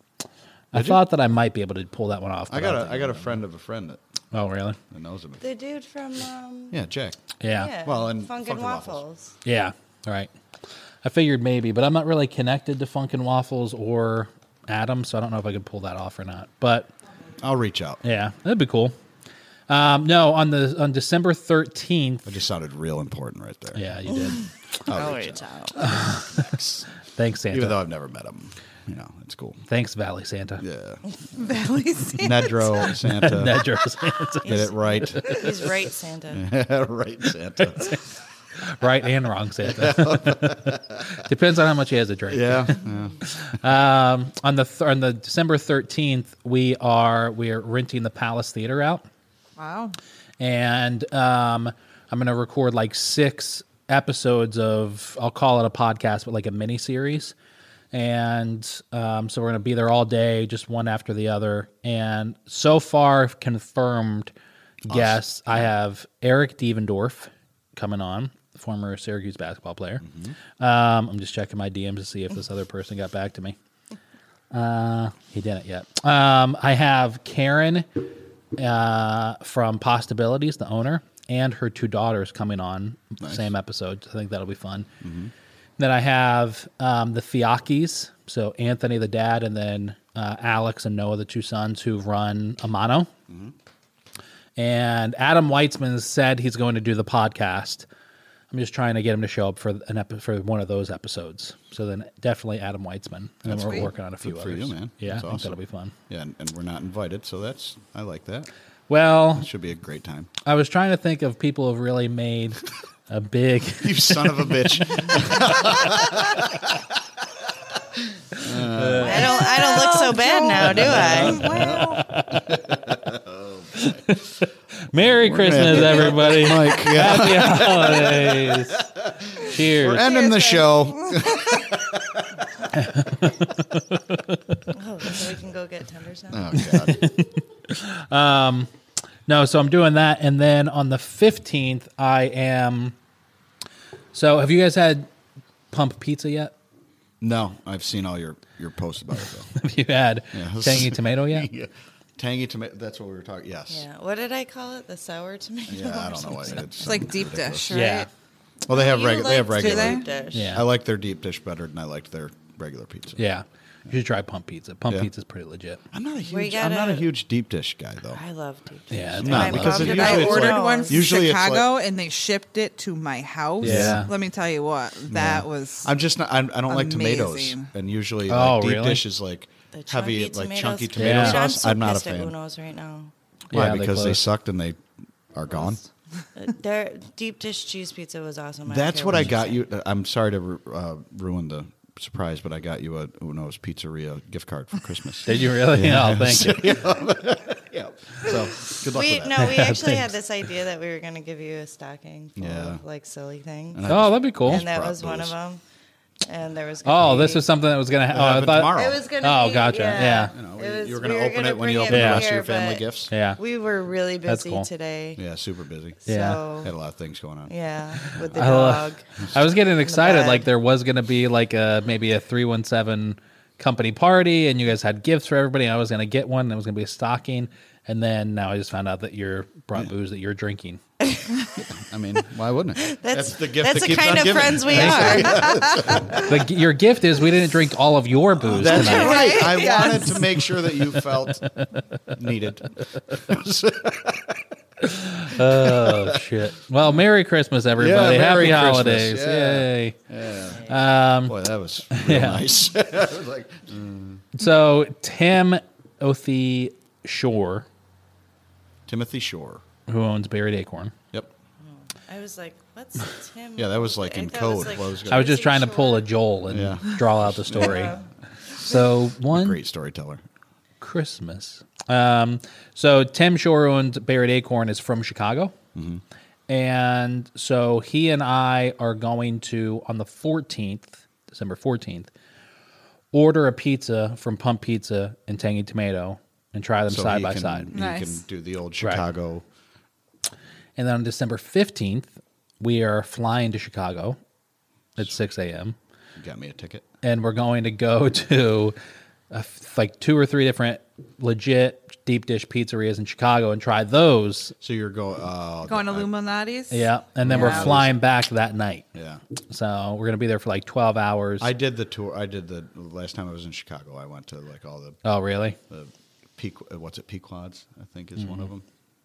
S5: I
S2: Did you?
S5: thought that I might be able to pull that one off.
S2: I
S5: but
S2: got
S5: don't
S2: a I got a friend of a friend that,
S5: think- Oh, really?
S2: that knows him.
S3: The dude from um,
S2: Yeah, Jack.
S5: Yeah.
S3: yeah,
S2: Well, and
S3: Funkin'
S2: Funkin' Waffles.
S3: Waffles.
S5: Yeah. All right. I figured maybe, but I'm not really connected to Funkin' Waffles or Adam, so I don't know if I could pull that off or not. But
S2: I'll reach out.
S5: yeah, that'd be cool. Um, no, on the on December 13th.
S2: That just sounded real important right there.
S5: Yeah, you did.
S2: I'll
S3: Oh,
S2: reach
S3: it's out.
S5: Thanks,
S2: out. Even
S5: Santa.
S2: though I've never met him, you know, it's cool.
S5: Thanks, Valley Santa.
S2: Yeah.
S4: Valley Sand.
S2: Nedro Santa.
S5: Nedra Santa.
S2: Did it right.
S3: He's right, Santa.
S2: right Santa.
S5: Right and wrong Santa. Depends on how much he has to drink.
S2: Yeah. yeah.
S5: on the th- on the December 13th, we are we are renting the Palace Theater out.
S4: Wow.
S5: and um, I'm going to record like six episodes of I'll call it a podcast, but like a mini series. And um, so we're going to be there all day, just one after the other. And so far, confirmed guests, I have Eric Devendorf coming on, former Syracuse basketball player. Um, I'm just checking my DMs to see if this other person got back to me. Uh, he didn't yet. Um, I have Karen uh, from Possibilities, the owner, and her two daughters coming on same episode. I think that'll be fun. Then I have um, the Fiakis, so Anthony the dad, and then uh, Alex and Noah the two sons who run Amano. And Adam Weitzman said he's going to do the podcast. I'm just trying to get him to show up for an epi- for one of those episodes. So then definitely Adam Weitzman, and then
S2: That's
S5: we're
S2: sweet.
S5: working on a few
S2: Good for
S5: others.
S2: you, man.
S5: Yeah,
S2: That's
S5: I think
S2: awesome.
S5: that'll be fun.
S2: Yeah, and, and we're not invited, so that's I like that.
S5: Well,
S2: Should be a great time.
S5: I was trying to think of people who've really made a big.
S2: You son of a bitch.
S3: I don't. I don't look so bad now, do I?
S4: Wow.
S5: Merry Christmas, everybody!
S2: Mike, yeah.
S5: Happy holidays!
S2: We're
S5: Cheers!
S2: ending the show.
S3: Oh, so we can go get tenders now.
S2: Oh god.
S5: No, so I'm doing that, and then on the fifteenth, I am. So, have you guys had pump pizza yet?
S2: No, I've seen all your your posts about it though.
S5: Have you had
S2: Yes.
S5: tangy tomato yet?
S2: Yeah. Tangy tomato. That's what we were talking. Yes.
S3: Yeah. What did I call it? The sour tomato.
S2: Yeah, I don't know
S3: or
S2: what it's.
S4: It's like deep dish, right?
S5: Yeah.
S2: Well, they have
S3: something. You
S2: regular. They have
S3: liked
S2: regular.
S4: they?
S3: deep dish.
S5: Yeah.
S2: I like their deep dish better than I liked their regular pizza.
S5: Yeah, you should try pump pizza. Pump
S2: Yeah.
S5: pizza's pretty legit.
S2: I'm not a
S3: We
S2: huge. I'm not a
S3: gotta-
S2: huge deep dish guy though.
S3: I love deep dish.
S5: Yeah, it's
S3: And
S2: No,
S3: my
S2: because
S3: mom
S2: it
S3: did
S2: usually
S4: I
S2: it's
S4: ordered
S2: like-
S4: one from
S2: usually it's
S4: Chicago and they shipped it to my house.
S5: Yeah.
S4: Let me tell you what, that was.
S2: I'm just not. I, I don't like tomatoes,
S4: Amazing.
S2: and usually
S5: Oh,
S2: like, deep
S5: really?
S2: dish is like
S3: The chunky
S2: heavy, like
S3: tomatoes.
S2: chunky
S3: Dude,
S2: tomato
S5: Yeah.
S2: sauce.
S3: I'm, so
S2: not a
S3: pissed At
S2: fan.
S3: Uno's right now.
S2: Why?
S5: Yeah, they
S2: because they,
S5: close.
S2: sucked and they are gone.
S3: Uh, Their deep dish cheese pizza was awesome. don't
S2: That's
S3: care
S2: what I
S3: you
S2: got
S3: say.
S2: you. I'm sorry to ru- uh, ruin the surprise, but I got you a Uno's Pizzeria gift card for Christmas.
S5: Did you really?
S2: Yeah.
S5: Oh, thank you.
S2: yeah. So good luck
S3: We
S2: with that.
S3: no, we actually had this idea that we were going to give you a stocking full
S2: Yeah.
S3: of like silly things,
S5: Oh, that'd be cool.
S3: and that
S2: brought
S3: was one of
S2: those.
S3: them. And there was. gonna
S5: Oh, this
S3: be-
S5: was something that was gonna. Ha- oh, I
S2: happened
S5: thought.
S2: tomorrow.
S3: It was gonna.
S5: Oh,
S3: be,
S5: gotcha, yeah.
S2: You know,
S3: it was is.
S2: you were
S3: we
S2: going to open
S3: gonna
S2: it when you
S3: bring
S2: opened it
S3: it
S2: last
S3: here,
S2: year, family
S3: but
S2: gifts.
S5: Yeah.
S3: We were really
S5: That's
S3: busy
S5: cool.
S3: today.
S2: Yeah, super busy.
S5: Yeah.
S2: Had a
S3: So,
S2: lot of things going on.
S3: yeah, with the
S5: I, lo-
S3: dog.
S5: I was getting excited.
S3: bed.
S5: Like there was going to be like a maybe a three one seven company party, and you guys had gifts for everybody. I was going to get one. And it was going to be a stocking, and then now I just found out that you're brought booze that you're drinking.
S2: I mean, why wouldn't it?
S3: That's,
S2: the gift that
S3: That's the
S2: keeps
S3: kind
S2: on
S3: of
S2: giving.
S3: friends we are.
S5: The, g- your gift is we didn't drink all of your booze.
S2: That's
S5: tonight.
S2: right. I
S4: Yes.
S2: wanted to make sure that you felt needed.
S5: Oh shit! Well, Merry Christmas, everybody.
S2: Merry
S5: Happy
S2: Christmas.
S5: holidays!
S2: Yeah.
S5: Yay!
S2: Boy, that was real nice. I was like,
S5: So Tim Othie Shore,
S2: Timothy Shore.
S5: who owns Buried Acorn,
S2: Yep.
S3: I was like, what's Tim?
S2: Yeah, that was like in
S3: That was
S2: code.
S3: like-
S2: What was
S5: I was
S2: gonna-
S5: just trying to pull a
S3: Shore.
S5: Joel and
S2: Yeah.
S5: draw out the story. So one
S2: Great storyteller.
S5: Christmas. Um, so Tim Shore owns Buried Acorn is from Chicago,
S2: Mm-hmm.
S5: and so he and I are going to on the fourteenth, December fourteenth, order a pizza from Pump Pizza and Tangy Tomato and try them
S2: So
S5: side
S2: he
S5: by
S2: can,
S5: side.
S2: He
S4: Nice.
S2: can do the old Chicago.
S5: And then on December 15th, we are flying to Chicago at 6 a.m.
S2: Got me a ticket.
S5: And we're going to go to a f like two or three different legit deep dish pizzerias in Chicago and try those.
S2: So you're going. Uh,
S4: Going to Luminati's?
S5: Yeah. And then we're
S4: Yeah.
S5: flying back that night.
S2: yeah.
S5: So we're going to be there for like 12 hours.
S2: I did the tour. I did the last time I was in Chicago. I went to like all the
S5: oh, really?
S2: the Pequ- uh, what's it Pequods I think is one of
S5: Mm-hmm.
S2: them.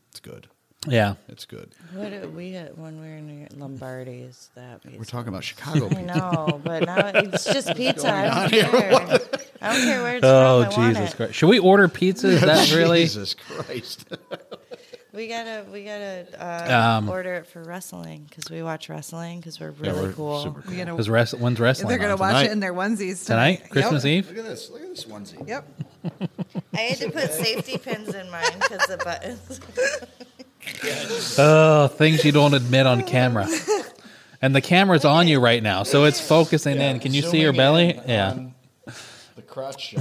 S2: It's good.
S5: Yeah.
S2: It's good.
S3: What did we had when we were in Lombardi's? That
S2: We're talking about Chicago
S3: I
S2: pizza.
S3: know, but now it's just pizza. I don't care. I don't care where it's from. I
S5: Oh,
S3: want
S5: Jesus
S3: it.
S5: Christ. Should we order pizza? Is that really?
S2: Jesus Christ.
S3: We gotta, we gotta uh,
S5: Um,
S3: order it for wrestling because we watch wrestling because we're really
S2: we're
S3: cool.
S2: super
S4: We gotta-
S5: Because wrestling, when's wrestling?
S4: they're going to
S5: on?
S4: watch
S2: tonight.
S4: it in their onesies tonight.
S5: Tonight? Christmas
S4: yep.
S5: Eve?
S2: at this. Look at this onesie.
S4: Yep.
S3: I had to put safety pins in mine because the buttons.
S5: Oh, things you don't admit on camera. And the camera's on you right now, so it's focusing in. Can you see your belly? Yeah.
S2: The crotch.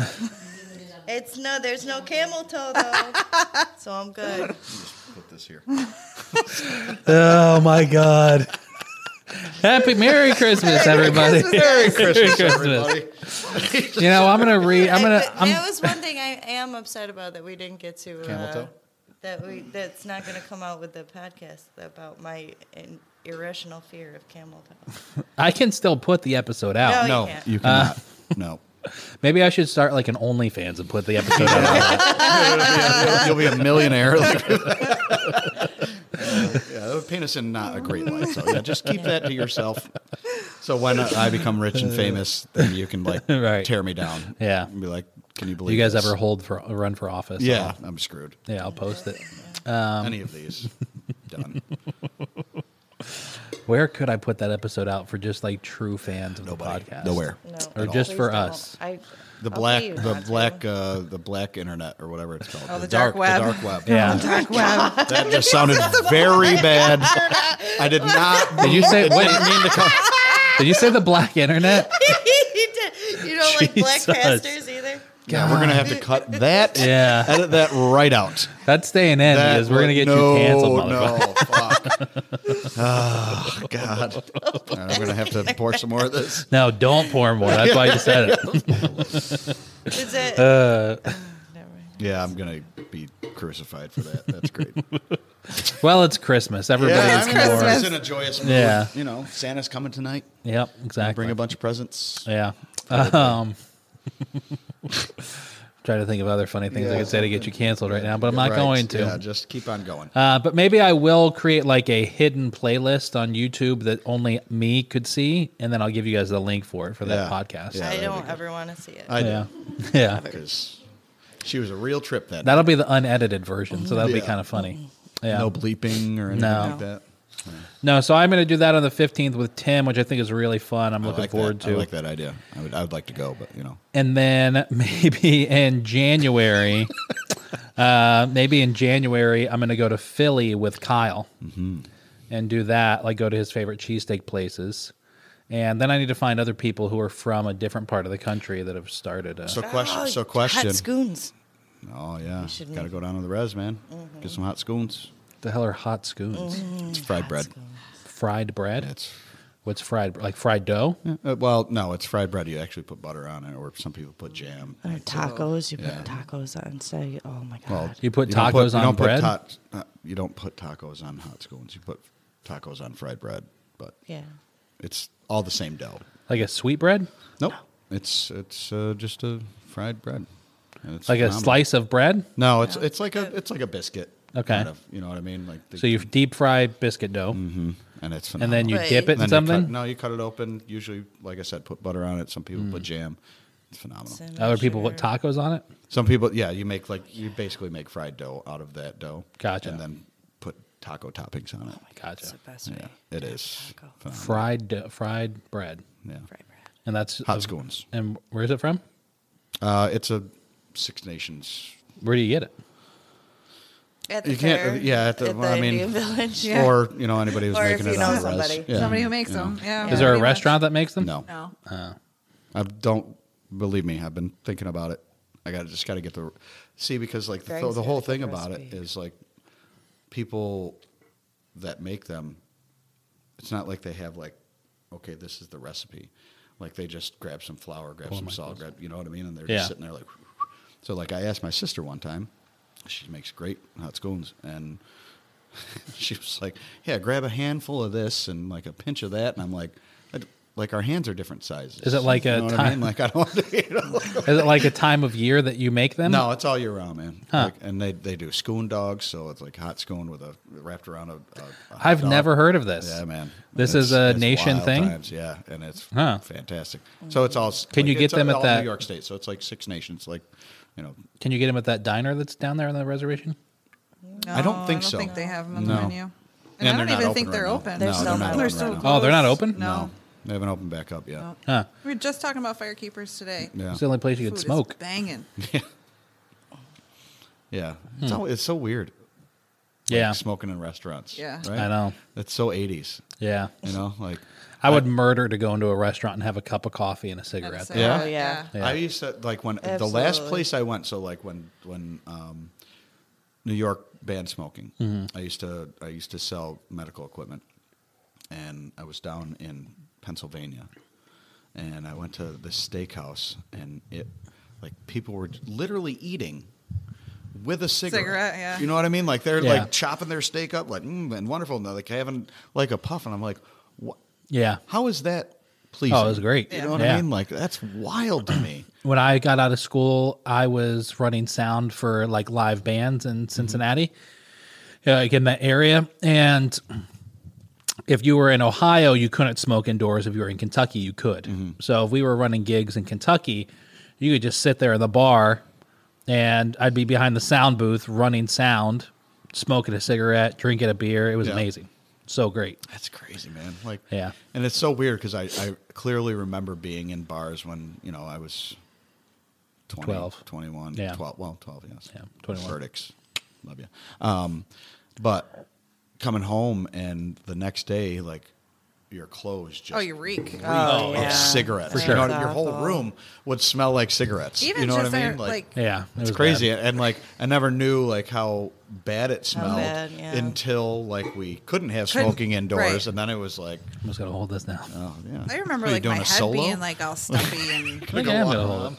S3: It's no, there's no camel toe though, so I'm good.
S2: Put this here.
S5: Oh my God. Happy Merry Christmas, everybody.
S4: Merry
S5: Merry Christmas. You know, I'm gonna read. I'm gonna.
S3: I-
S5: I'm,
S3: that was one thing I am upset about that we didn't get to.
S2: Camel toe?
S3: Uh, that we that's not going to come out with the podcast about my in, irrational fear of camel toe.
S5: I can still put the episode out.
S2: No,
S3: No, Oh, you can't.
S2: you cannot.
S5: Uh.
S2: no.
S5: Maybe I should start like an OnlyFans and put the episode out.
S2: You'll be a millionaire. Like, yeah, the penis in not a great light. So yeah, just keep that to yourself. So when I become rich and famous, then you can like
S5: Right.
S2: tear me down.
S5: Yeah.
S2: And be like, can you
S5: Do
S2: believe
S5: you guys
S2: this?
S5: ever hold for run for office?
S2: Yeah, I'm screwed.
S5: Yeah, I'll post it. Um.
S2: Any of these, done.
S5: Where could I put that episode out for just like true fans of
S2: Nobody.
S5: the podcast?
S2: Nowhere.
S3: No,
S5: Or
S3: please
S5: just for
S3: don't.
S5: us.
S3: I,
S2: The
S3: I'll
S2: black,
S3: pay you
S2: the
S3: not to.
S2: black, uh, the black internet or whatever it's called.
S4: Oh, the dark web.
S2: The dark web.
S5: Yeah.
S4: Dark web.
S2: That just sounded very bad. I did not.
S5: Did you say? Wait, Did you say the black internet?
S3: you don't like black
S5: Jesus.
S3: pastors either.
S2: Yeah, we're gonna have to cut that.
S5: Yeah.
S2: Edit that right out.
S5: That's staying in
S2: That
S5: because we're gonna
S2: would-
S5: get
S2: no,
S5: you canceled, motherfucker.
S2: No, fuck. oh God. All right, I'm gonna have to pour some more of this.
S5: No. don't pour more. That's why you said it.
S3: Is it?
S2: Uh,
S3: Never mind.
S2: Yeah, I'm gonna be crucified for that. That's great.
S5: Well, it's Christmas.
S2: yeah,
S5: Everybody's
S2: I'm
S5: more.
S2: in a-
S4: Christmas.
S2: in a joyous mood.
S5: Yeah.
S2: You know, Santa's coming tonight.
S5: Yep, exactly.
S2: Bring a bunch of presents.
S5: yeah. Um, trying to think of other funny things I
S2: Yeah.
S5: could say to get you canceled right now, but I'm not
S2: Right.
S5: going to.
S2: Yeah, just keep on going.
S5: Uh, but maybe I will create like a hidden playlist on YouTube that only me could see, and then I'll give you guys the link for it for
S2: Yeah.
S5: that podcast.
S2: Yeah,
S3: I
S2: that'd be
S3: don't
S2: good.
S3: ever want to see it.
S2: I
S5: yeah,
S2: do
S5: yeah.
S2: because she was a real trip that
S5: That'll be the unedited version, so that'll be
S2: Yeah.
S5: kind of funny. Yeah.
S2: No bleeping or anything
S5: No.
S2: like that.
S5: No, so I'm going to do that on the 15th with Tim, which I think is really fun. I'm
S2: I
S5: looking
S2: like
S5: forward
S2: that.
S5: to.
S2: I like that idea. I would, I would like to go, but you know,
S5: And then maybe in January, uh, maybe in January, I'm going to go to Philly with Kyle
S2: Mm-hmm.
S5: and do that, like go to his favorite cheesesteak places. And then I need to find other people who are from a different part of the country that have started. A,
S2: so question.
S3: Oh,
S2: so question.
S3: Hot scoons.
S2: Oh yeah,
S3: should
S2: got to
S3: make-
S2: go down to the res, man. Get some hot scones.
S5: The hell are hot scones? Mm-hmm.
S2: It's fried bread.
S5: Fried bread?
S2: It's
S5: What's fried? Like fried dough?
S2: uh, well, no, it's fried bread. You actually put butter on it, or some people put jam.
S3: Or tacos. You put
S2: Yeah.
S3: tacos on instead. of- Oh my god.
S2: Well,
S5: You put
S2: don't
S5: tacos
S2: you
S5: on
S2: don't put
S5: bread?
S2: tot- uh, you don't put tacos on hot scones. You put tacos on fried bread, but
S3: yeah.
S2: it's all the same dough.
S5: Like a sweet bread?
S2: Nope, it's it's uh, just a fried bread. And it's
S5: Like a
S2: phenomenal.
S5: slice of bread?
S2: No, it's it's like a it's like a biscuit.
S5: Okay.
S2: kind of, you know what I mean? Like the,
S5: So you deep fry biscuit dough
S2: Mm. and it's
S5: and then you
S3: Right.
S5: dip it in
S2: Then you cut-
S5: something?
S2: no, you cut it open. Usually, like I said, put butter on it. Some people
S5: Mm.
S2: put jam. It's phenomenal.
S3: So
S5: Other
S3: make
S5: people put
S3: sure-
S5: tacos on it?
S2: Some people, yeah, you make like you basically make fried dough out of that dough.
S5: Gotcha.
S2: And then put taco toppings
S3: Oh
S2: on it.
S5: Gotcha.
S3: It's the best way.
S2: yeah, it is.
S3: Taco.
S2: phenomenal.
S5: Fried do- fried bread.
S2: Yeah.
S3: Fried bread.
S5: And that's
S2: Hot scones.
S5: And where is it from?
S2: Uh, it's a Six Nations.
S5: Where do you get it?
S3: At the
S2: You can't-
S3: fair,
S2: yeah, at the- well, I mean,
S3: Indian village.
S4: Yeah.
S2: Or you know anybody who's
S3: Or if
S2: making
S3: you
S2: it
S3: know
S2: on the
S3: somebody.
S2: res. Yeah.
S4: Somebody who makes them. Yeah.
S5: Is there a
S4: pretty much.
S5: restaurant that makes them?
S2: No,
S4: No.
S2: I don't believe me. I've been thinking about it. I got to just got to get the see because like the,
S3: Greg's
S2: the whole
S3: gotta get
S2: thing
S3: the
S2: about it
S3: recipe.
S2: is like people that make them. It's not like they have like, okay, this is the recipe. Like they just grab some flour, grab some salt, grab you know what I mean, and they're
S5: Yeah.
S2: just sitting there like. So like I asked my sister one time, she makes great hot scones and. She was like, "Yeah, grab a handful of this and like a pinch of that," and I'm like, I d- "Like our hands are different sizes."
S5: Is it like
S2: You
S5: a
S2: know what I
S5: time-
S2: mean? Like I don't. You know, like-
S5: Is it like a time of year that you make them?
S2: no, it's all year round, man. Like, and they they do scone dogs, so it's like hot scone with a wrapped around a. a- a hot
S5: I've
S2: dog.
S5: never heard of this.
S2: Yeah, man.
S5: This
S2: It's-
S5: is a
S2: it's
S5: nation
S2: wild
S5: thing?
S2: times, yeah, and it's
S5: Huh.
S2: fantastic. So it's all. s-
S5: Can you
S2: like,
S5: get
S2: it's
S5: them at
S2: all
S5: that-
S2: New York State? So it's like Six Nations, like, you know.
S5: Can you get them at that diner that's down there on the reservation?
S4: No,
S2: I don't think
S4: I don't
S2: so.
S4: think they have them on the
S2: No.
S4: menu.
S2: And
S4: And, I
S2: they're
S4: don't
S2: not
S4: even
S2: open
S4: think
S2: right
S4: they're
S2: now.
S4: open.
S3: They're No, still they're not not open
S4: They're
S2: right
S4: still
S2: now.
S5: Oh, they're not
S4: closed.
S5: open?
S4: No.
S2: They haven't opened back up yet.
S4: Nope.
S5: Huh.
S4: We were just talking about firekeepers today.
S2: Yeah.
S5: It's the only place you
S4: Food
S5: could
S4: is
S5: smoke.
S4: banging.
S2: Yeah,
S5: Hmm.
S2: it's, al it's so weird. like,
S5: Yeah.
S2: smoking in restaurants.
S4: Yeah.
S2: right?
S5: I know.
S2: That's so eighties.
S5: Yeah.
S2: You know, like
S5: I would murder to go into a restaurant and have a cup of coffee and a cigarette.
S4: That's
S5: there.
S4: it.
S2: Yeah?
S3: Oh, yeah.
S5: Yeah.
S2: I used to like when the last
S3: Absolutely.
S2: place I went. So like when when um, New York banned smoking,
S5: Mm-hmm.
S2: I used to I used to sell medical equipment, and I was down in Pennsylvania, and I went to this steakhouse, and it like people were literally eating. With a cigarette,
S4: Cigarette, yeah.
S2: You know what I mean? Like they're
S5: Yeah.
S2: like chopping their steak up, like mm, and wonderful, and they're like having like a puff, and I'm like, what?
S5: Yeah.
S2: How is that pleasing?
S5: Oh, it was great.
S2: You know what
S5: Yeah.
S2: I mean? Like that's wild to me.
S5: When I got out of school, I was running sound for like live bands
S2: Mm-hmm.
S5: in Cincinnati, uh, like in that area. And if you were in Ohio, you couldn't smoke indoors. If you were in Kentucky, you could.
S2: Mm-hmm.
S5: So if we were running gigs in Kentucky, you could just sit there in the bar and I'd be behind the sound booth running sound, smoking a cigarette, drinking a beer. It was
S2: Yeah.
S5: amazing. So great.
S2: That's crazy, man. Like,
S5: Yeah.
S2: and it's so weird because I, I clearly remember being in bars when you know I was 20,
S5: 12.
S2: 21,
S5: Yeah.
S2: 12, well, twelve, yes,
S5: Yeah, 21.
S2: Verdicts, love you. Um, but coming home and the next day, like your clothes just
S4: Oh, you reek.
S2: of
S3: Oh, yeah.
S2: cigarettes.
S5: For
S2: You
S5: sure.
S2: know,
S3: That's
S2: your whole
S3: awful.
S2: room would smell like cigarettes.
S4: Even
S2: you know
S4: just
S2: what I
S4: our,
S2: mean?
S4: like,
S5: Yeah. it
S2: It's
S5: was
S2: crazy,
S5: bad.
S2: and, and, like I never knew like how bad it smelled
S3: bad, yeah.
S2: until like we couldn't have
S4: Couldn't-
S2: smoking indoors,
S4: right.
S2: and then it was like,
S5: I'm just going to hold this now.
S2: oh yeah.
S4: I remember
S2: What, you
S4: like
S2: doing
S4: my
S2: a
S4: head
S2: solo?
S4: being like all stumpy and
S5: Look
S2: Go
S5: at him,
S2: on,
S5: little-
S2: Mom.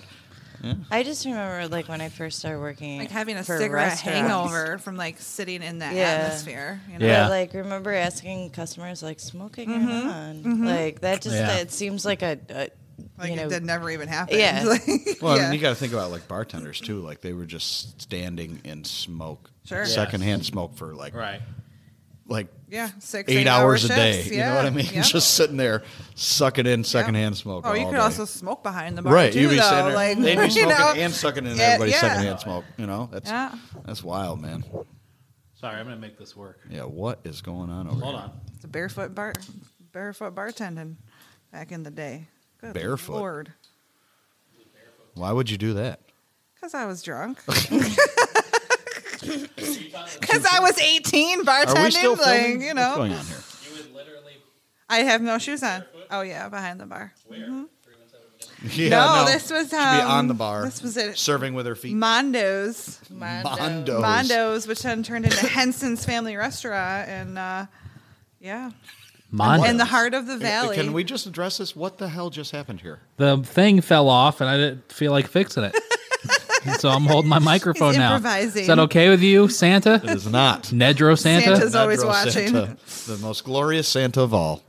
S3: I just remember like when I first started working,
S4: like having a
S3: for
S4: cigarette
S3: restaurants.
S4: hangover from like sitting in that
S3: Yeah.
S4: atmosphere. You know?
S5: Yeah.
S3: I, like remember asking customers like smoking or not? Like that just
S5: Yeah.
S3: that seems like a, a
S4: Like
S3: you know
S4: it did never even happen.
S3: Yeah.
S4: Like,
S2: Well,
S4: yeah.
S2: and you got to think about like bartenders too. Like they were just standing in smoke,
S4: Sure. Yes.
S2: secondhand smoke for like
S5: Right.
S2: like
S4: yeah, six
S2: eight,
S4: eight-hour
S2: hours a day.
S4: shifts.
S2: You know what I
S4: Yeah.
S2: mean?
S4: Yeah.
S2: Just sitting there sucking in secondhand smoke.
S4: Oh, you
S2: all
S4: could
S2: day.
S4: also smoke behind the bar
S2: right.
S4: too,
S2: You'd be
S4: though.
S2: sitting there,
S4: like
S2: they'd be
S4: you
S2: smoking
S4: know,
S2: and sucking in
S4: Yeah,
S2: everybody's
S4: yeah.
S2: secondhand smoke. You know that's
S4: Yeah.
S2: that's wild, man.
S5: Sorry, I'm going to make this work.
S2: Yeah, what is going on over
S5: Hold
S2: here?
S5: on.
S4: it's a barefoot bar, barefoot bartending back in the day. Good
S2: Barefoot?
S4: Lord,
S2: Why would you do that?
S4: because I was drunk. Because I was 18 bartending,
S2: Are we still
S4: like
S2: filming?
S4: you
S2: What's
S4: know,
S2: going on here?
S4: I have no shoes on. Oh yeah, behind the bar.
S2: Yeah,
S4: no, this was
S2: She'd be
S4: um,
S2: on the bar.
S4: This was at
S2: Serving with her feet.
S4: Mondo's.
S2: Mondo's.
S4: Mondo's, which then turned into Henson's Family Restaurant, and uh, yeah,
S5: Mondo.
S4: in the heart of the valley.
S2: Can we just address this? What the hell just happened here?
S5: the thing fell off, and I didn't feel like fixing it. And so I'm holding my microphone now.
S4: improvising.
S5: Is that okay with you, Santa?
S2: It's not.
S5: Nedro Santa?
S4: Santa's- Is always
S2: Pedro
S4: watching.
S2: Santa, the most glorious Santa of all.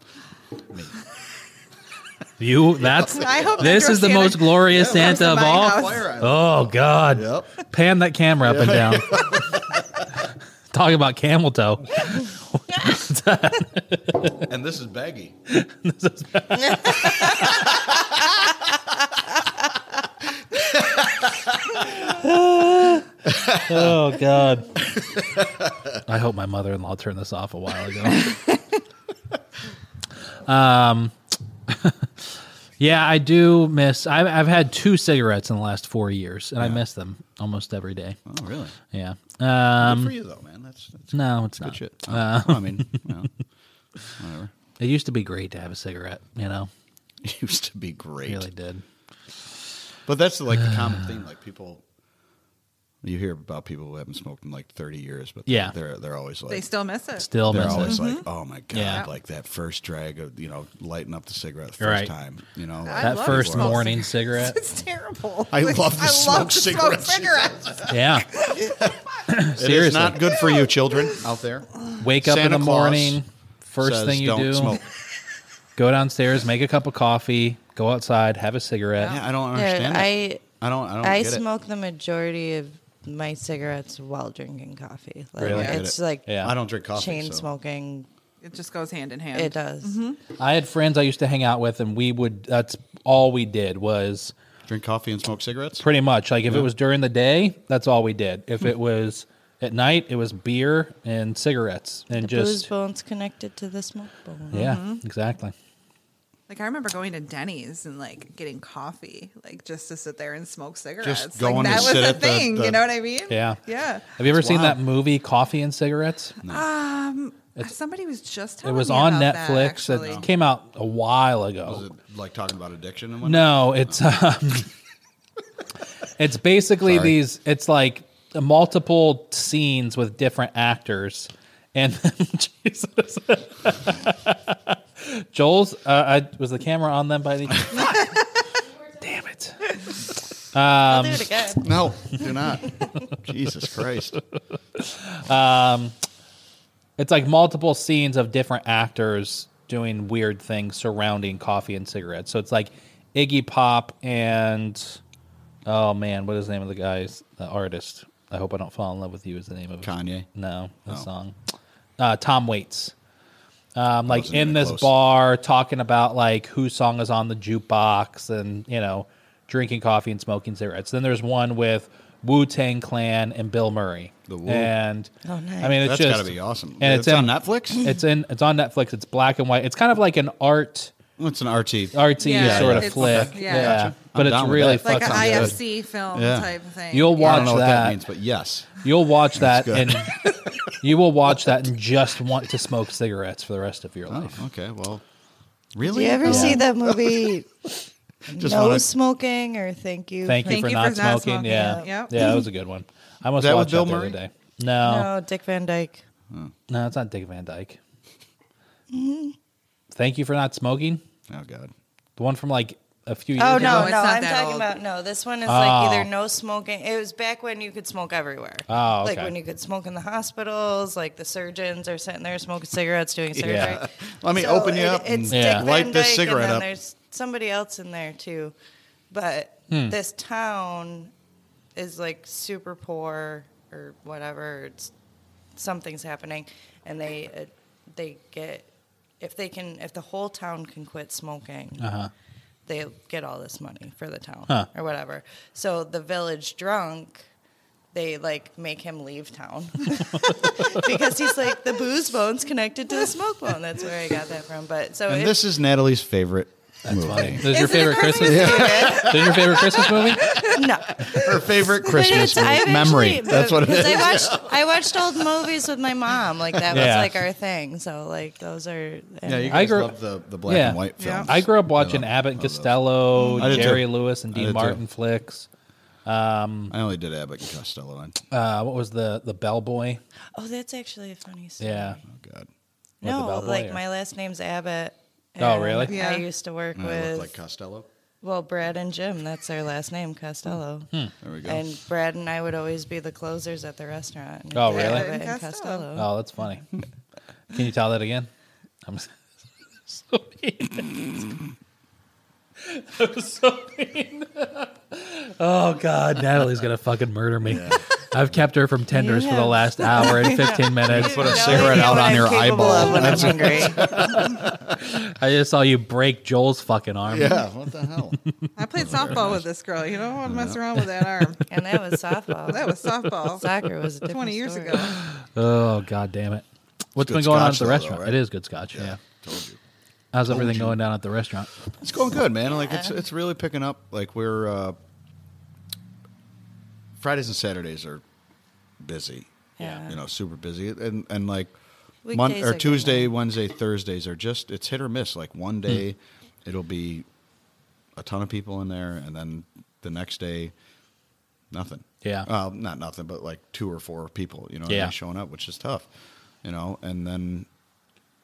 S5: You that's
S4: I hope
S5: this
S4: Nedro
S5: is the
S4: Santa
S5: most glorious
S4: comes to
S5: Santa of
S4: my
S5: all.
S4: house.
S2: Fire Island.
S5: Oh God!
S2: Yep.
S5: Pan that camera up and down. Talking about camel toe.
S2: And this is baggy.
S5: Oh God! I hope my mother-in-law turned this off a while ago. um, yeah, I do miss. I've, I've had two cigarettes in the last four years, and I miss them almost every day.
S2: Oh, really?
S5: Yeah.
S2: Good
S5: Um,
S2: for you, though, man. That's, that's
S5: no, it's
S2: good
S5: not.
S2: shit.
S4: Uh,
S2: Well, I mean, you know, whatever.
S5: It used to be great to have a cigarette. You know,
S2: It used to be great.
S5: really did.
S2: But that's like the common
S5: Uh.
S2: theme. Like people, you hear about people who haven't smoked in like 30 years, but
S5: Yeah.
S2: they're, they're always like,
S4: They still miss it.
S5: Still
S2: they're
S5: miss it.
S2: always like, oh my God,
S5: Mm-hmm. Yeah.
S2: like that first drag of, you know, lighting up the cigarette the first
S5: Right.
S2: time, you know? Like,
S4: I
S5: that
S4: love
S5: first
S4: smoke
S5: morning cigarette.
S4: It's terrible.
S2: I
S4: Like,
S2: love the
S4: I
S2: smoke
S4: love to smoke
S2: cigarettes.
S4: cigarettes.
S5: yeah.
S2: It is
S5: Seriously.
S2: not good for you children out there.
S5: Wake up in
S2: Santa
S5: the
S2: Claus
S5: morning. First
S2: Says
S5: thing you
S2: don't
S5: do,
S2: smoke.
S5: go downstairs, make a cup of coffee, go outside, have a cigarette.
S2: Yeah, I don't
S3: Dude,
S2: understand. it.
S3: I
S2: I don't. I don't
S3: I
S2: get
S3: smoke the majority of my cigarettes while drinking coffee. Like,
S5: Really? I
S2: get
S3: It's
S2: it.
S3: like
S2: it.
S5: Yeah.
S2: I don't drink coffee.
S3: chain
S2: so.
S3: smoking.
S4: It just goes hand in hand.
S3: It does.
S5: I had friends I used to hang out with, and we would. That's all we did was
S2: Drink coffee and smoke cigarettes.
S5: pretty much like if it was during the day, that's all we did. If it was at night, it was beer and cigarettes, and
S3: The booze
S5: just
S3: bone's connected to the smoke bone.
S5: yeah,
S4: Mm-hmm.
S5: exactly.
S4: Like I remember going to Denny's and like getting coffee, like just to sit there and smoke cigarettes.
S2: going
S4: like
S2: to
S4: that was
S2: sit
S4: the
S2: at the-
S4: thing.
S2: the-
S4: You know what I mean?
S5: Yeah.
S4: Yeah.
S5: Have you ever seen
S2: wild.
S5: that movie Coffee and Cigarettes?
S4: Somebody was just
S5: it
S4: telling
S5: was
S4: me
S5: on
S4: about that,
S5: Netflix.
S4: actually.
S5: it came out a while ago.
S2: Is it like talking about addiction and whatnot?
S5: No, it's um, it's basically
S2: Sorry.
S5: these. It's like multiple scenes with different actors, and Jesus. Joel's. Uh, I, was the camera on them by any? Damn it!
S3: I'll do
S5: Um,
S3: it again.
S2: No, do not. Jesus Christ.
S5: It's like multiple scenes of different actors doing weird things surrounding coffee and cigarettes. So it's like Iggy Pop and oh man, what is the name of the guy's the artist? I hope I don't fall in love with you is the name of it.
S2: Kanye. Oh.
S5: No, the song. Uh, Tom Waits. Um, like
S2: wasn't
S5: in
S2: even
S5: this
S2: close.
S5: bar, talking about like whose song is on the jukebox, and you know, drinking coffee and smoking cigarettes. Then there's one with Wu Tang Clan and Bill Murray.
S2: The Wu.
S5: and
S3: Oh, nice.
S5: I mean, it's
S2: That's
S5: just
S2: got to be awesome.
S5: And
S2: it's,
S5: it's,
S2: on
S5: in,
S2: Netflix.
S5: It's in. It's on Netflix. It's black and white. It's kind of like an art
S2: It's an RT.
S5: artsy
S4: Yeah,
S5: sort of
S4: it's-
S5: flick.
S4: okay.
S5: Yeah,
S4: Yeah.
S2: Gotcha.
S5: but
S2: I'm
S5: it's
S2: down with
S5: really
S2: that.
S4: like
S5: fucking
S2: Fucking
S4: an
S2: good.
S4: IFC film
S2: Yeah.
S4: type thing.
S5: You'll
S2: I
S5: watch
S2: don't know what
S5: that.
S2: that means, but yes.
S5: You'll watch that
S2: good.
S5: and you will watch that and just want to smoke cigarettes for the rest of your
S2: Oh.
S5: life.
S2: Okay. Well,
S3: Do
S2: really?
S3: you ever see that movie?
S2: Just
S3: no
S2: wanna-
S3: smoking or thank you.
S5: Thank, you
S4: Thank
S5: for
S4: you
S5: not
S4: for not
S5: smoking.
S4: smoking.
S5: Yeah,
S4: Yep.
S5: yeah, that was a good one. I almost
S2: That with
S5: watched
S2: Bill
S5: that the
S2: Murray?
S5: other day. No,
S3: No, Dick Van Dyke.
S5: no, it's not Dick Van Dyke.
S4: Mm-hmm.
S5: Thank you for not smoking.
S2: Oh God.
S5: The one from like a few years
S3: Oh
S5: ago.
S3: no,
S4: it's
S3: no,
S4: not
S3: I'm
S4: that
S3: talking
S4: old.
S3: about no. This one is like
S5: Oh.
S3: either no smoking. It was back when you could smoke everywhere.
S5: Oh,
S3: like
S5: okay.
S3: when you could smoke in the hospitals. Like the surgeons are sitting there smoking cigarettes, doing surgery.
S5: Yeah.
S2: Let me
S3: So
S2: open you
S3: it-
S2: up and
S3: It's
S5: Yeah.
S3: Dick
S2: light
S3: Van
S2: this
S3: Dyke,
S2: cigarette
S3: and then
S2: up.
S3: There's somebody else in there too, but
S2: Hmm.
S3: this town is like super poor or whatever. It's something's happening, and they uh, they get if they can if the whole town can quit smoking.
S2: Uh-huh.
S3: They get all this money for the town
S5: Huh.
S3: or whatever. So the village drunk, they like make him leave town because he's like the booze bone's connected to the smoke bone. That's where I got that from. But so
S2: And
S3: it-
S2: this is Natalie's favorite movie.
S5: This is your
S4: Isn't it
S5: favorite
S4: perfect?
S5: Christmas. This is your favorite Christmas movie?
S3: No,
S2: Her favorite
S3: But
S2: Christmas
S3: it's- I've
S2: movie.
S3: actually-
S5: Memory.
S2: That's what it
S3: because
S2: is.
S3: I watched I watched old movies with my mom. Like that was
S5: Yeah.
S3: like our thing. So like those are.
S2: Yeah, you
S5: I
S2: guys
S5: grew-
S2: love the, the black
S5: Yeah.
S2: and white
S4: Yeah.
S2: films.
S5: I grew up watching
S2: love-
S5: Abbott and
S2: I love those.
S5: Costello,
S2: I did too.
S5: Jerry Lewis,
S2: I
S5: and
S2: did
S5: Dean
S2: too.
S5: Martin flicks.
S2: I only did Abbott and Costello. On. oh,
S5: Uh, what was the the Bellboy?
S3: oh, that's actually a funny story.
S5: Yeah,
S2: Oh God,
S5: With the
S3: No,
S5: bellboy
S3: like
S5: or-
S3: my last name's Abbott.
S5: Oh,
S3: and
S5: really?
S4: Yeah.
S3: I used to work
S2: And I
S3: with
S2: look like Costello.
S3: well, Brad and Jim. That's their last name, Costello.
S2: Hmm. There we go.
S3: And Brad and I would always be the closers at the restaurant. and
S5: Oh,
S3: be
S5: really?
S3: Abbott and
S4: Costello.
S3: Costello.
S5: Oh, that's funny. Can you tell that again? I'm s- so mean. I'm so mean. oh God, Natalie's gonna fucking murder me. I've kept her from tenders for the
S3: have-
S5: last hour and fifteen minutes.
S3: No
S2: cigarette
S3: idea
S2: out
S3: what
S2: on
S3: I'm
S2: your
S3: capable
S2: eyeball.
S3: of when I'm hungry.
S5: I just saw you break Joel's fucking arm.
S2: yeah, what the hell?
S4: I played softball with this girl. You don't want to mess around with that arm.
S3: and that was softball.
S4: That was softball.
S3: soccer was a different
S4: 20 years
S3: story.
S4: ago.
S5: Oh God damn it! What's
S2: good
S5: been going on at
S2: scotch,
S5: the
S2: though,
S5: restaurant?
S2: though, right?
S5: It is good scotch. Yeah.
S2: Told you.
S5: How's everything going down at the restaurant?
S2: It's going good, man. Like it's it's really picking up. Like we're uh, Fridays and Saturdays are busy.
S3: Yeah.
S2: you know, super busy, and and like
S3: Weekdays
S2: Monday
S3: are
S2: or
S3: good, Hmm.
S2: Tuesday, Wednesday, Thursdays are just it's hit or miss. Like one day, it'll be a ton of people in there, and then the next day, nothing.
S5: Yeah.
S2: well, Uh, not nothing, but like two or four people, you know, and
S5: Yeah.
S2: they showing up, which is tough, you know, and then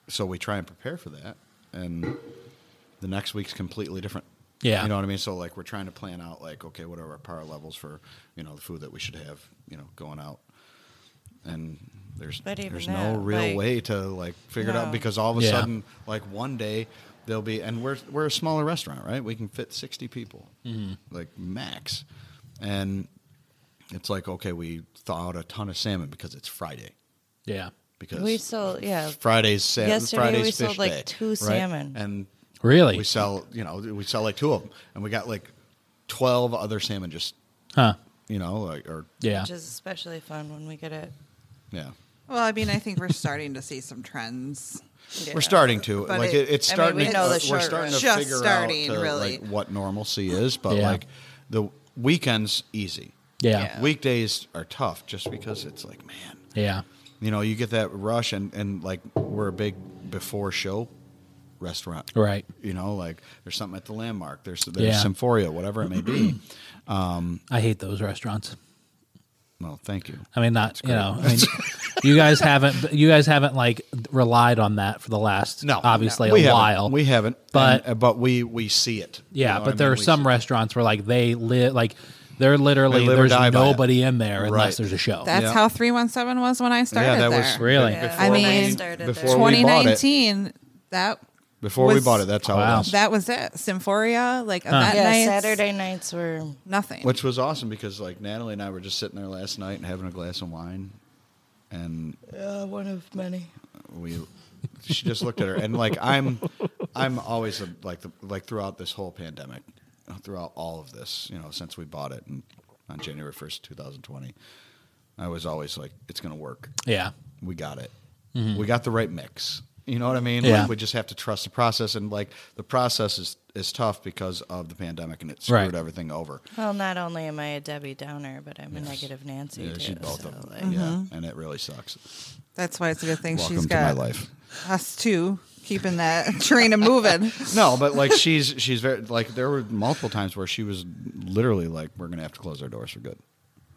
S2: so we try and prepare for that, and the next week's completely different.
S5: Yeah.
S2: You know what I mean? So like we're trying to plan out like, okay, what are our power levels for, you know, the food that we should have, you know, going out. And there's
S3: But even
S2: there's no
S3: that,
S2: real
S3: like-
S2: way to like figure it out
S3: No.
S2: because all of a
S5: Yeah.
S2: sudden like one day there'll be and we're we're a smaller restaurant, right? We can fit 60 people.
S5: Mm-hmm.
S2: Like max. And it's like okay, we thaw out a ton of salmon because it's Friday.
S5: Yeah.
S2: Because
S3: We sold, yeah.
S2: Friday's sa-
S3: Yesterday
S2: Friday's
S3: we sold,
S2: fish
S3: like,
S2: day,
S3: two
S2: right?
S3: salmon.
S2: and
S5: Really?
S2: we sell you know we sell like two of them, and we got like twelve other salmon just
S5: Huh?
S2: you know like or
S5: Yeah.
S3: Which is especially fun when we get it.
S2: yeah.
S4: Well, I mean, I think we're starting to see some trends.
S2: We're starting to
S4: But
S2: like it,
S4: it-
S2: it's
S3: I mean,
S2: starting.
S3: we
S2: to, uh,
S3: know the
S2: we're
S3: short
S2: starting to
S4: run. Just
S2: figure
S4: starting,
S2: out to,
S4: really.
S2: like, what normalcy is, but
S5: Yeah.
S2: like the weekends easy.
S5: Yeah.
S2: Weekdays are tough just because it's like man,
S5: Yeah.
S2: you know, you get that rush and and like we're a big before show restaurant,
S5: Right.
S2: You know, like there's something at the landmark. There's there's
S5: Yeah.
S2: Symphoria, whatever it may be.
S5: I hate those restaurants.
S2: well, thank you.
S5: I mean, not you know. I mean, you guys haven't you guys haven't like relied on that for the last
S2: No,
S5: obviously
S2: no. we
S5: a
S2: haven't.
S5: while.
S2: We haven't,
S5: But-
S2: And- uh, but we we see it. You know
S5: yeah,
S2: what
S5: but
S2: I
S5: there
S2: mean?
S5: are
S2: We
S5: some
S2: see-
S5: restaurants where like they lit like they're literally
S2: They live or
S5: there's
S2: die by it.
S5: nobody in there
S2: Right.
S5: unless there's a show.
S4: That's
S2: Yeah.
S4: how 317 was when I started
S2: Yeah, that
S4: there.
S2: was
S5: Really?
S2: before
S4: I
S2: we-
S4: mean,
S3: started
S2: before
S3: there.
S2: we bought it.
S4: 2019, that
S2: Before we
S4: was-
S2: bought it, that's how
S5: Wow.
S2: it was.
S4: that was it. Symphoria, like event
S3: yeah,
S4: nights,
S3: Saturday nights were.
S4: nothing.
S2: Which was awesome because like Natalie and I were just sitting there last night and having a glass of wine, and
S3: Uh, one of many.
S2: we she just looked at her and like I'm I'm always a, like the, like throughout this whole pandemic, throughout all of this, you know, since we bought it and on January first, two thousand twenty, I was always like, it's gonna work.
S5: Yeah.
S2: we got it. We got the right mix. You know what I mean?
S5: Yeah.
S2: Like we just have to trust the process, and like the process is is tough because of the pandemic, and it screwed
S5: Right.
S2: everything over.
S3: Well, not only am I a Debbie Downer, but I'm a negative Nancy
S2: Yeah,
S3: too.
S2: she's both
S3: so,
S2: of them.
S3: like,
S5: Mm-hmm.
S2: Yeah, and it really sucks.
S4: That's why it's a good thing
S2: Welcome
S4: she's
S2: to
S4: got
S2: my life.
S4: us too, keeping that train a moving.
S2: No, but like she's she's very like there were multiple times where she was literally like, "We're gonna have to close our doors for good,"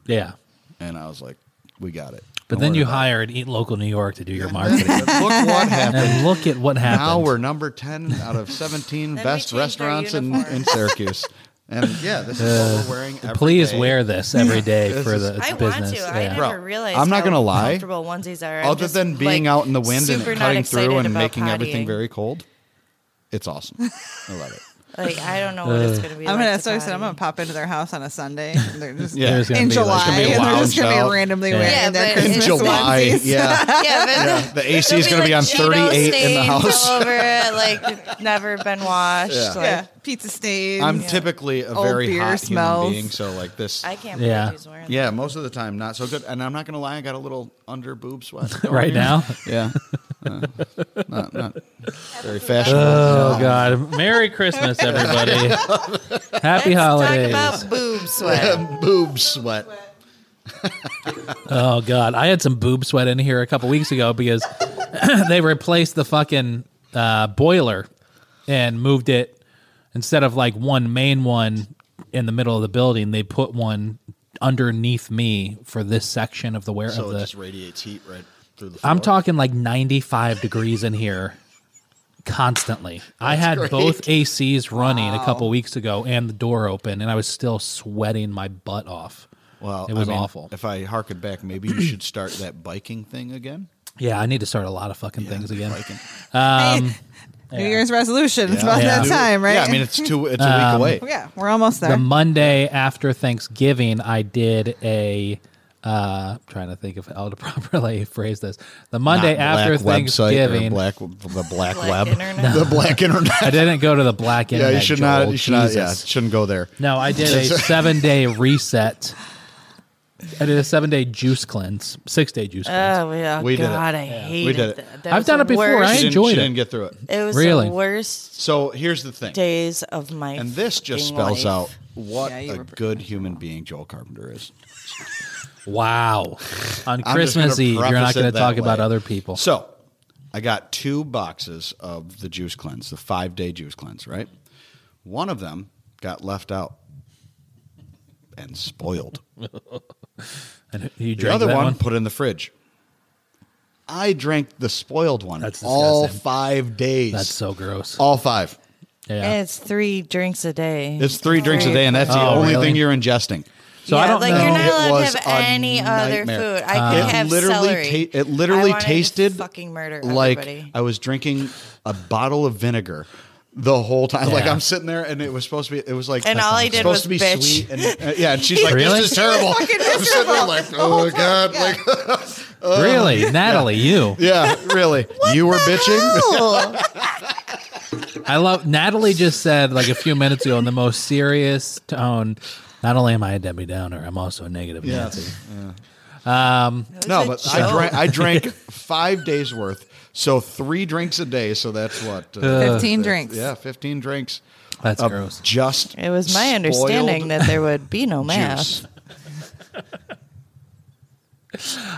S5: Yeah.
S2: and I was like, "We got it."
S5: But
S2: Don't
S5: then
S2: worry
S5: you
S2: about
S5: hired Eat Local New York to do your
S2: it.
S5: marketing.
S2: But Look what happened.
S5: and look at what happened.
S2: Now we're number ten out of seventeen
S3: we
S2: best
S3: changed our
S2: restaurants in,
S3: uniforms.
S2: in Syracuse. And yeah, this is what we're wearing. every
S5: Please
S2: day.
S5: wear this every day for
S2: is-
S5: the it's
S3: I want
S5: business.
S3: to. I
S5: yeah.
S2: Bro,
S3: never realized.
S2: I'm not
S3: how
S2: gonna lie.
S3: Comfortable onesies are. I'm
S2: other
S3: just,
S2: than being
S3: like,
S2: out in the wind and
S3: super not
S2: cutting through
S3: excited
S2: and
S3: about
S2: making everything
S3: pottying.
S2: very cold, it's awesome. I love it.
S3: Like I don't know what it's gonna be.
S4: I'm
S3: like
S4: gonna.
S3: to
S4: So I said I'm
S3: potty.
S4: gonna pop into their house on a Sunday. and They're just
S2: Yeah.
S5: There's gonna
S4: in
S5: be like-
S4: July,
S2: gonna be a
S4: and they're just gonna be
S2: lounge
S4: randomly
S5: out.
S4: wearing
S3: Yeah,
S4: their
S3: but In
S4: Christmas
S2: July,
S4: onesies.
S2: yeah.
S3: Yeah, but
S2: The AC is going to be on 38 in the house.
S3: Over it, like never been washed. Like,
S4: yeah, pizza stains.
S2: I'm typically a
S4: Old
S2: very
S4: beer
S2: hot
S4: smells.
S2: human being, so like this.
S3: I can't
S5: Yeah.
S3: believe she's wearing.
S2: yeah, most of the time not so good. And I'm not going to lie, I got a little under boob sweat
S5: Right now?
S2: Yeah, Not, not very fashionable.
S5: Oh God! Merry Christmas, everybody! Happy holidays!
S3: Talk about boob sweat.
S2: Boob sweat.
S5: Oh god, I had some boob sweat in here a couple weeks ago because they replaced the fucking uh, boiler and moved it instead of like one main one in the middle of the building. They put one underneath me for this section of the where
S2: So
S5: of
S2: it
S5: the.
S2: just radiates heat right through the.
S5: I'm
S2: floor.
S5: talking like 95 degrees in here constantly. I had
S2: great.
S5: both ACs running a couple weeks ago and the door open, and I was still sweating my butt off.
S2: Well,
S5: it was
S2: I mean,
S5: awful.
S2: If I harken back, maybe you should start that biking thing again.
S5: Yeah, I need to start a lot of fucking things again.
S2: Biking.
S4: New Year's resolution. It's about
S5: Yeah.
S4: that time, right?
S2: um, Yeah, I mean it's two. It's a week away.
S4: yeah, we're almost
S5: the
S4: there.
S5: Monday after Thanksgiving, I did a. Uh, trying to think of how to properly phrase this. The
S2: Not
S5: Monday after
S2: black website or
S5: Thanksgiving,
S2: black the black,
S3: Black
S2: web,
S3: internet.
S2: the black internet.
S5: I didn't go to the black
S2: yeah,
S5: internet.
S2: you should
S5: Joel.
S2: not. You should not. Yeah,
S5: Jesus.
S2: shouldn't go there.
S5: No, I did a seven day reset. I did a seven day juice cleanse, six day juice
S2: Uh,
S5: cleanse.
S3: Oh, yeah.
S2: We did it.
S3: God, I
S2: Yeah.
S3: hate
S2: We did
S3: it.
S2: it.
S3: That- that
S5: I've
S3: was
S5: done
S3: the
S5: it before. I
S3: worst-
S2: She,
S5: enjoyed
S2: didn't, she
S5: it.
S2: didn't get through it.
S3: It was
S5: Really?
S3: the worst
S2: So here's the thing,
S3: days of my
S2: and this just
S3: fucking
S2: spells
S3: life.
S2: out what
S4: Yeah, you
S2: a
S4: were-
S2: good human being Joel Carpenter is.
S5: Wow.
S2: I'm
S5: On
S2: just
S5: Christmas
S2: gonna
S5: Eve, you're not
S2: preface it
S5: going to
S2: that
S5: talk about
S2: way.
S5: other people.
S2: So I got two boxes of the juice cleanse, the five day juice cleanse, right? One of them got left out and spoiled.
S5: And you drank
S2: The other
S5: that
S2: one,
S5: one?
S2: put in the fridge. I drank the spoiled one
S5: That's
S2: all
S5: disgusting.
S2: five days.
S5: That's so gross.
S2: all five.
S5: Yeah.
S3: It's three drinks a day.
S2: It's three drinks a day, and that's the
S5: Oh,
S2: only
S5: really?
S2: thing you're ingesting.
S5: So I
S3: Yeah,
S5: don't
S3: like
S5: know.
S3: you're not
S2: It
S3: allowed to
S2: was
S3: have
S2: a
S3: any other
S2: nightmare.
S3: food.
S5: Uh-huh.
S3: I could
S2: It
S3: have
S2: literally
S3: celery.
S2: ta- it literally
S3: I wanted to
S2: tasted
S3: fucking murder.
S2: like
S3: everybody.
S2: I was drinking a bottle of vinegar the whole time. Like
S5: Yeah.
S2: I'm sitting there, and it was supposed to be. It was like
S3: And all I did
S2: supposed
S3: was
S2: to be
S3: bitch.
S2: sweet, and uh, yeah, and she's like,
S5: Really?
S2: "This is terrible."
S4: Fucking
S2: I'm sitting there
S4: miserable.
S2: like, "Oh god!" Like, Uh,
S5: really? Natalie, you.
S2: yeah, really, you were bitching.
S5: I love Natalie just said like a few minutes ago in the most serious tone. Not only am I a Debbie Downer, I'm also a negative Nancy.
S3: It was
S2: No,
S3: a
S2: but
S3: joke.
S2: I drank, I drank five days worth, so three drinks a day. So that's what uh,
S4: 15 drinks.
S2: Yeah, fifteen drinks.
S5: That's
S2: of
S5: gross.
S2: Just
S3: It was my
S2: spoiled
S3: understanding that there would be no math.
S2: juice.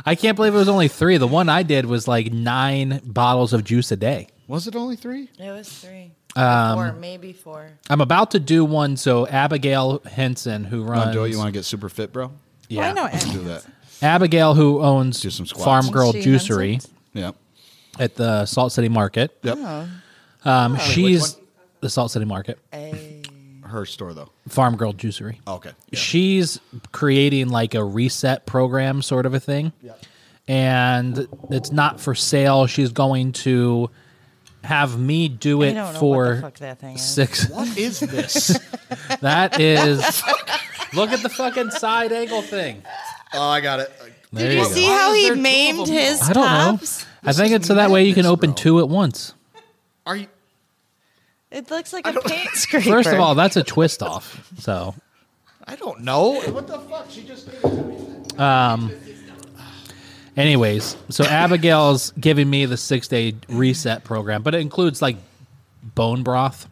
S5: I can't believe it was only three. The one I did was like nine bottles of juice a day.
S2: Was it only three?
S3: It was three,
S5: Um,
S3: four, maybe four.
S5: I'm about to do one. So Abigail Henson, who runs,
S2: Joel, Uh, you want to get super fit, bro?
S5: yeah,
S4: Why not?
S2: Do that.
S5: Abigail, who owns
S2: Do some squats.
S5: Farm Girl
S3: She
S5: Juicery
S3: runs
S2: Yeah.
S5: at the Salt City Market.
S2: Yep.
S3: Oh.
S2: Oh,
S5: Um, she's the Salt City Market
S2: Her store though.
S5: Farm Girl Juicery.
S2: Okay. Oh, Yeah.
S5: She's creating like a reset program, sort of a thing. And it's not for sale. She's going to have me do
S3: I
S5: it
S3: don't know what the
S5: for
S3: fuck that thing is.
S5: six.
S2: What is this?
S5: That is. look at the fucking side angle thing.
S2: oh, I got it.
S5: There
S3: Did you
S5: go.
S3: see
S2: Why
S3: how
S2: is
S3: he
S2: there two of
S3: maimed
S2: them?
S3: his
S5: I don't know.
S3: tops?
S5: I think
S2: is
S5: it's so that way you can
S2: madness,
S5: open
S2: bro.
S5: two at once.
S2: Are you?
S3: It looks like a paint scraper.
S5: First of all, that's a twist off. So
S2: I don't know. What the fuck? She just. Gave it to me.
S5: Anyways, so Abigail's giving me the six day reset program, but it includes like bone broth.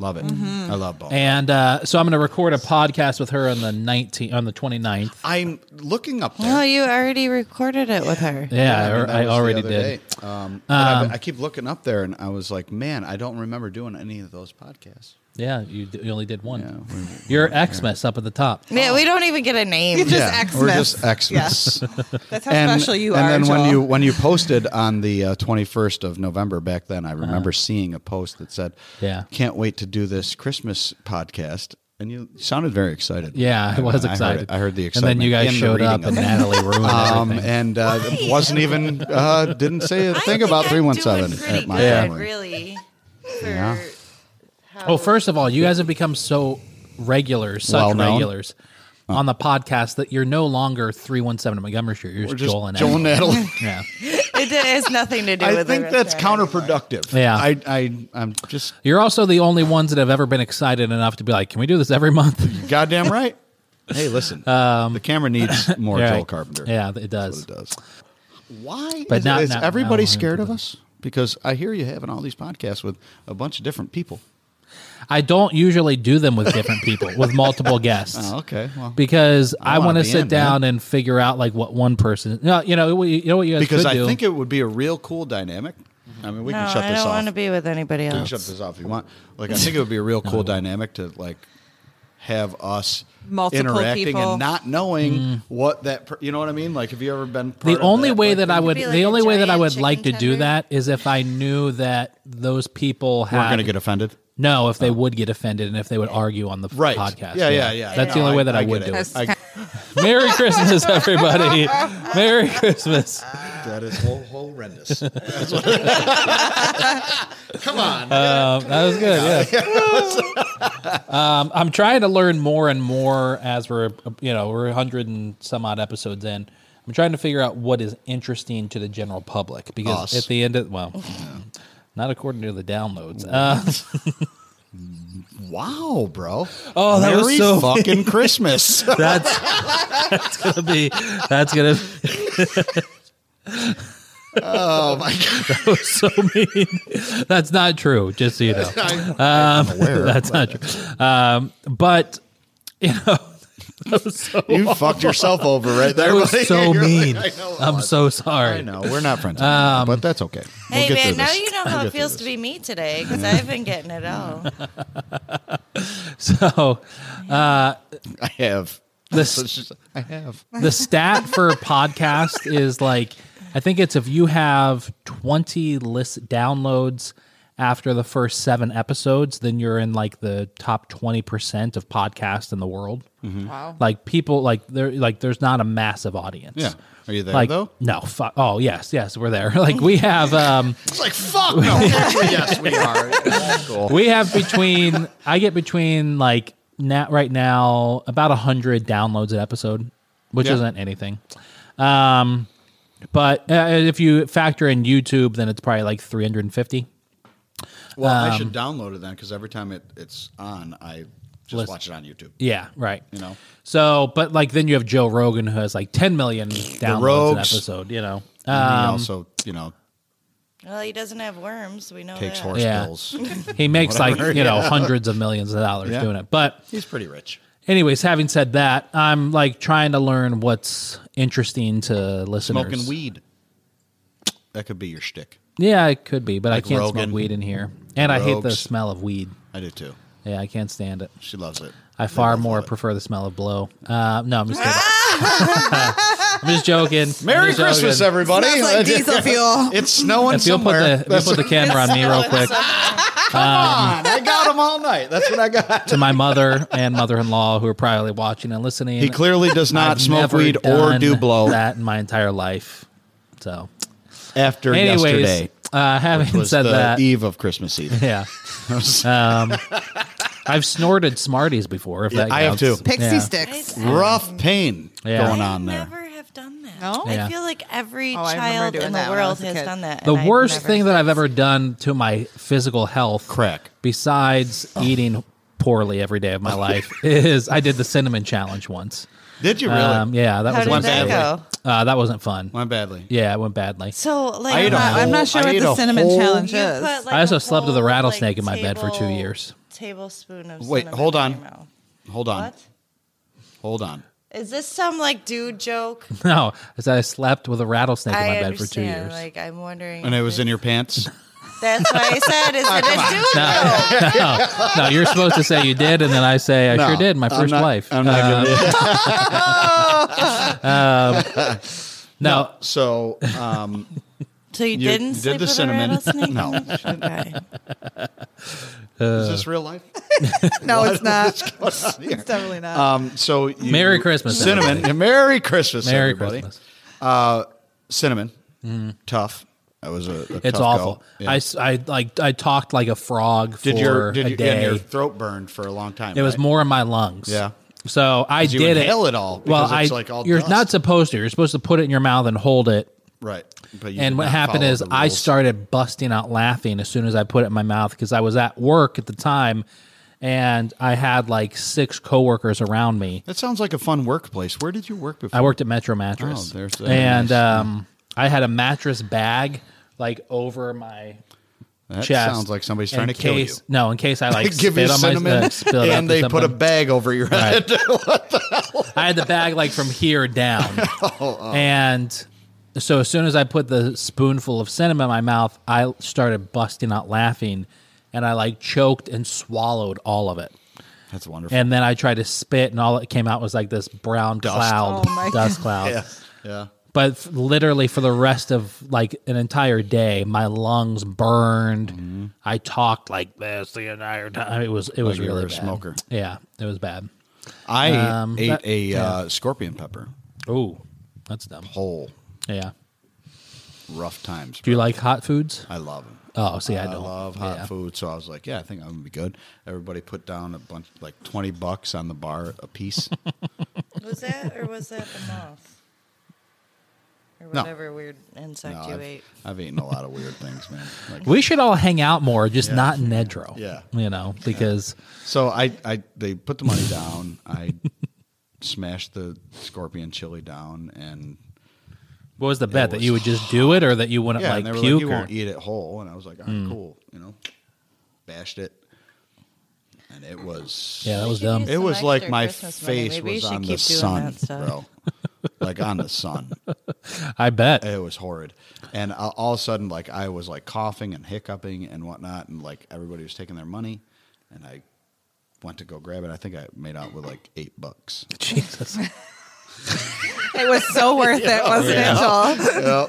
S2: Love it.
S3: Mm-hmm.
S2: I love ball.
S5: And uh, so I'm going to record a podcast with her on the 19th, on the 29th.
S2: I'm looking up there.
S3: well, you already recorded it with her.
S5: Yeah,
S2: mean, that
S5: I, I
S2: was the
S5: already
S2: other
S5: did.
S2: day. Um, but I- I keep looking up there, and I was like, man, I don't remember doing any of those podcasts.
S5: Yeah, you, d- you only did one.
S2: Yeah, we-
S5: Your Xmas up at the top.
S3: Yeah, we don't even get a name.
S4: It's just
S2: Yeah,
S4: Xmas.
S2: We're just Xmas.
S4: That's how special you
S2: and
S4: are.
S2: then when
S4: Joel.
S2: you when you posted on the uh, 21st of November back then, I remember seeing a post that said,
S5: Uh-huh. Yeah.
S2: can't wait to do this Christmas podcast." And you sounded very excited.
S5: Yeah, I was
S2: heard
S5: excited.
S2: it. I heard, the excitement.
S5: And then you
S2: in
S5: guys
S2: the
S5: showed
S2: reading
S5: up
S2: of
S5: and
S2: it.
S5: Natalie ruined
S2: Um,
S5: everything.
S2: and uh, wasn't even uh, didn't say a thing about three one seven at my family.
S3: Really.
S2: Yeah.
S5: Oh, first of all, you guys have become so regular, such
S2: Well known.
S5: regulars on the podcast that you're no longer 317 Montgomery Street. You're
S2: We're
S5: just
S2: just
S5: Joel and
S2: Joel
S5: Natalie.
S2: Natalie.
S5: Yeah.
S3: It has nothing to do
S2: I
S3: with the
S2: think that's
S3: restaurant.
S2: counterproductive.
S5: Yeah.
S2: I, I I'm just
S5: You're also the only ones that have ever been excited enough to be like, "Can we do this every month?"
S2: goddamn right. Um, Hey, listen, the camera needs more
S5: Yeah.
S2: Joel Carpenter.
S5: Yeah, it does.
S2: That's what it does. Why
S5: But
S2: is,
S5: not-
S2: is
S5: not-
S2: everybody
S5: not
S2: scared of
S5: people.
S2: us? Because I hear you having all these podcasts with a bunch of different people.
S5: I don't usually do them with different people, with multiple guests.
S2: Oh, okay. Well,
S5: Because I,
S2: I wanna
S5: want to
S2: be
S5: sit
S2: in, man.
S5: down and figure out like what one person. No, you know, you know what you guys
S2: because
S5: could
S2: I
S5: do.
S2: think it would be a real cool dynamic. I mean, we
S3: no,
S2: can shut
S3: I
S2: this
S3: don't
S2: off.
S3: want to be with anybody
S2: we can
S3: else.
S2: shut this off if you want. Like, I think it would be a real cool dynamic to like have us
S4: Multiple
S2: interacting
S4: people.
S2: and not knowing what that. Per- you know what I mean? Like, have you ever been part
S5: Mm. the
S2: of
S5: only way
S2: like,
S5: that I would,
S3: be like
S5: the
S3: a
S5: only way that I
S3: giant
S5: would like to
S3: chicken
S5: do
S3: tender.
S5: that is if I knew that those people had
S2: we're going to get offended?
S5: no, if they would get offended and if they would argue on the f-
S2: Oh. Right.
S5: podcast.
S2: Yeah, yeah, yeah.
S5: That's the
S2: No,
S5: only
S2: I-
S5: way that I,
S2: I get
S5: would
S2: it.
S5: do it.
S4: That's
S2: I-
S4: kind
S5: Merry Christmas, everybody! Merry Christmas.
S2: That is hor- horrendous.
S5: Um, that was good. Yeah. um, I'm trying to learn more and more as we're, you know, we're 100 and some odd episodes in. I'm trying to figure out what is interesting to the general public because
S2: Us.
S5: at the end of, well, not according to the downloads. Uh,
S2: wow, bro.
S5: Oh, that was
S2: Merry
S5: so-
S2: fucking Christmas.
S5: that's that's gonna be that's gonna be
S2: oh my god.
S5: so mean. that's not true. Just so you know, Um, that's not true. Um, but you know, that was so,
S2: You fucked yourself over right there.
S5: that was
S2: buddy.
S5: so
S2: You're like,
S5: mean.
S2: I know.
S5: I'm so sorry. Um,
S2: I know. We're not friends, anymore, but that's okay. We'll
S3: hey
S2: get through
S3: man, now
S2: this.
S3: you know
S2: We'll
S3: how
S2: get
S3: it
S2: through
S3: feels
S2: this.
S3: to be me today because I've been getting it all.
S5: So
S2: I have.
S5: This-
S2: So she's like, I have.
S5: the stat for podcast is like I think it's if you have 20 list downloads after the first 7 episodes then you're in like the top 20% of podcasts in the world.
S2: Mm-hmm.
S4: Wow.
S5: Like people like there like there's not a massive audience.
S2: Yeah. Are you there
S5: Like
S2: though?
S5: no, fuck. Oh yes, yes, we're there. Like we have, um,
S2: It's like fuck no. Actually, yes, we are. That's cool.
S5: we have between. I get between like now, right now, about a hundred downloads an episode, which
S2: Yeah.
S5: isn't anything. Um, but uh, if you factor in YouTube, then it's probably like 350.
S2: well,
S5: Um,
S2: I should download it then because every time it, it's on, I just
S5: Listen.
S2: watch it on YouTube.
S5: Yeah, right.
S2: You know,
S5: So, but like then you have Joe Rogan who has like 10 million downloads an
S2: Rogues.
S5: episode. You know,
S2: and he
S5: um,
S2: also you know
S3: Well, he doesn't have worms. We know
S2: takes
S3: that.
S2: horse
S5: Yeah.
S2: pills.
S5: he makes
S2: Whatever,
S5: like you know hundreds of millions of dollars
S2: Yeah.
S5: doing it. But
S2: He's pretty rich.
S5: anyways, having said that, I'm like trying to learn what's interesting to listeners.
S2: Smoking weed. That could be your shtick.
S5: Yeah, it could be, but
S2: Like
S5: I can't
S2: Rogan.
S5: smoke weed in here, and I hate the
S2: Rogues.
S5: smell of weed.
S2: I do too.
S5: Yeah, I can't stand it.
S2: She loves it.
S5: I
S2: They
S5: far
S2: both
S5: more
S2: love it.
S5: prefer the smell of blow. Uh, no, I'm just kidding. I'm just joking. I'm
S2: Merry
S5: just joking.
S2: Christmas, everybody!
S4: Smells like diesel fuel.
S2: It's snowing
S5: If you'll put
S2: somewhere.
S5: the if you'll put the camera on me real quick
S2: on. I got them all night. That's what I got.
S5: to my mother and mother-in-law who are probably watching and listening.
S2: He clearly does not
S5: I've
S2: smoke
S5: never
S2: weed or
S5: done
S2: do blow.
S5: that in my entire life. So,
S2: After
S5: anyways,
S2: yesterday
S5: uh, having
S2: was
S5: said
S2: the
S5: that,
S2: eve of Christmas Eve.
S5: yeah, um, I've snorted Smarties before. If that
S2: I have
S5: counts.
S2: too.
S4: Pixie
S5: Yeah.
S4: sticks.
S2: rough pain
S5: Yeah.
S2: going
S3: I
S2: on there.
S3: never have done that.
S4: No?
S5: Yeah.
S3: I feel like every
S4: Oh, I remember
S3: child
S4: doing
S3: in
S4: that
S3: the
S4: when I
S3: world
S4: was a
S3: has
S4: kid.
S3: done that.
S5: The
S3: and I've
S5: worst
S3: never-
S5: thing that I've ever done to my physical health,
S2: Crack. Oh.
S5: besides eating poorly every day of my life, is I did the cinnamon challenge once.
S2: Did you really?
S5: Um, yeah, that
S3: How
S5: was
S3: did
S5: a
S3: that
S5: mistake.
S3: go?
S5: Uh, that wasn't fun.
S2: Went badly.
S5: Yeah, it went badly.
S3: So like,
S2: ate
S4: I'm
S2: a
S4: not, I'm
S2: whole-
S4: not sure
S2: I
S4: what
S2: ate
S4: the
S2: a
S4: cinnamon
S2: whole-
S4: challenge
S3: You
S4: is.
S3: put, like,
S5: I also
S3: a
S5: slept with a
S3: whole,
S5: rattlesnake
S3: like,
S5: in my bed for two
S3: table-
S5: years.
S3: Tablespoon of
S2: Wait,
S3: cinnamon
S2: hold
S3: in
S2: on.
S3: your mouth.
S2: Hold on.
S3: What?
S2: Hold on.
S3: Is this some like dude joke?
S5: No, as I slept with a rattlesnake in
S3: I
S5: my bed for two
S3: understand.
S5: years.
S3: Like I'm wondering.
S2: And
S3: if
S2: it was in your
S5: Uh,
S2: pants.
S3: it's- That's why I said, is it a dude joke?
S5: no, no, you're supposed to say you did, and then I say I
S2: No,
S5: sure did. My
S2: I'm
S5: 1st
S2: not-
S5: wife.
S2: I'm not
S5: Uh,
S2: gonna.
S5: no,
S2: So um,
S3: So you,
S2: You
S3: didn't
S2: did
S3: sleep
S2: the
S3: with
S2: cinnamon.
S3: a rattlesnake?
S2: No.
S3: Okay.
S2: is this real life?
S4: No, it's not.
S2: What's on here?
S4: It's definitely not.
S2: Um, so you,
S5: Merry Christmas,
S2: cinnamon.
S5: everybody.
S2: Yeah, Merry Christmas,
S5: Merry
S2: everybody.
S5: Christmas. Mm-hmm.
S2: Cinnamon, tough. That was a. a
S5: It's
S2: tough
S5: awful.
S2: Go. Yeah.
S5: I, s- I, like I talked like a frog for
S2: did your did
S5: a
S2: you, and
S5: day.
S2: your throat burned for a long time.
S5: it was
S2: right?
S5: more in my lungs.
S2: Yeah.
S5: So I
S2: you
S5: did
S2: inhale
S5: it.
S2: it all
S5: Well,
S2: because it's,
S5: I
S2: like, all
S5: you're
S2: dust.
S5: not supposed to. You're supposed to put it in your mouth and hold it.
S2: right. But you
S5: and
S2: did
S5: what
S2: not
S5: happened
S2: follow
S5: is
S2: the
S5: I
S2: rules.
S5: started busting out laughing as soon as I put it in my mouth because I was at work at the time, and I had like six coworkers around me.
S2: That sounds like a fun workplace. Where did you work before?
S5: I worked at Metro Mattress,
S2: Oh, there's-
S5: and
S2: nice.
S5: um, I had a mattress bag like over my
S2: That
S5: chest.
S2: sounds like somebody's
S5: in
S2: trying to kill
S5: case-
S2: you.
S5: No, in case I
S2: They
S5: like
S2: give you
S5: spit on my
S2: cinnamon,
S5: uh, spill it out or
S2: and they put a
S5: something.
S2: bag over your head.
S5: I had the bag like from here down.
S2: Oh,
S5: And so as soon as I put the spoonful of cinnamon in my mouth, I started busting out laughing and I like choked and swallowed all of it.
S2: That's wonderful.
S5: And then I tried to spit and all that came out was like this brown cloud,
S4: Oh, my
S5: dust cloud.
S2: yeah, yeah.
S5: But f- literally for the rest of like an entire day, my lungs burned.
S2: Mm-hmm.
S5: I talked like this the entire time. It was it was
S2: you were
S5: really
S2: a
S5: bad.
S2: smoker.
S5: Yeah, it was bad.
S2: I
S5: Um,
S2: ate
S5: that-
S2: a
S5: yeah.
S2: uh, scorpion pepper.
S5: Oh, that's dumb.
S2: Whole
S5: Yeah.
S2: rough times.
S5: Do you like hot foods?
S2: I love them.
S5: Oh, see, I don't
S2: love hot
S5: yeah.
S2: food, so I was like, "Yeah, I think I'm gonna be good." Everybody put down a bunch, like twenty bucks on the bar a piece.
S3: Was that or was that the moth? Or
S2: No.
S3: whatever weird insect
S2: No,
S3: you
S2: I've,
S3: ate.
S2: I've eaten a lot of weird things, man. Like,
S5: We should all hang out more, just
S2: Yeah.
S5: not in Nedro.
S2: Yeah.
S5: you know, because
S2: so I, I, they put the money down. I smashed the scorpion chili down, and
S5: what was the bet that
S2: was
S5: you would just do it or that you wouldn't
S2: yeah,
S5: like
S2: and they were like,
S5: puke?
S2: "You
S5: or, Hmm.
S2: won't eat it whole," and I was like, "All right, cool," you know, bashed it, and it was
S5: yeah, that was
S3: You can
S5: dumb.
S3: use
S2: It
S3: some
S2: was like
S3: extra
S2: my
S3: Christmas money.
S2: face
S3: Maybe you
S2: was
S3: should
S2: on the
S3: keep doing
S2: sun,
S3: that stuff.
S2: bro. like on the sun.
S5: I bet.
S2: It was horrid. And a- all of a sudden, like I was like coughing and hiccuping and whatnot, and like everybody was taking their money, and I went to go grab it. I think I made out with like eight bucks.
S5: Jesus,
S2: Uh,
S4: It was so worth it, wasn't it, Joel?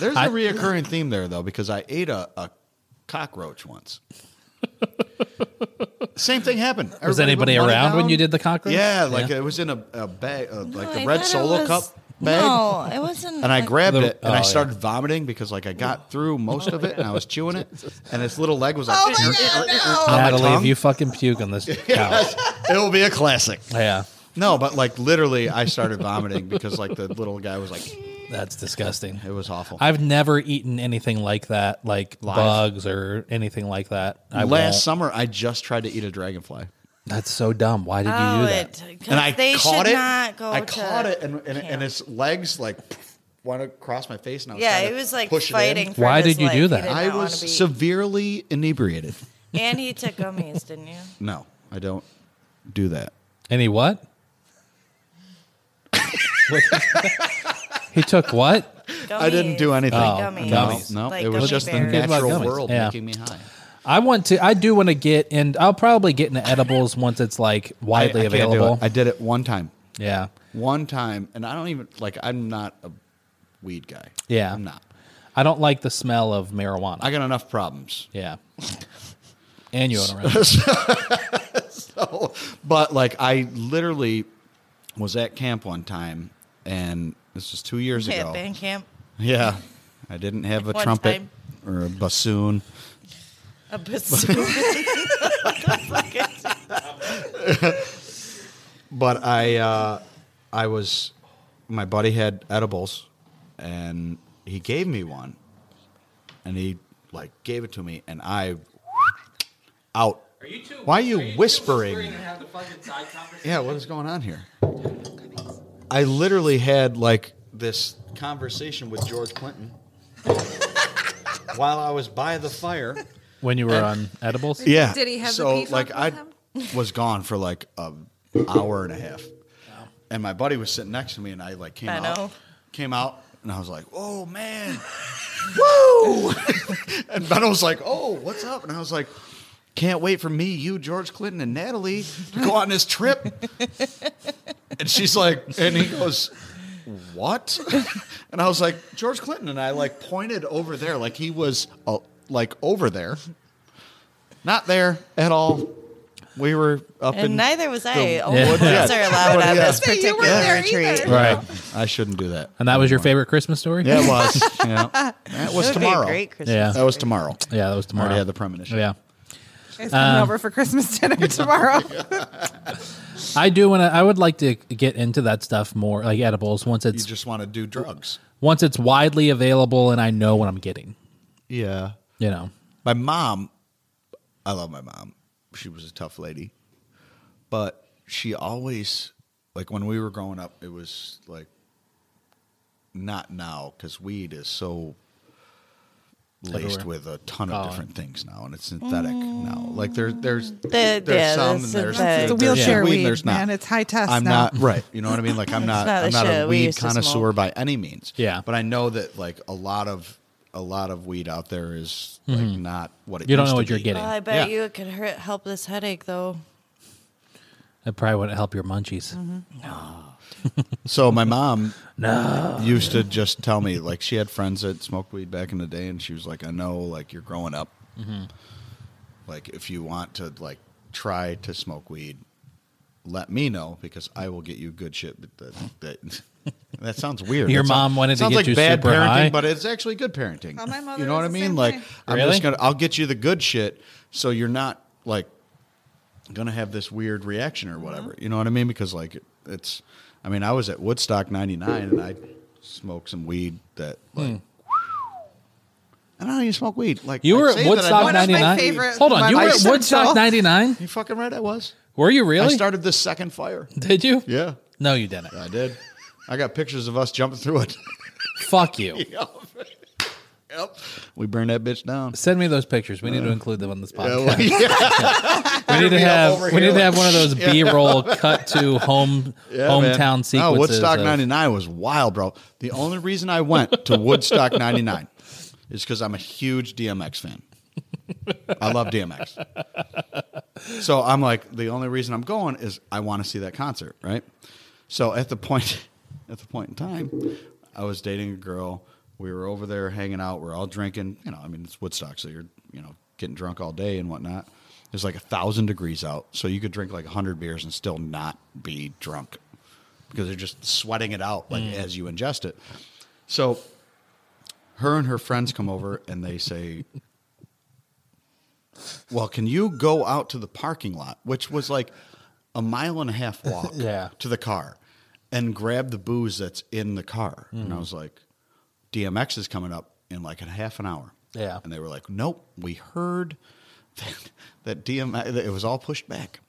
S2: There's
S5: I-
S2: a reoccurring theme there though, because I ate a, a cockroach once. Same thing happened.
S5: was
S2: Everybody put
S5: anybody
S2: money
S5: around when
S2: down.
S5: you did the cockroach?
S2: Yeah, like it was in a, a bag, uh, like
S3: No,
S2: the
S3: I
S2: red
S3: thought it
S2: solo
S3: was-
S2: cup bag.
S3: No, it wasn't.
S2: and I
S3: like-
S2: grabbed
S5: The-
S2: it and
S5: oh,
S2: I
S5: yeah.
S2: started vomiting because like I got through most of it and I was chewing it and its little leg was like
S4: Oh my God, no.
S2: uh, on my
S5: Natalie, if
S2: tongue.
S5: you fucking puke on this couch,
S2: it will be a classic.
S5: yeah,
S2: No, but like literally I started vomiting because like the little guy was like
S5: that's disgusting.
S2: it was awful.
S5: I've never eaten anything like that, like
S2: Live.
S5: bugs or anything like that. I
S2: Last
S5: won't.
S2: summer I just tried to eat a dragonfly.
S5: That's so dumb. Why did you
S3: Oh,
S5: do that?
S3: it- 'cause
S2: And I
S3: they
S2: caught it.
S3: should Not go
S2: I
S3: to
S2: caught it and and, and
S3: camp.
S2: its legs like went across my face and I was
S3: yeah,
S2: trying to
S3: it was like
S2: push it in.
S3: fighting. For
S5: Why
S3: his
S5: did you
S3: life.
S5: do
S3: He
S5: that?
S3: did
S2: I
S3: not wanna
S2: was
S3: be-
S2: severely inebriated.
S3: and he took gummies, didn't you?
S2: No, I don't do that.
S5: Any what? he took what?
S2: I didn't do
S3: Gummies.
S2: anything.
S5: Oh,
S3: Gummies.
S2: No,
S5: Gummies.
S2: no,
S3: Like
S2: it was
S3: gummy
S2: just the
S3: bears.
S5: Kids like
S2: natural
S5: gummies.
S2: world
S5: Yeah.
S2: making me high.
S5: I want to. I do want to get, and I'll probably get into edibles once it's like
S2: I- I
S5: widely
S2: can't do it.
S5: available.
S2: I did it one time,
S5: yeah,
S2: one time, and I don't even like. I'm not a weed guy.
S5: Yeah.
S2: I'm not.
S5: I don't like the smell of marijuana.
S2: I got enough problems.
S5: yeah, and you own around.
S2: But like, I literally was at camp one time, and this was two years
S3: Yeah,
S2: ago.
S3: band camp.
S2: Yeah, I didn't have a
S3: One
S2: trumpet
S3: time.
S2: or a bassoon.
S3: A bassoon.
S2: but I uh, I was my buddy had edibles and he gave me one and he like gave it to me and I out. Are you two, Why are you, whispering? yeah, what is going on here? I literally had like this conversation with George Clinton while I was by the fire.
S5: when you were on edibles.
S2: Yeah.
S4: Did he have the
S2: so
S4: peacock
S2: like
S4: with
S2: I
S4: him?
S2: was gone for like a hour and a half, and my buddy was sitting next to me, and I like came
S3: I
S2: out,
S3: know.
S2: came out, and I was like, "Oh man, woo!" and Benno was like, "Oh, what's up?" And I was like. Can't wait for me, you, George Clinton, and Natalie to go on this trip. and she's like, and he goes, "What?" and I was like, "George Clinton." And I like pointed over there, like he was uh, like over there, not there at all. We were up in.
S3: and neither was I.
S2: the-
S3: Only
S5: Yeah.
S3: ones are allowed on
S2: Yeah.
S3: this
S4: Say you were
S3: particular
S4: there
S3: retreat.
S4: either.
S5: Right,
S2: I shouldn't do that.
S5: and that was your favorite Christmas story.
S2: Yeah, it was. yeah. That was
S3: That would be a
S2: tomorrow.
S3: great Christmas.
S5: Yeah.
S2: That was tomorrow.
S5: yeah, that was
S2: I
S5: tomorrow.
S2: already had the premonition.
S5: yeah.
S4: It's coming
S2: Um,
S4: over for Christmas dinner tomorrow.
S5: I do want to. I would like to get into that stuff more, like edibles, once
S2: You
S5: it's
S2: just want to do drugs.
S5: once it's widely available, and I know what I'm getting.
S2: Yeah.
S5: You know,
S2: My mom, I love my mom. She was a tough lady, but she always, like when we were growing up, it was like not now because weed is so laced
S5: Everywhere.
S2: with a ton of different things now, and it's synthetic now. Like there, there's
S4: Mm.
S3: The-
S2: there's
S3: yeah,
S2: some
S3: the
S2: and there's,
S3: synthetic.
S2: there's
S4: It's a wheelchair
S2: weed, and
S4: weed,
S2: there's not.
S4: man. It's high test
S2: I'm
S4: now.
S2: not right. You know what I mean? Like I'm not.
S3: not the
S2: I'm not a
S3: shit we
S2: weed
S3: used to
S2: connoisseur
S3: smoke.
S2: by any means.
S5: Yeah.
S2: but I know that like a lot of a lot of weed out there is like not what it.
S5: Mm-hmm. You don't
S2: used
S5: know
S2: to
S5: what you're
S2: be.
S5: getting.
S3: Well, I bet
S2: Yeah.
S3: you it could hurt, help this headache though.
S5: That probably wouldn't help your munchies.
S2: So my mom used to just tell me like she had friends that smoked weed back in the day, and she was like, "I know, like you're growing up.
S5: Mm-hmm.
S2: Like if you want to like try to smoke weed, let me know because I will get you good shit." But that that, that sounds weird.
S5: Your
S2: That sou-
S5: mom wanted to
S2: sounds
S5: get
S2: like
S5: you
S2: bad
S5: super
S2: parenting,
S5: high?
S2: but it's actually good parenting.
S4: Well, my mother
S2: you know
S4: was
S2: what I
S4: the
S2: mean?
S4: same
S2: Like
S4: way.
S2: I'm
S5: Really?
S2: just gonna I'll get you the good shit, so you're not like gonna have this weird reaction
S4: Mm-hmm.
S2: or whatever. You know what I mean? Because like it- it's, I mean, I was at Woodstock '99 and I smoked some weed that like, and I don't even smoke weed. Like
S5: Hmm. You
S2: I say
S5: were at
S2: that I
S5: Woodstock
S2: don't-
S4: One of my
S5: 99.
S4: favorite-
S5: Hold on,
S4: my
S5: you were at
S4: favorite
S5: Woodstock
S4: show.
S5: 99?
S2: You fucking right, I was.
S5: Were you really?
S2: I started this second fire.
S5: Did you?
S2: Yeah,
S5: No, you didn't.
S2: I did. I got pictures of us jumping through it.
S5: Fuck you.
S2: yep, we burned that bitch down.
S5: Send me those pictures. We need to include them on this
S2: Uh, Yeah,
S5: podcast.
S2: well, yeah.
S5: we need
S2: be
S5: to
S2: up
S5: have
S2: over
S5: we
S2: here
S5: need to
S2: like-
S5: have one of those B-roll cut to home
S2: Yeah,
S5: hometown
S2: man.
S5: sequences.
S2: No, Woodstock
S5: of-
S2: '99 was wild, bro. The only reason I went to Woodstock '99 is because I'm a huge DMX fan. I love DMX. So I'm like, the only reason I'm going is I want to see that concert, right? So at the point, at the point in time, I was dating a girl. We were over there hanging out. We're all drinking. You know, I mean, it's Woodstock, so you're you know getting drunk all day and whatnot. It's like a thousand degrees out, so you could drink like hundred beers and still not be drunk because they're just sweating it out like as you ingest it. So her and her friends come over and they say, "Well, can you go out to the parking lot, which was like a mile and a half walk
S5: Yeah.
S2: to the car, and grab the booze that's in the car?" And I was like, "DMX is coming up in like a half an hour."
S5: Yeah.
S2: and they were like, "Nope, we heard." That, that DMX, that it was all pushed back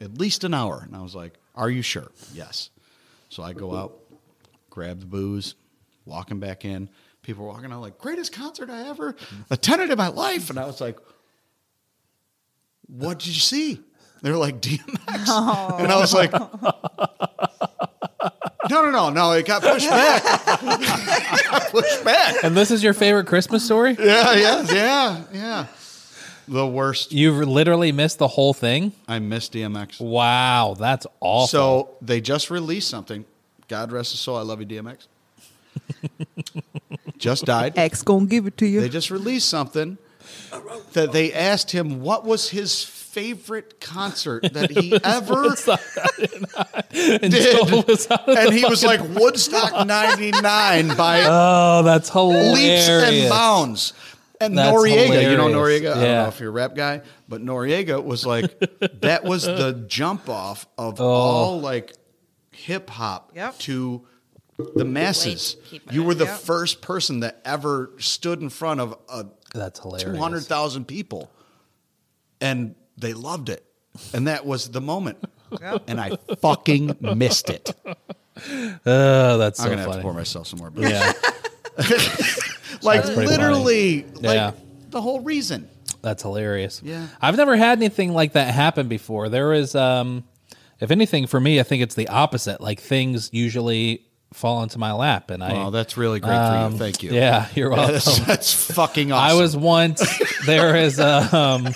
S2: at least an hour. And I was like, Are you sure? Yes. So I go out, grab the booze, walking back in. People were walking out like, Greatest concert I ever attended in my life. And I was like, What did you see? They're like DMX. And I was like, No, no, no, no, it got pushed back. It got pushed back.
S5: And this is your favorite Christmas story?
S2: Yeah, yeah, yeah, yeah. The worst.
S5: You've literally missed the whole thing?
S2: I miss DMX.
S5: Wow, that's awful.
S2: So they just released something. God rest his soul. I love you, DMX. just died.
S4: X gonna give it to you.
S2: They just released something that they asked him what was his favorite concert that he ever
S5: Joel was
S2: did.
S5: out
S2: And he was like Woodstock 99 by
S5: Oh, that's hilarious.
S2: leaps and bounds. And
S5: That's
S2: Noriega, you know Noriega?
S5: hilarious.
S2: I don't
S5: Yeah.
S2: know if you're a rap guy, but Noriega was like, that was the jump off of
S5: Oh.
S2: all like hip hop
S4: Yep.
S2: to the masses.
S3: keep my
S2: You
S3: eye-
S2: were the
S4: Yep.
S2: first person that ever stood in front of a
S5: That's hilarious.
S2: 200,000 people and they loved it. And that was the moment.
S4: Yep.
S2: And I fucking missed it.
S5: Oh, that's
S2: I'm
S5: so
S2: going to have to
S5: funny.
S2: pour myself some more. beer.
S5: yeah,
S2: like
S5: pretty funny.
S2: literally, like
S5: Yeah.
S2: the whole reason.
S5: that's hilarious.
S2: Yeah.
S5: I've never had anything like that happen before. There is um if anything for me, I think it's the opposite. Like things usually fall into my lap and I
S2: Oh, that's really great for you. Thank you.
S5: Um, Yeah, you're
S2: That's,
S5: welcome.
S2: that's fucking
S5: I
S2: awesome.
S5: was once there is a um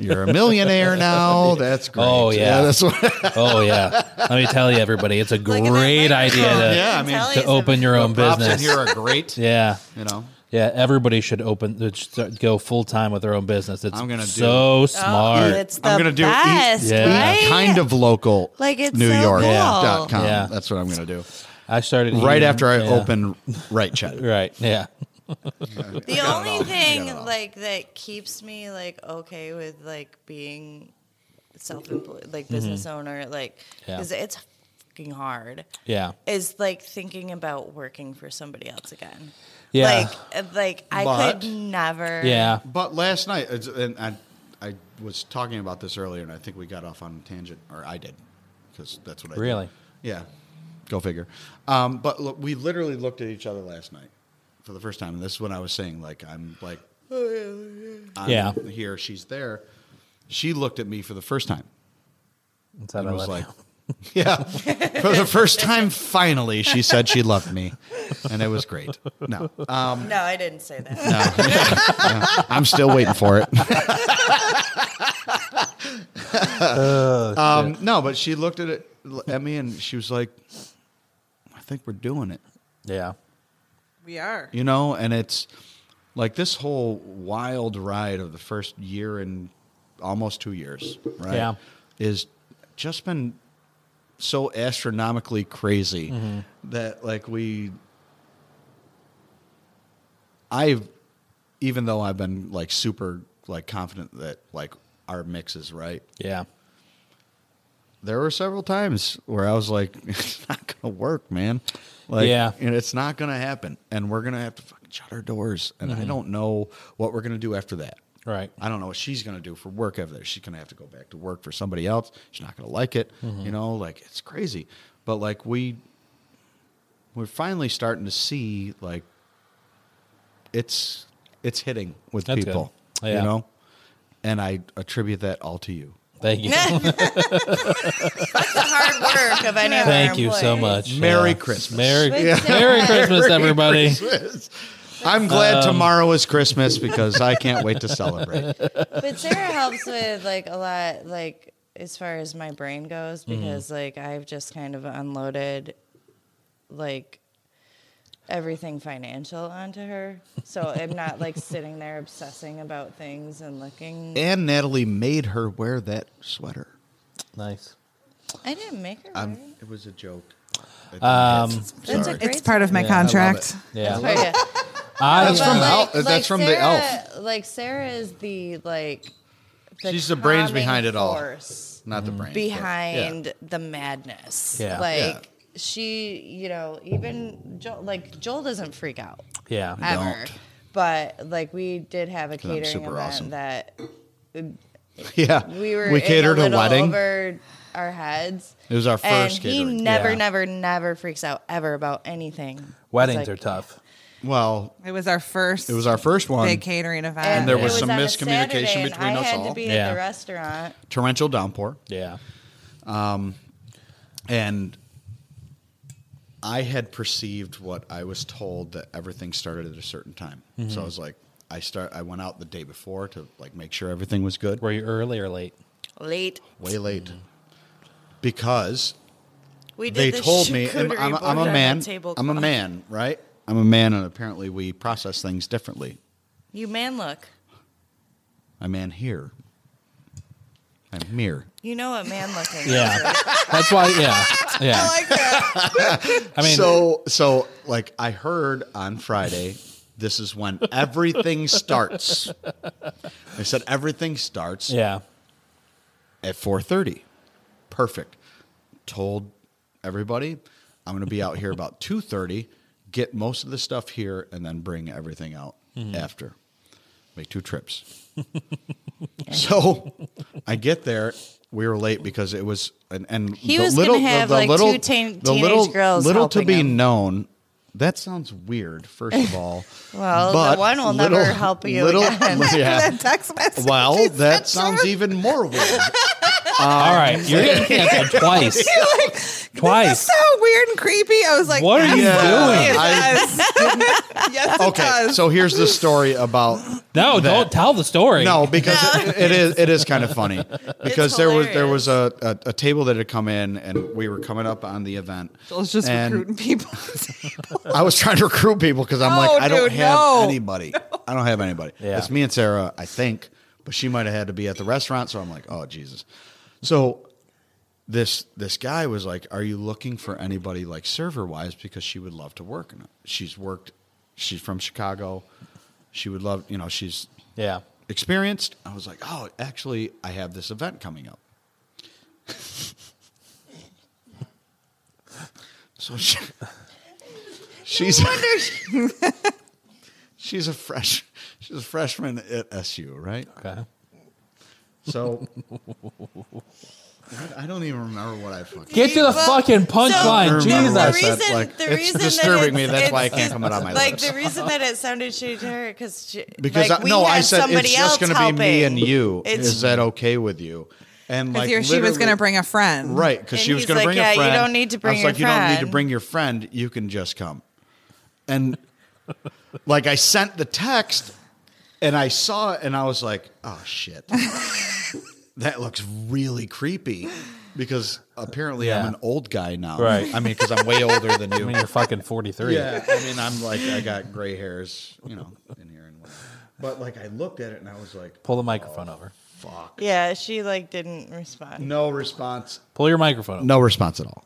S2: You're a millionaire now. That's great.
S5: Oh, yeah.
S2: that's what.
S5: oh yeah. Let me tell you everybody, it's a
S3: Look at that
S5: great
S3: microphone.
S5: idea to,
S2: Yeah, I mean,
S3: Telly
S5: to
S3: is a-
S5: open your own
S2: the props in
S5: business.
S2: here are great.
S5: Yeah.
S2: You know,
S5: Yeah, everybody should open should start- go full time with their own business. It's
S2: I'm gonna do-
S5: so
S3: Oh,
S5: smart.
S3: It's the
S2: I'm gonna do eat-
S3: best,
S5: Yeah.
S3: right?
S2: kind of local.
S3: Like, it's
S2: New
S3: so
S2: York.
S3: cool.
S2: dot com.
S5: Yeah.
S2: That's what I'm gonna do.
S5: I started
S2: Right
S5: eating-
S2: after I
S5: yeah.
S2: open Right Chat.
S5: Right. Yeah.
S3: The
S2: got it all.
S3: only
S2: I
S3: thing
S2: got it all.
S3: like that keeps me like okay with like being self-employed, like business owner, like
S5: Mm-hmm. Yeah.
S3: because it's fucking hard.
S5: Yeah.
S3: Is like thinking about working for somebody else again.
S5: Yeah.
S3: Like, like I
S2: But-
S3: could never.
S5: yeah.
S2: But last night, it's- and I, I was talking about this earlier, and I think we got off on a tangent, or I did, because that's what I did.
S5: Really?
S2: Yeah, go figure. Um, but look, we literally looked at each other last night for the first time. And this is when I was saying, like, I'm like, I'm
S1: Yeah.
S2: here, she's there. She looked at me for the first time
S5: That's how
S2: and
S5: I
S2: was
S5: love
S2: like,
S5: you.
S2: yeah, for the first time, finally, she said she loved me, and it was great. No, uh,
S3: No, I didn't say that.
S2: I'm still waiting for it. um, no, but she looked at it at me, and she was like, "I think we're doing it."
S5: yeah.
S4: We are.
S2: you know and it's like this whole wild ride of the first year and almost two years right
S5: Yeah.
S2: is just been so astronomically crazy that like we i've even though i've been like super like confident that like our mix is right
S5: Yeah.
S2: there were several times where I was like, "It's not gonna work, man." Like,
S5: Yeah.
S2: and it's not gonna happen, and we're gonna have to fucking shut our doors. And
S5: Mm-hmm.
S2: I don't know what we're gonna do after that.
S5: Right.
S2: I don't know what she's gonna do for work after that. She's gonna have to go back to work for somebody else. She's not gonna like it.
S5: Mm-hmm.
S2: You know, like it's crazy. But like we, we're finally starting to see like it's it's hitting with
S5: That's good.
S2: people.
S5: Yeah.
S2: You know, and I attribute that all to you.
S5: Thank you.
S3: That's the hard work of any of
S5: Thank
S3: our
S5: you so
S3: employees.
S5: much.
S2: Merry
S5: Yeah.
S2: Christmas.
S5: Merry,
S3: Yeah.
S5: Merry Christmas, everybody.
S2: Christmas. I'm glad tomorrow is Christmas because I can't wait to celebrate.
S3: But Sarah helps with like a lot, like as far as my brain goes,
S5: Mm-hmm.
S3: because like I've just kind of unloaded, like everything financial onto her. So I'm not like sitting there obsessing about things and looking.
S2: And Natalie made her wear that sweater.
S5: Nice.
S3: I didn't make her.
S2: Um,
S3: right?
S2: it was a joke.
S5: Um,
S3: That's a
S2: Sorry.
S3: great
S4: It's part of my contract.
S5: Yeah.
S3: story.
S5: I,
S2: That's from
S3: But,
S2: Elf. That's from the Elf.
S3: Sarah- Like Sarah is the like.
S2: She's the brains
S3: calming
S2: behind it all.
S3: force.
S2: Not the brain. but-
S3: behind
S2: yeah.
S3: the madness.
S5: Yeah.
S3: Like
S2: Yeah.
S3: she, you know, even Joel, like Joel doesn't freak out
S5: yeah.
S2: I
S3: ever.
S2: don't.
S3: But like we did have a
S2: 'Cause I'm
S3: catering
S2: super
S3: event
S2: awesome.
S3: that
S2: Yeah.
S3: we were
S2: we
S3: in
S2: catered
S3: a
S2: a,
S3: little
S2: wedding.
S3: over our heads.
S2: It was our
S3: And
S2: first
S3: he
S2: catering.
S3: never,
S5: Yeah.
S3: never, never freaks out ever about anything. It's
S5: Weddings
S3: like-
S5: are tough.
S2: Well,
S4: It was our first.
S2: it was our first one.
S4: big catering event.
S3: And
S2: there
S3: it
S2: was some
S3: on a
S2: miscommunication
S3: Saturday, and
S2: between
S3: I
S2: us
S3: had
S2: all.
S3: to be
S5: Yeah.
S3: at the restaurant.
S2: torrential downpour.
S5: Yeah.
S2: And I had perceived what I was told that everything started at a certain time. So I was like, I start. I went out the day before to like make sure everything was good.
S5: Were you early or late?
S3: Late.
S2: Way late because
S3: We did
S2: they
S3: the
S2: told me I'm,
S3: charcuterie
S2: I'm, I'm
S3: board on
S2: a
S3: the
S2: man. I'm a
S3: tablecloth.
S2: man, right? I'm a man, and apparently we process things differently.
S3: You man look.
S2: I'm man here. I'm mere.
S3: You know what man looking is.
S5: Yeah.
S3: right?
S5: That's why. Yeah. Yeah.
S4: like that.
S5: I mean,
S2: so so like I heard on Friday, this is when everything starts. They said everything starts
S5: yeah.
S2: at four thirty. Perfect. Told everybody, I'm going to be out here about two thirty. Get most of the stuff here and then bring everything out
S3: Mm-hmm.
S2: after. Make two trips. so I get there. We were late because it was and, and
S3: He
S2: the
S3: was gonna
S2: little
S3: have,
S2: the, the
S3: like,
S2: little
S3: two teen-
S2: the
S3: teenage
S2: little,
S3: girls
S2: little to
S3: helping
S2: be
S3: him.
S2: known. That sounds weird. First of all,
S3: Well, the
S2: but
S3: one will
S2: little-
S3: never help you
S2: Little,
S3: again.
S2: yeah.
S4: that text message.
S2: Well,
S4: she
S2: that
S4: sent
S2: sounds
S4: to us.
S2: even more weird.
S5: All right. You're getting canceled twice.
S4: That's
S5: twice.
S4: so weird and creepy. I was like,
S5: What are you
S4: absolutely
S2: doing?
S4: It does. yes, it
S2: Okay,
S4: does.
S2: so here's the story about
S5: No,
S2: That-
S5: don't tell the story.
S2: no because it, it is it is kind of funny because there was there was a, a, a table that had come in and we were coming up on the event.
S4: I was just
S2: and
S4: recruiting people.
S2: I was trying to recruit people because I'm
S4: No,
S2: like I don't
S4: Oh, dude,
S2: have
S4: no.
S2: anybody. I don't have anybody.
S5: Yeah.
S2: It's me and Sarah, I think, but she might have had to be at the restaurant, so I'm like, oh Jesus. So this this guy was like, "Are you looking for anybody like server wise? Because she would love to work. in it. She's worked. She's from Chicago. She would love. You know, she's
S5: Yeah.
S2: experienced. I was like, oh, actually, I have this event coming up. so she, she's she's a fresh she's a freshman at SU, right?
S5: Okay.
S2: So I don't even remember what I fucking.
S1: Get to the
S3: Well,
S1: fucking punchline,
S2: so-
S3: The
S2: That's
S1: Jesus.
S3: reason,
S2: like-
S3: the
S2: it's
S3: reason
S2: disturbing
S3: that
S2: me,
S3: it's-
S2: that's
S3: it's-
S2: why I can't come out on my
S3: like
S2: lips.
S3: the reason that it sounded shitty to her because she,
S2: Because
S3: like,
S2: I,
S3: we
S2: no, I
S3: had
S2: said
S3: somebody
S2: it's just going
S3: else
S2: to be me
S3: helping.
S2: and you.
S3: It's-
S2: Is that okay with you? And like
S4: here she was going
S2: literally-
S4: to bring a friend.
S2: right because she
S3: And
S2: was
S3: he's
S2: going
S3: like,
S2: to bring
S3: "Yeah,
S2: a
S3: you
S2: friend.
S3: don't need to bring
S2: I was
S3: your
S2: like, you don't need to
S3: friend."
S2: bring your friend. You can just come. And like I sent the text, and I saw it, and I was like, oh shit, that looks really creepy. Because apparently
S5: Yeah.
S2: I'm an old guy now.
S5: Right.
S2: I mean, because I'm way older than
S5: I
S2: you.
S5: mean, you're fucking 43.
S2: Yeah, I mean, I'm like, I got gray hairs, you know, in here and whatever. But like, I looked at it and I was like,
S5: Pull the microphone over.
S2: fuck.
S3: Yeah, she like didn't respond.
S2: No response.
S5: Pull your microphone. Over.
S2: No response at all.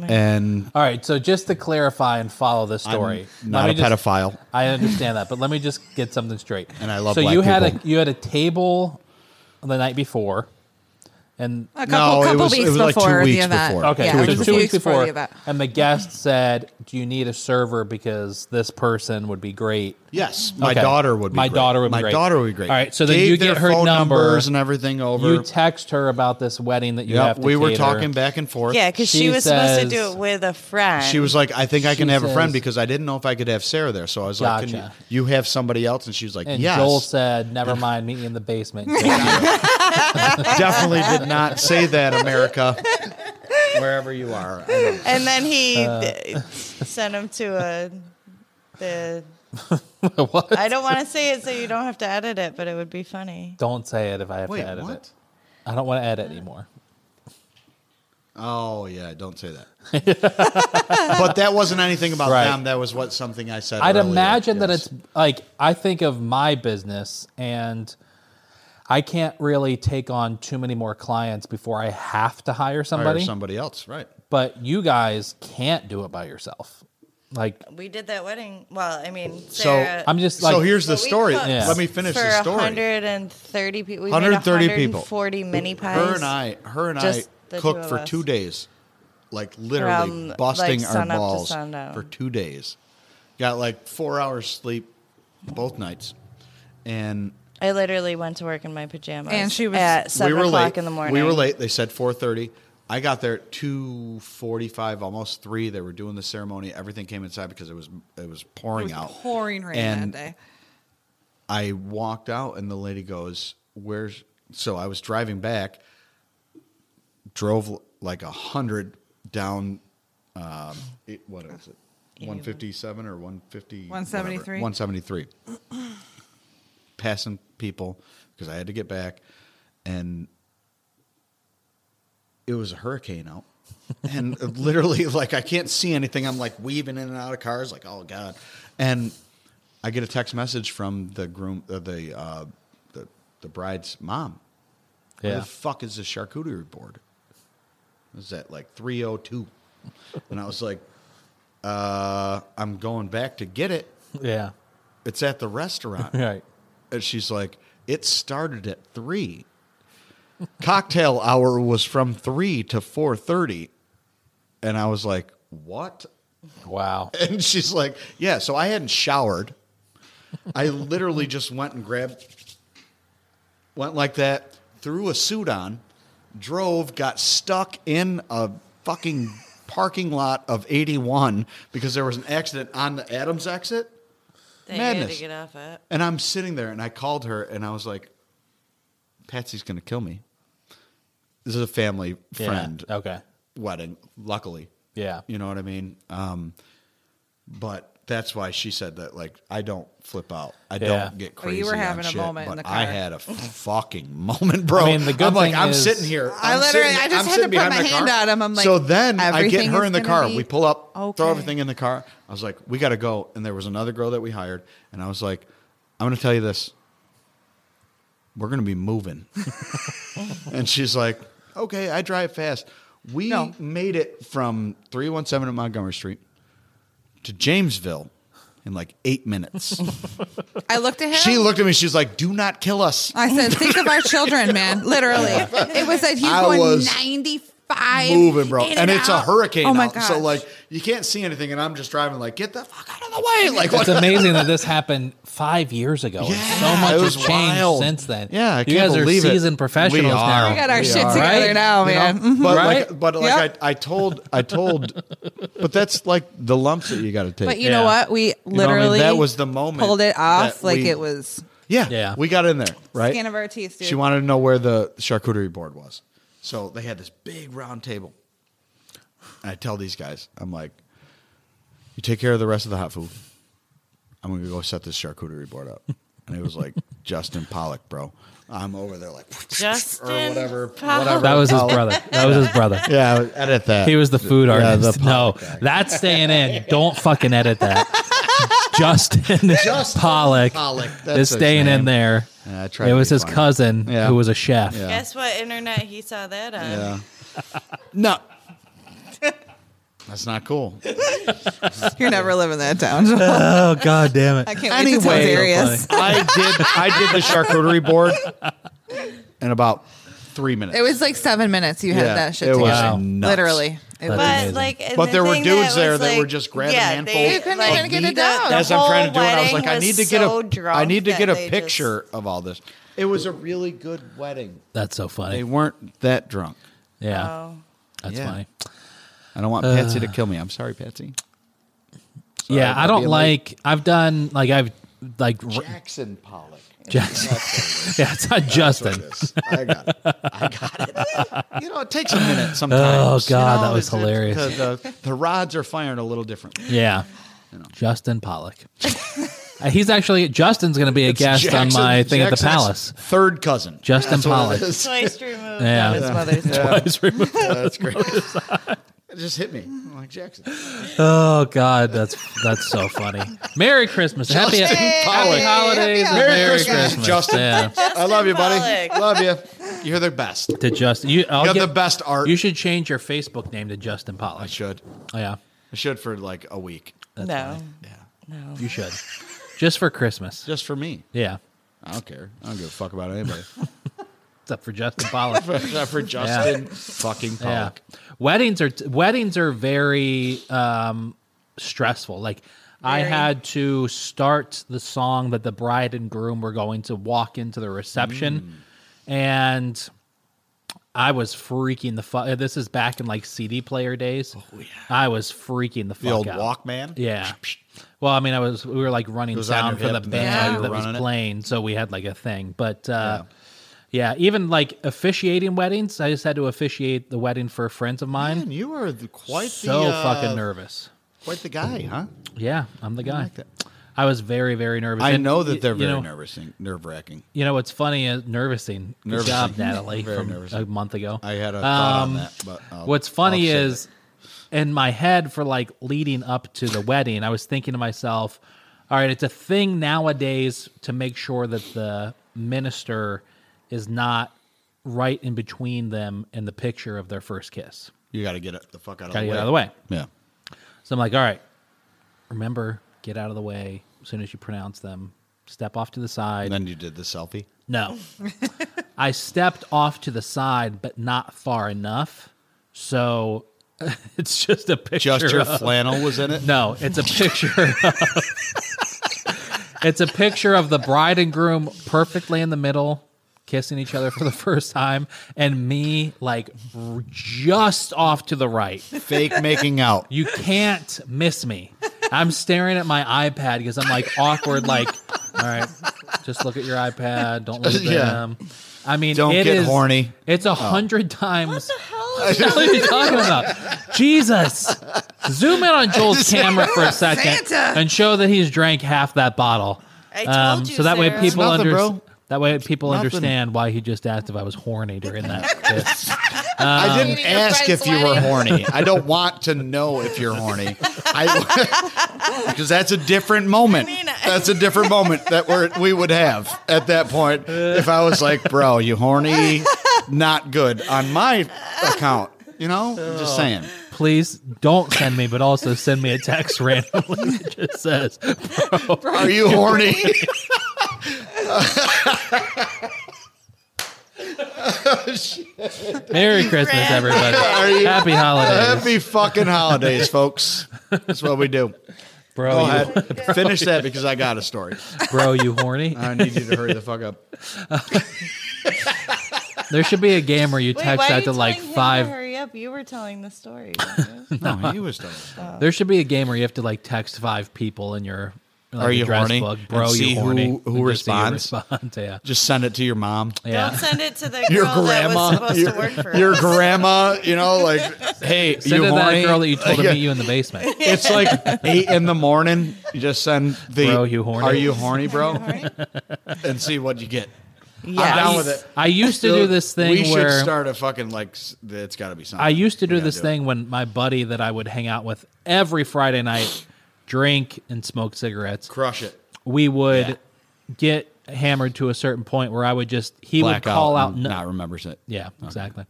S2: And
S5: All right. So just to clarify and follow this
S2: I'm
S5: story,
S2: not
S5: let
S2: a
S5: me just-
S2: pedophile.
S5: I understand that, but let me just get something straight.
S2: And I love
S5: So
S2: black
S5: you had a
S2: people.
S5: you had a table the night before, and
S4: A couple,
S2: No, it
S4: couple
S2: was- it
S4: weeks
S2: was like two
S4: before the
S2: weeks
S4: event.
S2: before.
S5: Okay,
S4: Yeah,
S5: so
S4: it
S5: it
S4: was
S5: was
S4: a few weeks before the event.
S5: and the guest said, "Do you need a server because this person would be great?"
S2: Yes, my
S5: Okay.
S2: daughter would. be
S5: My
S2: great.
S5: daughter would be
S2: My
S5: great.
S2: daughter would be great.
S5: All right, so then
S2: Gave
S5: you get
S2: their
S5: her
S2: phone
S5: number.
S2: numbers and everything over.
S5: You text her about this wedding that you
S2: Yep,
S5: have. To
S2: we were
S5: cater.
S2: talking back and forth.
S3: Yeah, because she,
S5: She
S3: was supposed to do
S5: says-
S3: it with a friend.
S2: She was like, "I think I
S5: She
S2: can have a
S5: says-
S2: friend because I didn't know if I could have Sarah there." So I was like, "Can
S5: Gotcha.
S2: you, you have somebody else?" And she was like,
S5: And
S2: "Yes."
S5: Joel said, "Never mind, meet me in the basement."
S2: Definitely did not say that, America. Wherever you are, I don't know.
S3: and then he
S5: Uh,
S3: d- sent him to a the.
S5: what?
S3: I don't want to say it so you don't have to edit it, but it would be funny.
S5: Don't say it if I have
S2: Wait,
S5: to edit
S2: what?
S5: it. I don't want to edit anymore.
S2: Oh yeah, don't say that. but that wasn't anything about
S5: Right.
S2: them. That was what something I said.
S5: I'd
S2: earlier.
S5: imagine that
S2: Yes.
S5: it's like I think of my business and I can't really take on too many more clients before I have to hire
S2: Hire
S5: somebody.
S2: somebody else, right?
S5: But you guys can't do it by yourself. Like
S3: We did that wedding. Well, I mean,
S2: So,
S3: Sarah,
S5: I'm just like
S2: so here's the
S3: but we
S2: story.
S3: cooked
S5: Yeah.
S2: Let me finish
S3: for
S2: the story.
S3: 130 people. We
S2: 130
S3: 130 made
S2: people.
S3: 140 mini pies.
S2: Her and I, her and I
S3: Just the two
S2: cooked
S3: of
S2: for
S3: us.
S2: two days, like literally
S3: From, like,
S2: busting our
S3: sun up to
S2: balls
S3: sundown.
S2: for two days. Got like four hours sleep both nights, and
S3: I literally went to work in my pajamas.
S4: And she was-
S3: at seven
S2: we were
S3: o'clock
S2: late.
S3: in the morning.
S2: We were late. They said four thirty. I got there at two forty-five, almost three. They were doing the ceremony. Everything came inside because it was it was pouring
S4: It was
S2: out,
S4: pouring rain
S2: and
S4: that day.
S2: I walked out and the lady goes, "Where's?" So I was driving back, drove like a hundred down. Um, it, what is it? One fifty-seven or one fifty?
S4: 173?
S2: One seventy-three. Passing people because I had to get back, and it was a hurricane out. and literally, like, I can't see anything. I'm like weaving in and out of cars, like, oh god. And I get a text message from the groom, uh, the, uh, the the bride's mom. Where
S5: yeah.
S2: the fuck is the charcuterie board? It was at like 302, and I was like, uh, I'm going back to get it.
S5: yeah.
S2: It's at the restaurant.
S5: Right.
S2: And she's like, it started at three. Cocktail hour was from three to four thirty. And I was like, What?
S5: Wow.
S2: And she's like, Yeah, so I hadn't showered. I literally just went and grabbed went like that, threw a suit on, drove, got stuck in a fucking parking lot of 81 because there was an accident on the Adams exit.
S3: They had
S2: Madness.
S3: to get off it.
S2: And I'm sitting there and I called her and I was like, Patsy's going to kill me. This is a family
S5: Yeah.
S2: friend
S5: Okay.
S2: wedding, luckily.
S5: Yeah.
S2: You know what I mean? Um, but that's why she said that, like, I don't flip out. I
S5: Yeah.
S2: don't get
S4: Well,
S2: crazy.
S4: you were
S2: on
S4: having a
S2: shit,
S4: moment in
S2: but
S4: the
S2: I
S4: car.
S2: had a fucking moment, bro.
S5: I mean, the good
S2: I'm like,
S5: thing
S2: I'm
S5: is-
S2: sitting here.
S4: I
S2: I'm
S4: literally-
S2: sitting-
S4: I just
S2: I'm
S4: had
S2: sitting
S4: to put
S2: behind
S4: my hand
S2: car.
S4: out. I'm- I'm like,
S2: so then I get
S4: everything
S2: her
S4: is
S2: in the
S4: gonna
S2: car.
S4: be
S2: We pull up,
S4: okay.
S2: throw everything in the car. I was like, we got to go. And there was another girl that we hired, and I was like, I'm going to tell you this. We're going to be moving. And she's like, okay, I drive fast. We
S4: No.
S2: made it from 317 at Montgomery Street to Jamesville in like eight minutes.
S4: I looked at him.
S2: she looked at me. She's like, do not kill us.
S4: I said, think of our children, man. Literally. It was that he's
S2: I
S4: going
S2: was-
S4: 90 five.
S2: moving, bro.
S4: in
S2: And it's a
S4: out.
S2: hurricane
S4: Oh my
S2: out.
S4: gosh.
S2: So like you can't see anything and I'm just driving like get the fuck out of the way. Like what
S5: It's amazing that this happened five years ago. and so
S2: Yeah,
S5: much
S2: it was
S5: has changed
S2: wild.
S5: since then.
S2: Yeah, I
S5: you
S2: can't
S5: guys are
S2: believe it.
S5: seasoned
S2: We
S5: professionals
S2: are.
S5: now.
S4: We got our shit
S5: are.
S4: together
S5: Right?
S4: now, man. Mhm.
S2: But
S5: Right?
S2: like but like
S4: Yep.
S2: I, I told I told but that's like the lumps that you gotta take.
S4: But you
S5: Yeah.
S4: know what? We
S2: You know what I mean?
S4: literally
S2: that was the moment
S4: pulled it off
S2: that
S4: like
S2: we-
S4: it was
S2: Yeah.
S5: Yeah.
S2: We got in there, right?
S4: skin of our teeth, dude.
S2: She wanted to know where the charcuterie board was. So they had this big round table. And I tell these guys, I'm like, you take care of the rest of the hot food. I'm going to go set this charcuterie board up. And it was like Justin Pollock, bro. I'm over there like, or
S3: Justin
S2: whatever.
S3: Pollock.
S2: whatever.
S5: That was his brother. That was his brother.
S2: yeah, edit that.
S5: He was the food
S2: Yeah, the
S5: artist. no,
S2: Pollock guy.
S5: that's staying in. Don't fucking edit that. Justin,
S2: Justin
S5: Pollock,
S2: Pollock, that's
S5: is
S2: his
S5: staying in
S2: name.
S5: there.
S2: Yeah, I tried
S5: it
S2: to
S5: was
S2: be
S5: his
S2: funny.
S5: cousin
S2: Yeah.
S5: who was a chef.
S2: Yeah.
S3: Guess what internet he saw that on?
S2: Yeah. no. That's not cool.
S4: You're never living that down. Joel.
S5: Oh god damn it!
S4: I can't wait to tell Darius.
S2: I did. I did the charcuterie board in about three minutes.
S4: It was like seven minutes you had
S2: Yeah,
S4: that shit
S2: it was
S4: together.
S2: nuts.
S4: Literally.
S5: But-
S4: It was.
S3: But
S5: Amazing.
S3: like, and
S2: But
S3: the
S2: there were
S3: thing
S2: dudes
S3: that
S2: there
S3: was,
S2: that were
S3: like-
S2: just grabbing
S3: yeah,
S2: handfuls.
S3: They,
S2: They
S4: couldn't
S3: like,
S4: even get it
S3: the-
S4: down.
S3: the
S2: As I'm trying to do
S3: whole
S2: it, I was
S3: wedding
S2: like, I need to get
S3: so
S2: a. I
S3: drunk
S2: need to
S3: that
S2: get a
S3: they
S2: picture of all this. It was a really good wedding.
S5: That's so
S2: They
S5: funny.
S2: weren't that drunk.
S5: Yeah,
S3: Just, oh.
S5: that's
S2: Yeah.
S5: funny.
S2: I don't want Patsy to kill me. I'm sorry, Patsy. Sorry
S5: yeah, I
S2: about
S5: don't
S2: being late.
S5: like. I've done like I've like r-
S2: Jackson Pollock.
S5: Jackson.
S2: That's
S5: yeah, it's not
S2: what it
S5: Justin.
S2: is. I got it. I got it. You know, it takes a minute
S5: Oh,
S2: sometimes. you
S5: God,
S2: know,
S5: that was
S2: it's- it's-
S5: hilarious.
S2: the- the- the rods are firing a little differently.
S5: Yeah, Justin Pollock. Uh, He's actually Justin's going to be a guest on my
S2: Jackson-
S5: thing at the
S2: Jackson's
S5: palace.
S2: Third cousin.
S5: Justin
S2: That's what
S5: Pollock.
S2: it is.
S3: Twice removed.
S5: Yeah.
S3: Yeah. His mother's
S5: Twice removed.
S2: Yeah, that's great. it just hit me. I'm like Jackson.
S5: Oh God, that's that's so funny. Merry Christmas, happy,
S2: Justin
S5: happy
S2: Pollock.
S5: holidays, and
S4: Merry
S5: Merry, Christmas,
S2: Christmas, Justin.
S5: Yeah.
S2: I love you, buddy.
S3: Pollock.
S2: Love you. You're the best.
S5: To Justin, you, I'll
S2: You're
S5: get,
S2: the best art.
S5: You should change your Facebook name to Justin
S2: I
S5: Pollock.
S2: should.
S5: Oh, yeah,
S2: I should for like a week.
S3: No.
S2: Yeah.
S3: No.
S5: you should, just for Christmas.
S2: Just for me.
S5: Yeah,
S2: I don't care. I don't give a fuck about anybody.
S5: it's up for Justin Pollock.
S2: Except for Justin fucking
S5: yeah,
S2: Pollock.
S5: weddings are weddings are very um, stressful. Like I
S3: Very.
S5: had to start the song that the bride and groom were going to walk into the reception, and I was freaking the fuck. This is back in like CD player days. Oh yeah, I was freaking the fuck
S2: The old
S5: out.
S2: Walkman.
S5: Yeah. Well, I mean, I was we were like running
S2: was on
S5: sound
S2: your
S5: for the
S2: hip and that's
S5: band
S2: how you
S5: that
S2: were
S5: was
S2: running it.
S5: playing, so we had like a thing. But uh, yeah. even like officiating weddings, I just had to officiate the wedding for friends of mine.
S2: Man, you are the, quite
S5: so
S2: the uh,
S5: fucking nervous.
S2: Quite the guy, huh?
S5: Yeah, I'm the guy. I,
S2: like that.
S5: was very very nervous.
S2: I
S5: And
S2: know
S5: y-
S2: that they're
S5: you
S2: very
S5: know-
S2: nervous, nerve wracking.
S5: You know what's funny is nervousing. Good
S2: Nervousing.
S5: job, Natalie,
S2: Very
S5: from
S2: nervousing.
S5: a month ago.
S2: I had a thought
S5: Um,
S2: on that, but I'll-
S5: What's
S2: I'll
S5: funny
S2: save
S5: is in my head for like leading up to the wedding, I was thinking to myself, all right, it's a thing nowadays to make sure that the minister is not right in between them in the picture of their first kiss.
S2: it. you got to get it the fuck out of,
S5: Gotta
S2: the,
S5: get
S2: way.
S5: out of the way.
S2: Yeah,
S5: So I'm like, all right, remember, get out of the way as soon as you pronounce them. Step off to the side.
S2: and then you did the selfie.
S5: No. I stepped off to the side, but not far enough. So it's just a picture.
S2: Just your
S5: of-
S2: flannel was in it.
S5: No, it's a picture. of, it's a picture of the bride and groom perfectly in the middle, kissing each other for the first time, and me like r- just off to the right.
S2: Fake making out.
S5: You can't miss me. I'm staring at my iPad because I'm like awkward, like, all right, just look at your iPad. Don't look at
S2: Yeah.
S5: them. I mean,
S2: Don't
S5: it
S2: get
S5: is-
S2: horny. Oh.
S5: It's a hundred times.
S3: What the
S5: What
S3: hell?
S5: are you talking about? Jesus. Zoom in on Joel's camera for a second
S4: Santa.
S5: and show that he's drank half that bottle.
S3: I told
S5: Um,
S3: you,
S5: so that way
S3: Sarah.
S5: people
S2: Nothing,
S5: under
S2: bro.
S5: that way people
S2: Nothing.
S5: understand why he just asked if I was horny during that. kiss.
S2: I didn't
S4: Eating your
S2: ask
S4: friend's
S2: if you were
S4: wedding.
S2: horny. I don't want to know if you're horny. I because that's a different moment.
S3: mean, I-
S2: That's a different moment that we're, we would have at that point if I was like, "Bro, you horny? Not good on my account." You know, I'm just saying.
S5: Please don't send me, but also send me a text randomly that just says
S2: Are you horny?
S5: Merry Christmas, everybody.
S2: Are you-
S5: Happy holidays,
S2: Happy fucking holidays, folks. That's what we do.
S5: bro.
S2: Go
S5: you,
S2: ahead. Finish that because I got a story.
S5: Bro, you horny?
S2: I need you to hurry the fuck up.
S5: There should be a game where you text
S3: why are
S5: that
S3: you
S5: to like
S3: telling him
S5: five.
S3: hurry up! You were telling the story.
S2: No, he was done.
S5: There should be a game where you have to like text five people in your like,
S2: Are you
S5: address
S2: horny?
S5: book.
S2: And
S5: Bro,
S2: see
S5: you
S2: who-
S5: horny?
S2: who
S5: And just see
S2: responds?
S5: respond. Yeah,
S2: Just send it to your mom.
S5: yeah.
S3: Don't send it to the
S2: Your
S3: girl that was
S2: grandma.
S3: supposed
S2: Your,
S3: to work for
S2: your
S3: us.
S2: grandma, you know, like, hey,
S5: Send
S2: you
S5: it to
S2: horny?
S5: that girl that you told to
S2: Yeah.
S5: meet you in the basement.
S2: It's like eight in the morning. You just send the
S5: Bro, you horny?
S2: Are you horny, bro? and see what you get. I'm down with it.
S5: I used to do this thing
S2: We should
S5: where
S2: start a fucking like. s- It's got to be something.
S5: I used to
S2: We
S5: do
S2: gotta
S5: this thing when my buddy that I would hang out with every Friday night, drink and smoke cigarettes.
S2: It. Crush it.
S5: we would
S2: Yeah.
S5: get hammered to a certain point where I would just he
S2: Black
S5: would call out,
S2: and
S5: nu-
S2: Not remembers it.
S5: yeah exactly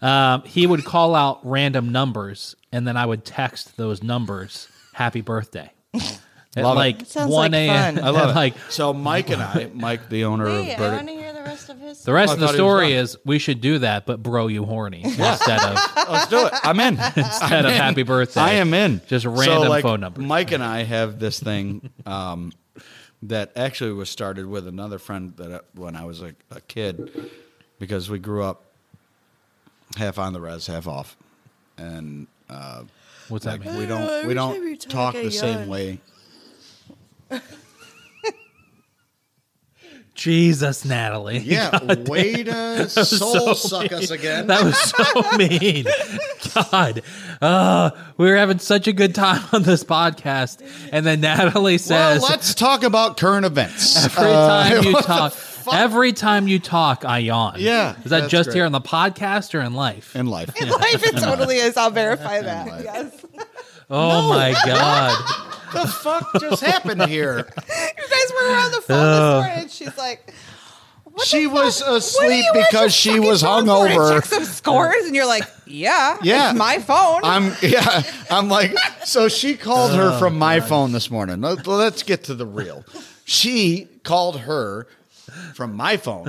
S5: um, he would call out random numbers and then I would text those numbers happy birthday at
S2: Love it.
S5: like
S3: That sounds
S5: one
S3: like
S5: a.m.
S3: fun.
S2: I love
S5: at,
S2: it.
S5: like
S2: so Mike and I, Mike, the owner
S3: Wait,
S2: of
S3: I
S2: Bird.
S3: want to hear the rest of his.
S5: the rest
S2: I
S5: of the
S2: thought he was
S5: story
S2: done.
S5: is we should do that but bro you horny instead of
S2: Let's do it. I'm in.
S5: instead of happy birthday
S2: I am in.
S5: just
S2: So,
S5: random
S2: like,
S5: phone numbers
S2: Mike and I have this thing um, that actually was started with another friend that I, when I was a, a kid, because we grew up half on the res, half off, and uh,
S5: what's that
S2: like
S5: mean
S2: we
S3: know,
S2: don't
S3: every
S2: we
S3: time you
S2: don't
S3: talk,
S2: talk
S3: I
S2: the same
S3: yawn.
S2: way.
S5: Jesus Natalie
S2: Yeah, way to soul suck us again.
S5: That was so mean. God. Uh, we were having such a good time on this podcast. And then Natalie
S2: well,
S5: says
S2: let's talk about current events.
S5: every time you talk every time you talk, I yawn.
S2: Yeah,
S5: Is that
S2: that's
S5: just
S2: great.
S5: here on the podcast or in life?
S2: in life.
S4: Life it totally is. I'll verify that.
S2: life.
S4: Yes.
S5: oh my God.
S2: the fuck just happened here?
S4: You guys were around the phone
S2: Oh.
S4: this morning. and She's like, what
S2: she
S4: the
S2: was
S4: fuck? What do
S2: asleep
S4: you want your
S2: because she
S4: fucking
S2: was
S4: phone for?
S2: hungover.
S4: Check some scores, and you're like, yeah,
S2: Yeah.
S4: it's my phone.
S2: I'm yeah. I'm like so. She called
S5: Oh,
S2: her from my phone this morning. Let, us get to the real. She called her from my phone,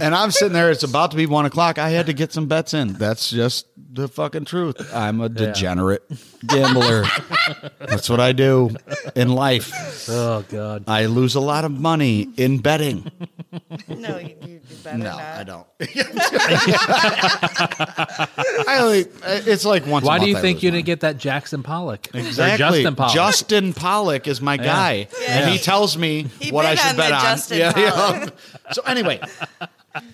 S2: and I'm sitting there. It's about to be one o'clock. I had to get some bets in. That's just the fucking truth. I'm a degenerate gambler. That's what I do in life.
S5: Oh God.
S2: I lose a lot of money in betting.
S3: No, you, you you better
S2: No,
S3: not.
S2: I don't. I only, it's like once. a
S5: Why do
S2: month
S5: you
S2: I
S5: think
S2: lose
S5: you
S2: money.
S5: didn't get that Jackson Pollock? Or
S2: Exactly.
S5: Justin Pollock.
S2: Justin Pollock is my guy, and he tells me
S3: He
S2: what I
S3: bid
S2: should
S3: on
S2: bet
S3: the
S2: on.
S3: Justin
S2: So anyway, what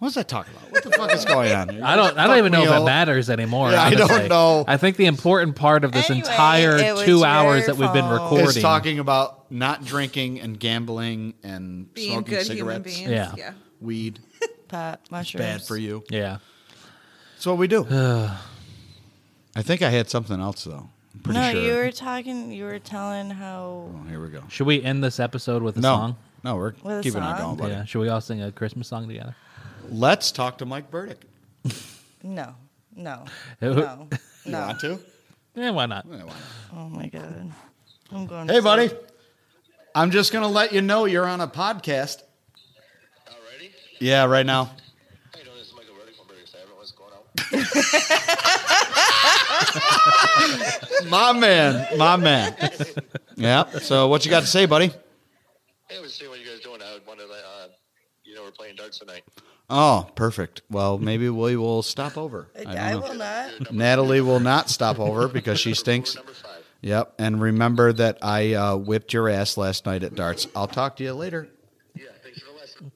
S2: was I talking about? What the fuck is going on? here?
S5: I don't. I don't
S2: Fuck
S5: even know
S2: me
S5: if it
S2: all.
S5: matters anymore.
S2: Yeah, I
S5: honestly.
S2: don't know.
S5: I think the important part of this
S3: Anyway, it
S5: entire
S3: was
S5: two
S3: your
S5: hours that we've been
S3: fault.
S5: recording
S2: It's talking about not drinking and gambling and
S4: being
S2: smoking
S4: good human
S2: cigarettes,
S4: beings.
S5: Yeah.
S4: yeah.
S2: weed.
S3: Pot, mushrooms.
S2: Bad for you.
S5: Yeah.
S2: That's what we do. I think I had something else though. I'm pretty
S3: No,
S2: sure.
S3: you were talking. You were telling how.
S2: Oh, here we go.
S5: Should we end this episode with a
S2: no,
S5: song?
S2: no, we're
S3: With a
S2: keeping on
S3: song?
S2: going, buddy.
S5: Yeah. Should we all sing a Christmas song together?
S2: Let's talk to Mike Burdick.
S3: No, no,
S5: Who-
S3: no,
S2: You
S3: no.
S2: want to?
S5: Yeah, why not?
S2: Yeah, Eh, why not?
S3: Oh my god, I'm going.
S2: Hey,
S3: to
S2: buddy.
S3: sleep.
S2: I'm just going to let you know you're on a podcast. Yeah, right now.
S6: How you doing? This is Michael Reddick from British Savage. What's going on?
S2: My man. My man. yeah. So, what you got to say, buddy?
S6: Hey, was seeing what you guys doing. I wanted to, uh, you know, we're playing darts tonight.
S2: Oh, perfect. Well, maybe we will stop over. I don't
S3: I,
S2: know.
S3: will not.
S2: Natalie will not stop over because she stinks.
S6: We're number five.
S2: Yep. And remember that I uh, whipped your ass last night at darts. I'll talk to you later.
S6: Yeah, thanks for the lesson.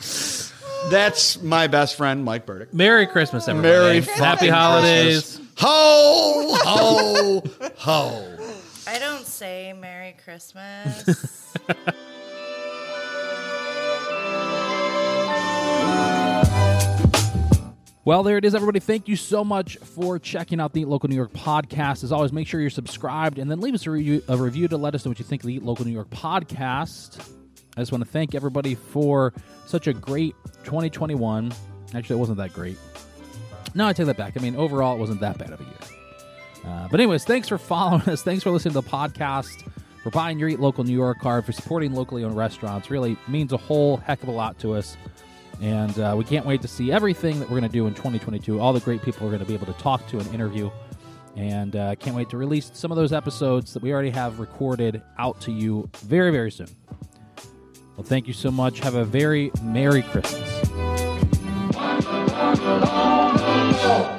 S5: Jesus.
S2: That's my best friend, Mike Burdick.
S5: Merry Christmas, everybody.
S2: Merry
S5: Happy
S2: fucking
S5: holidays.
S2: Christmas. Ho, ho, ho.
S3: I don't say Merry Christmas.
S1: Well, there it is, everybody. Thank you so much for checking out the Eat Local New York podcast. As always, make sure you're subscribed and then leave us a review, a review to let us know what you think of the Eat Local New York podcast. I just want to thank everybody for such a great 2021. Actually, it wasn't that great. No, I take that back. I mean, overall, it wasn't that bad of a year. Uh, but, anyways, thanks for following us. Thanks for listening to the podcast, for for buying your Eat Local New York card, for supporting locally owned restaurants. Really means a whole heck of a lot to us. And uh, we can't wait to see everything that we're going to do in 2022. All the great people we're going to be able to talk to and interview. And uh, can't wait to release some of those episodes that we already have recorded out to you very, very soon. Well, thank you so much. Have a very Merry Christmas.
S7: Oh.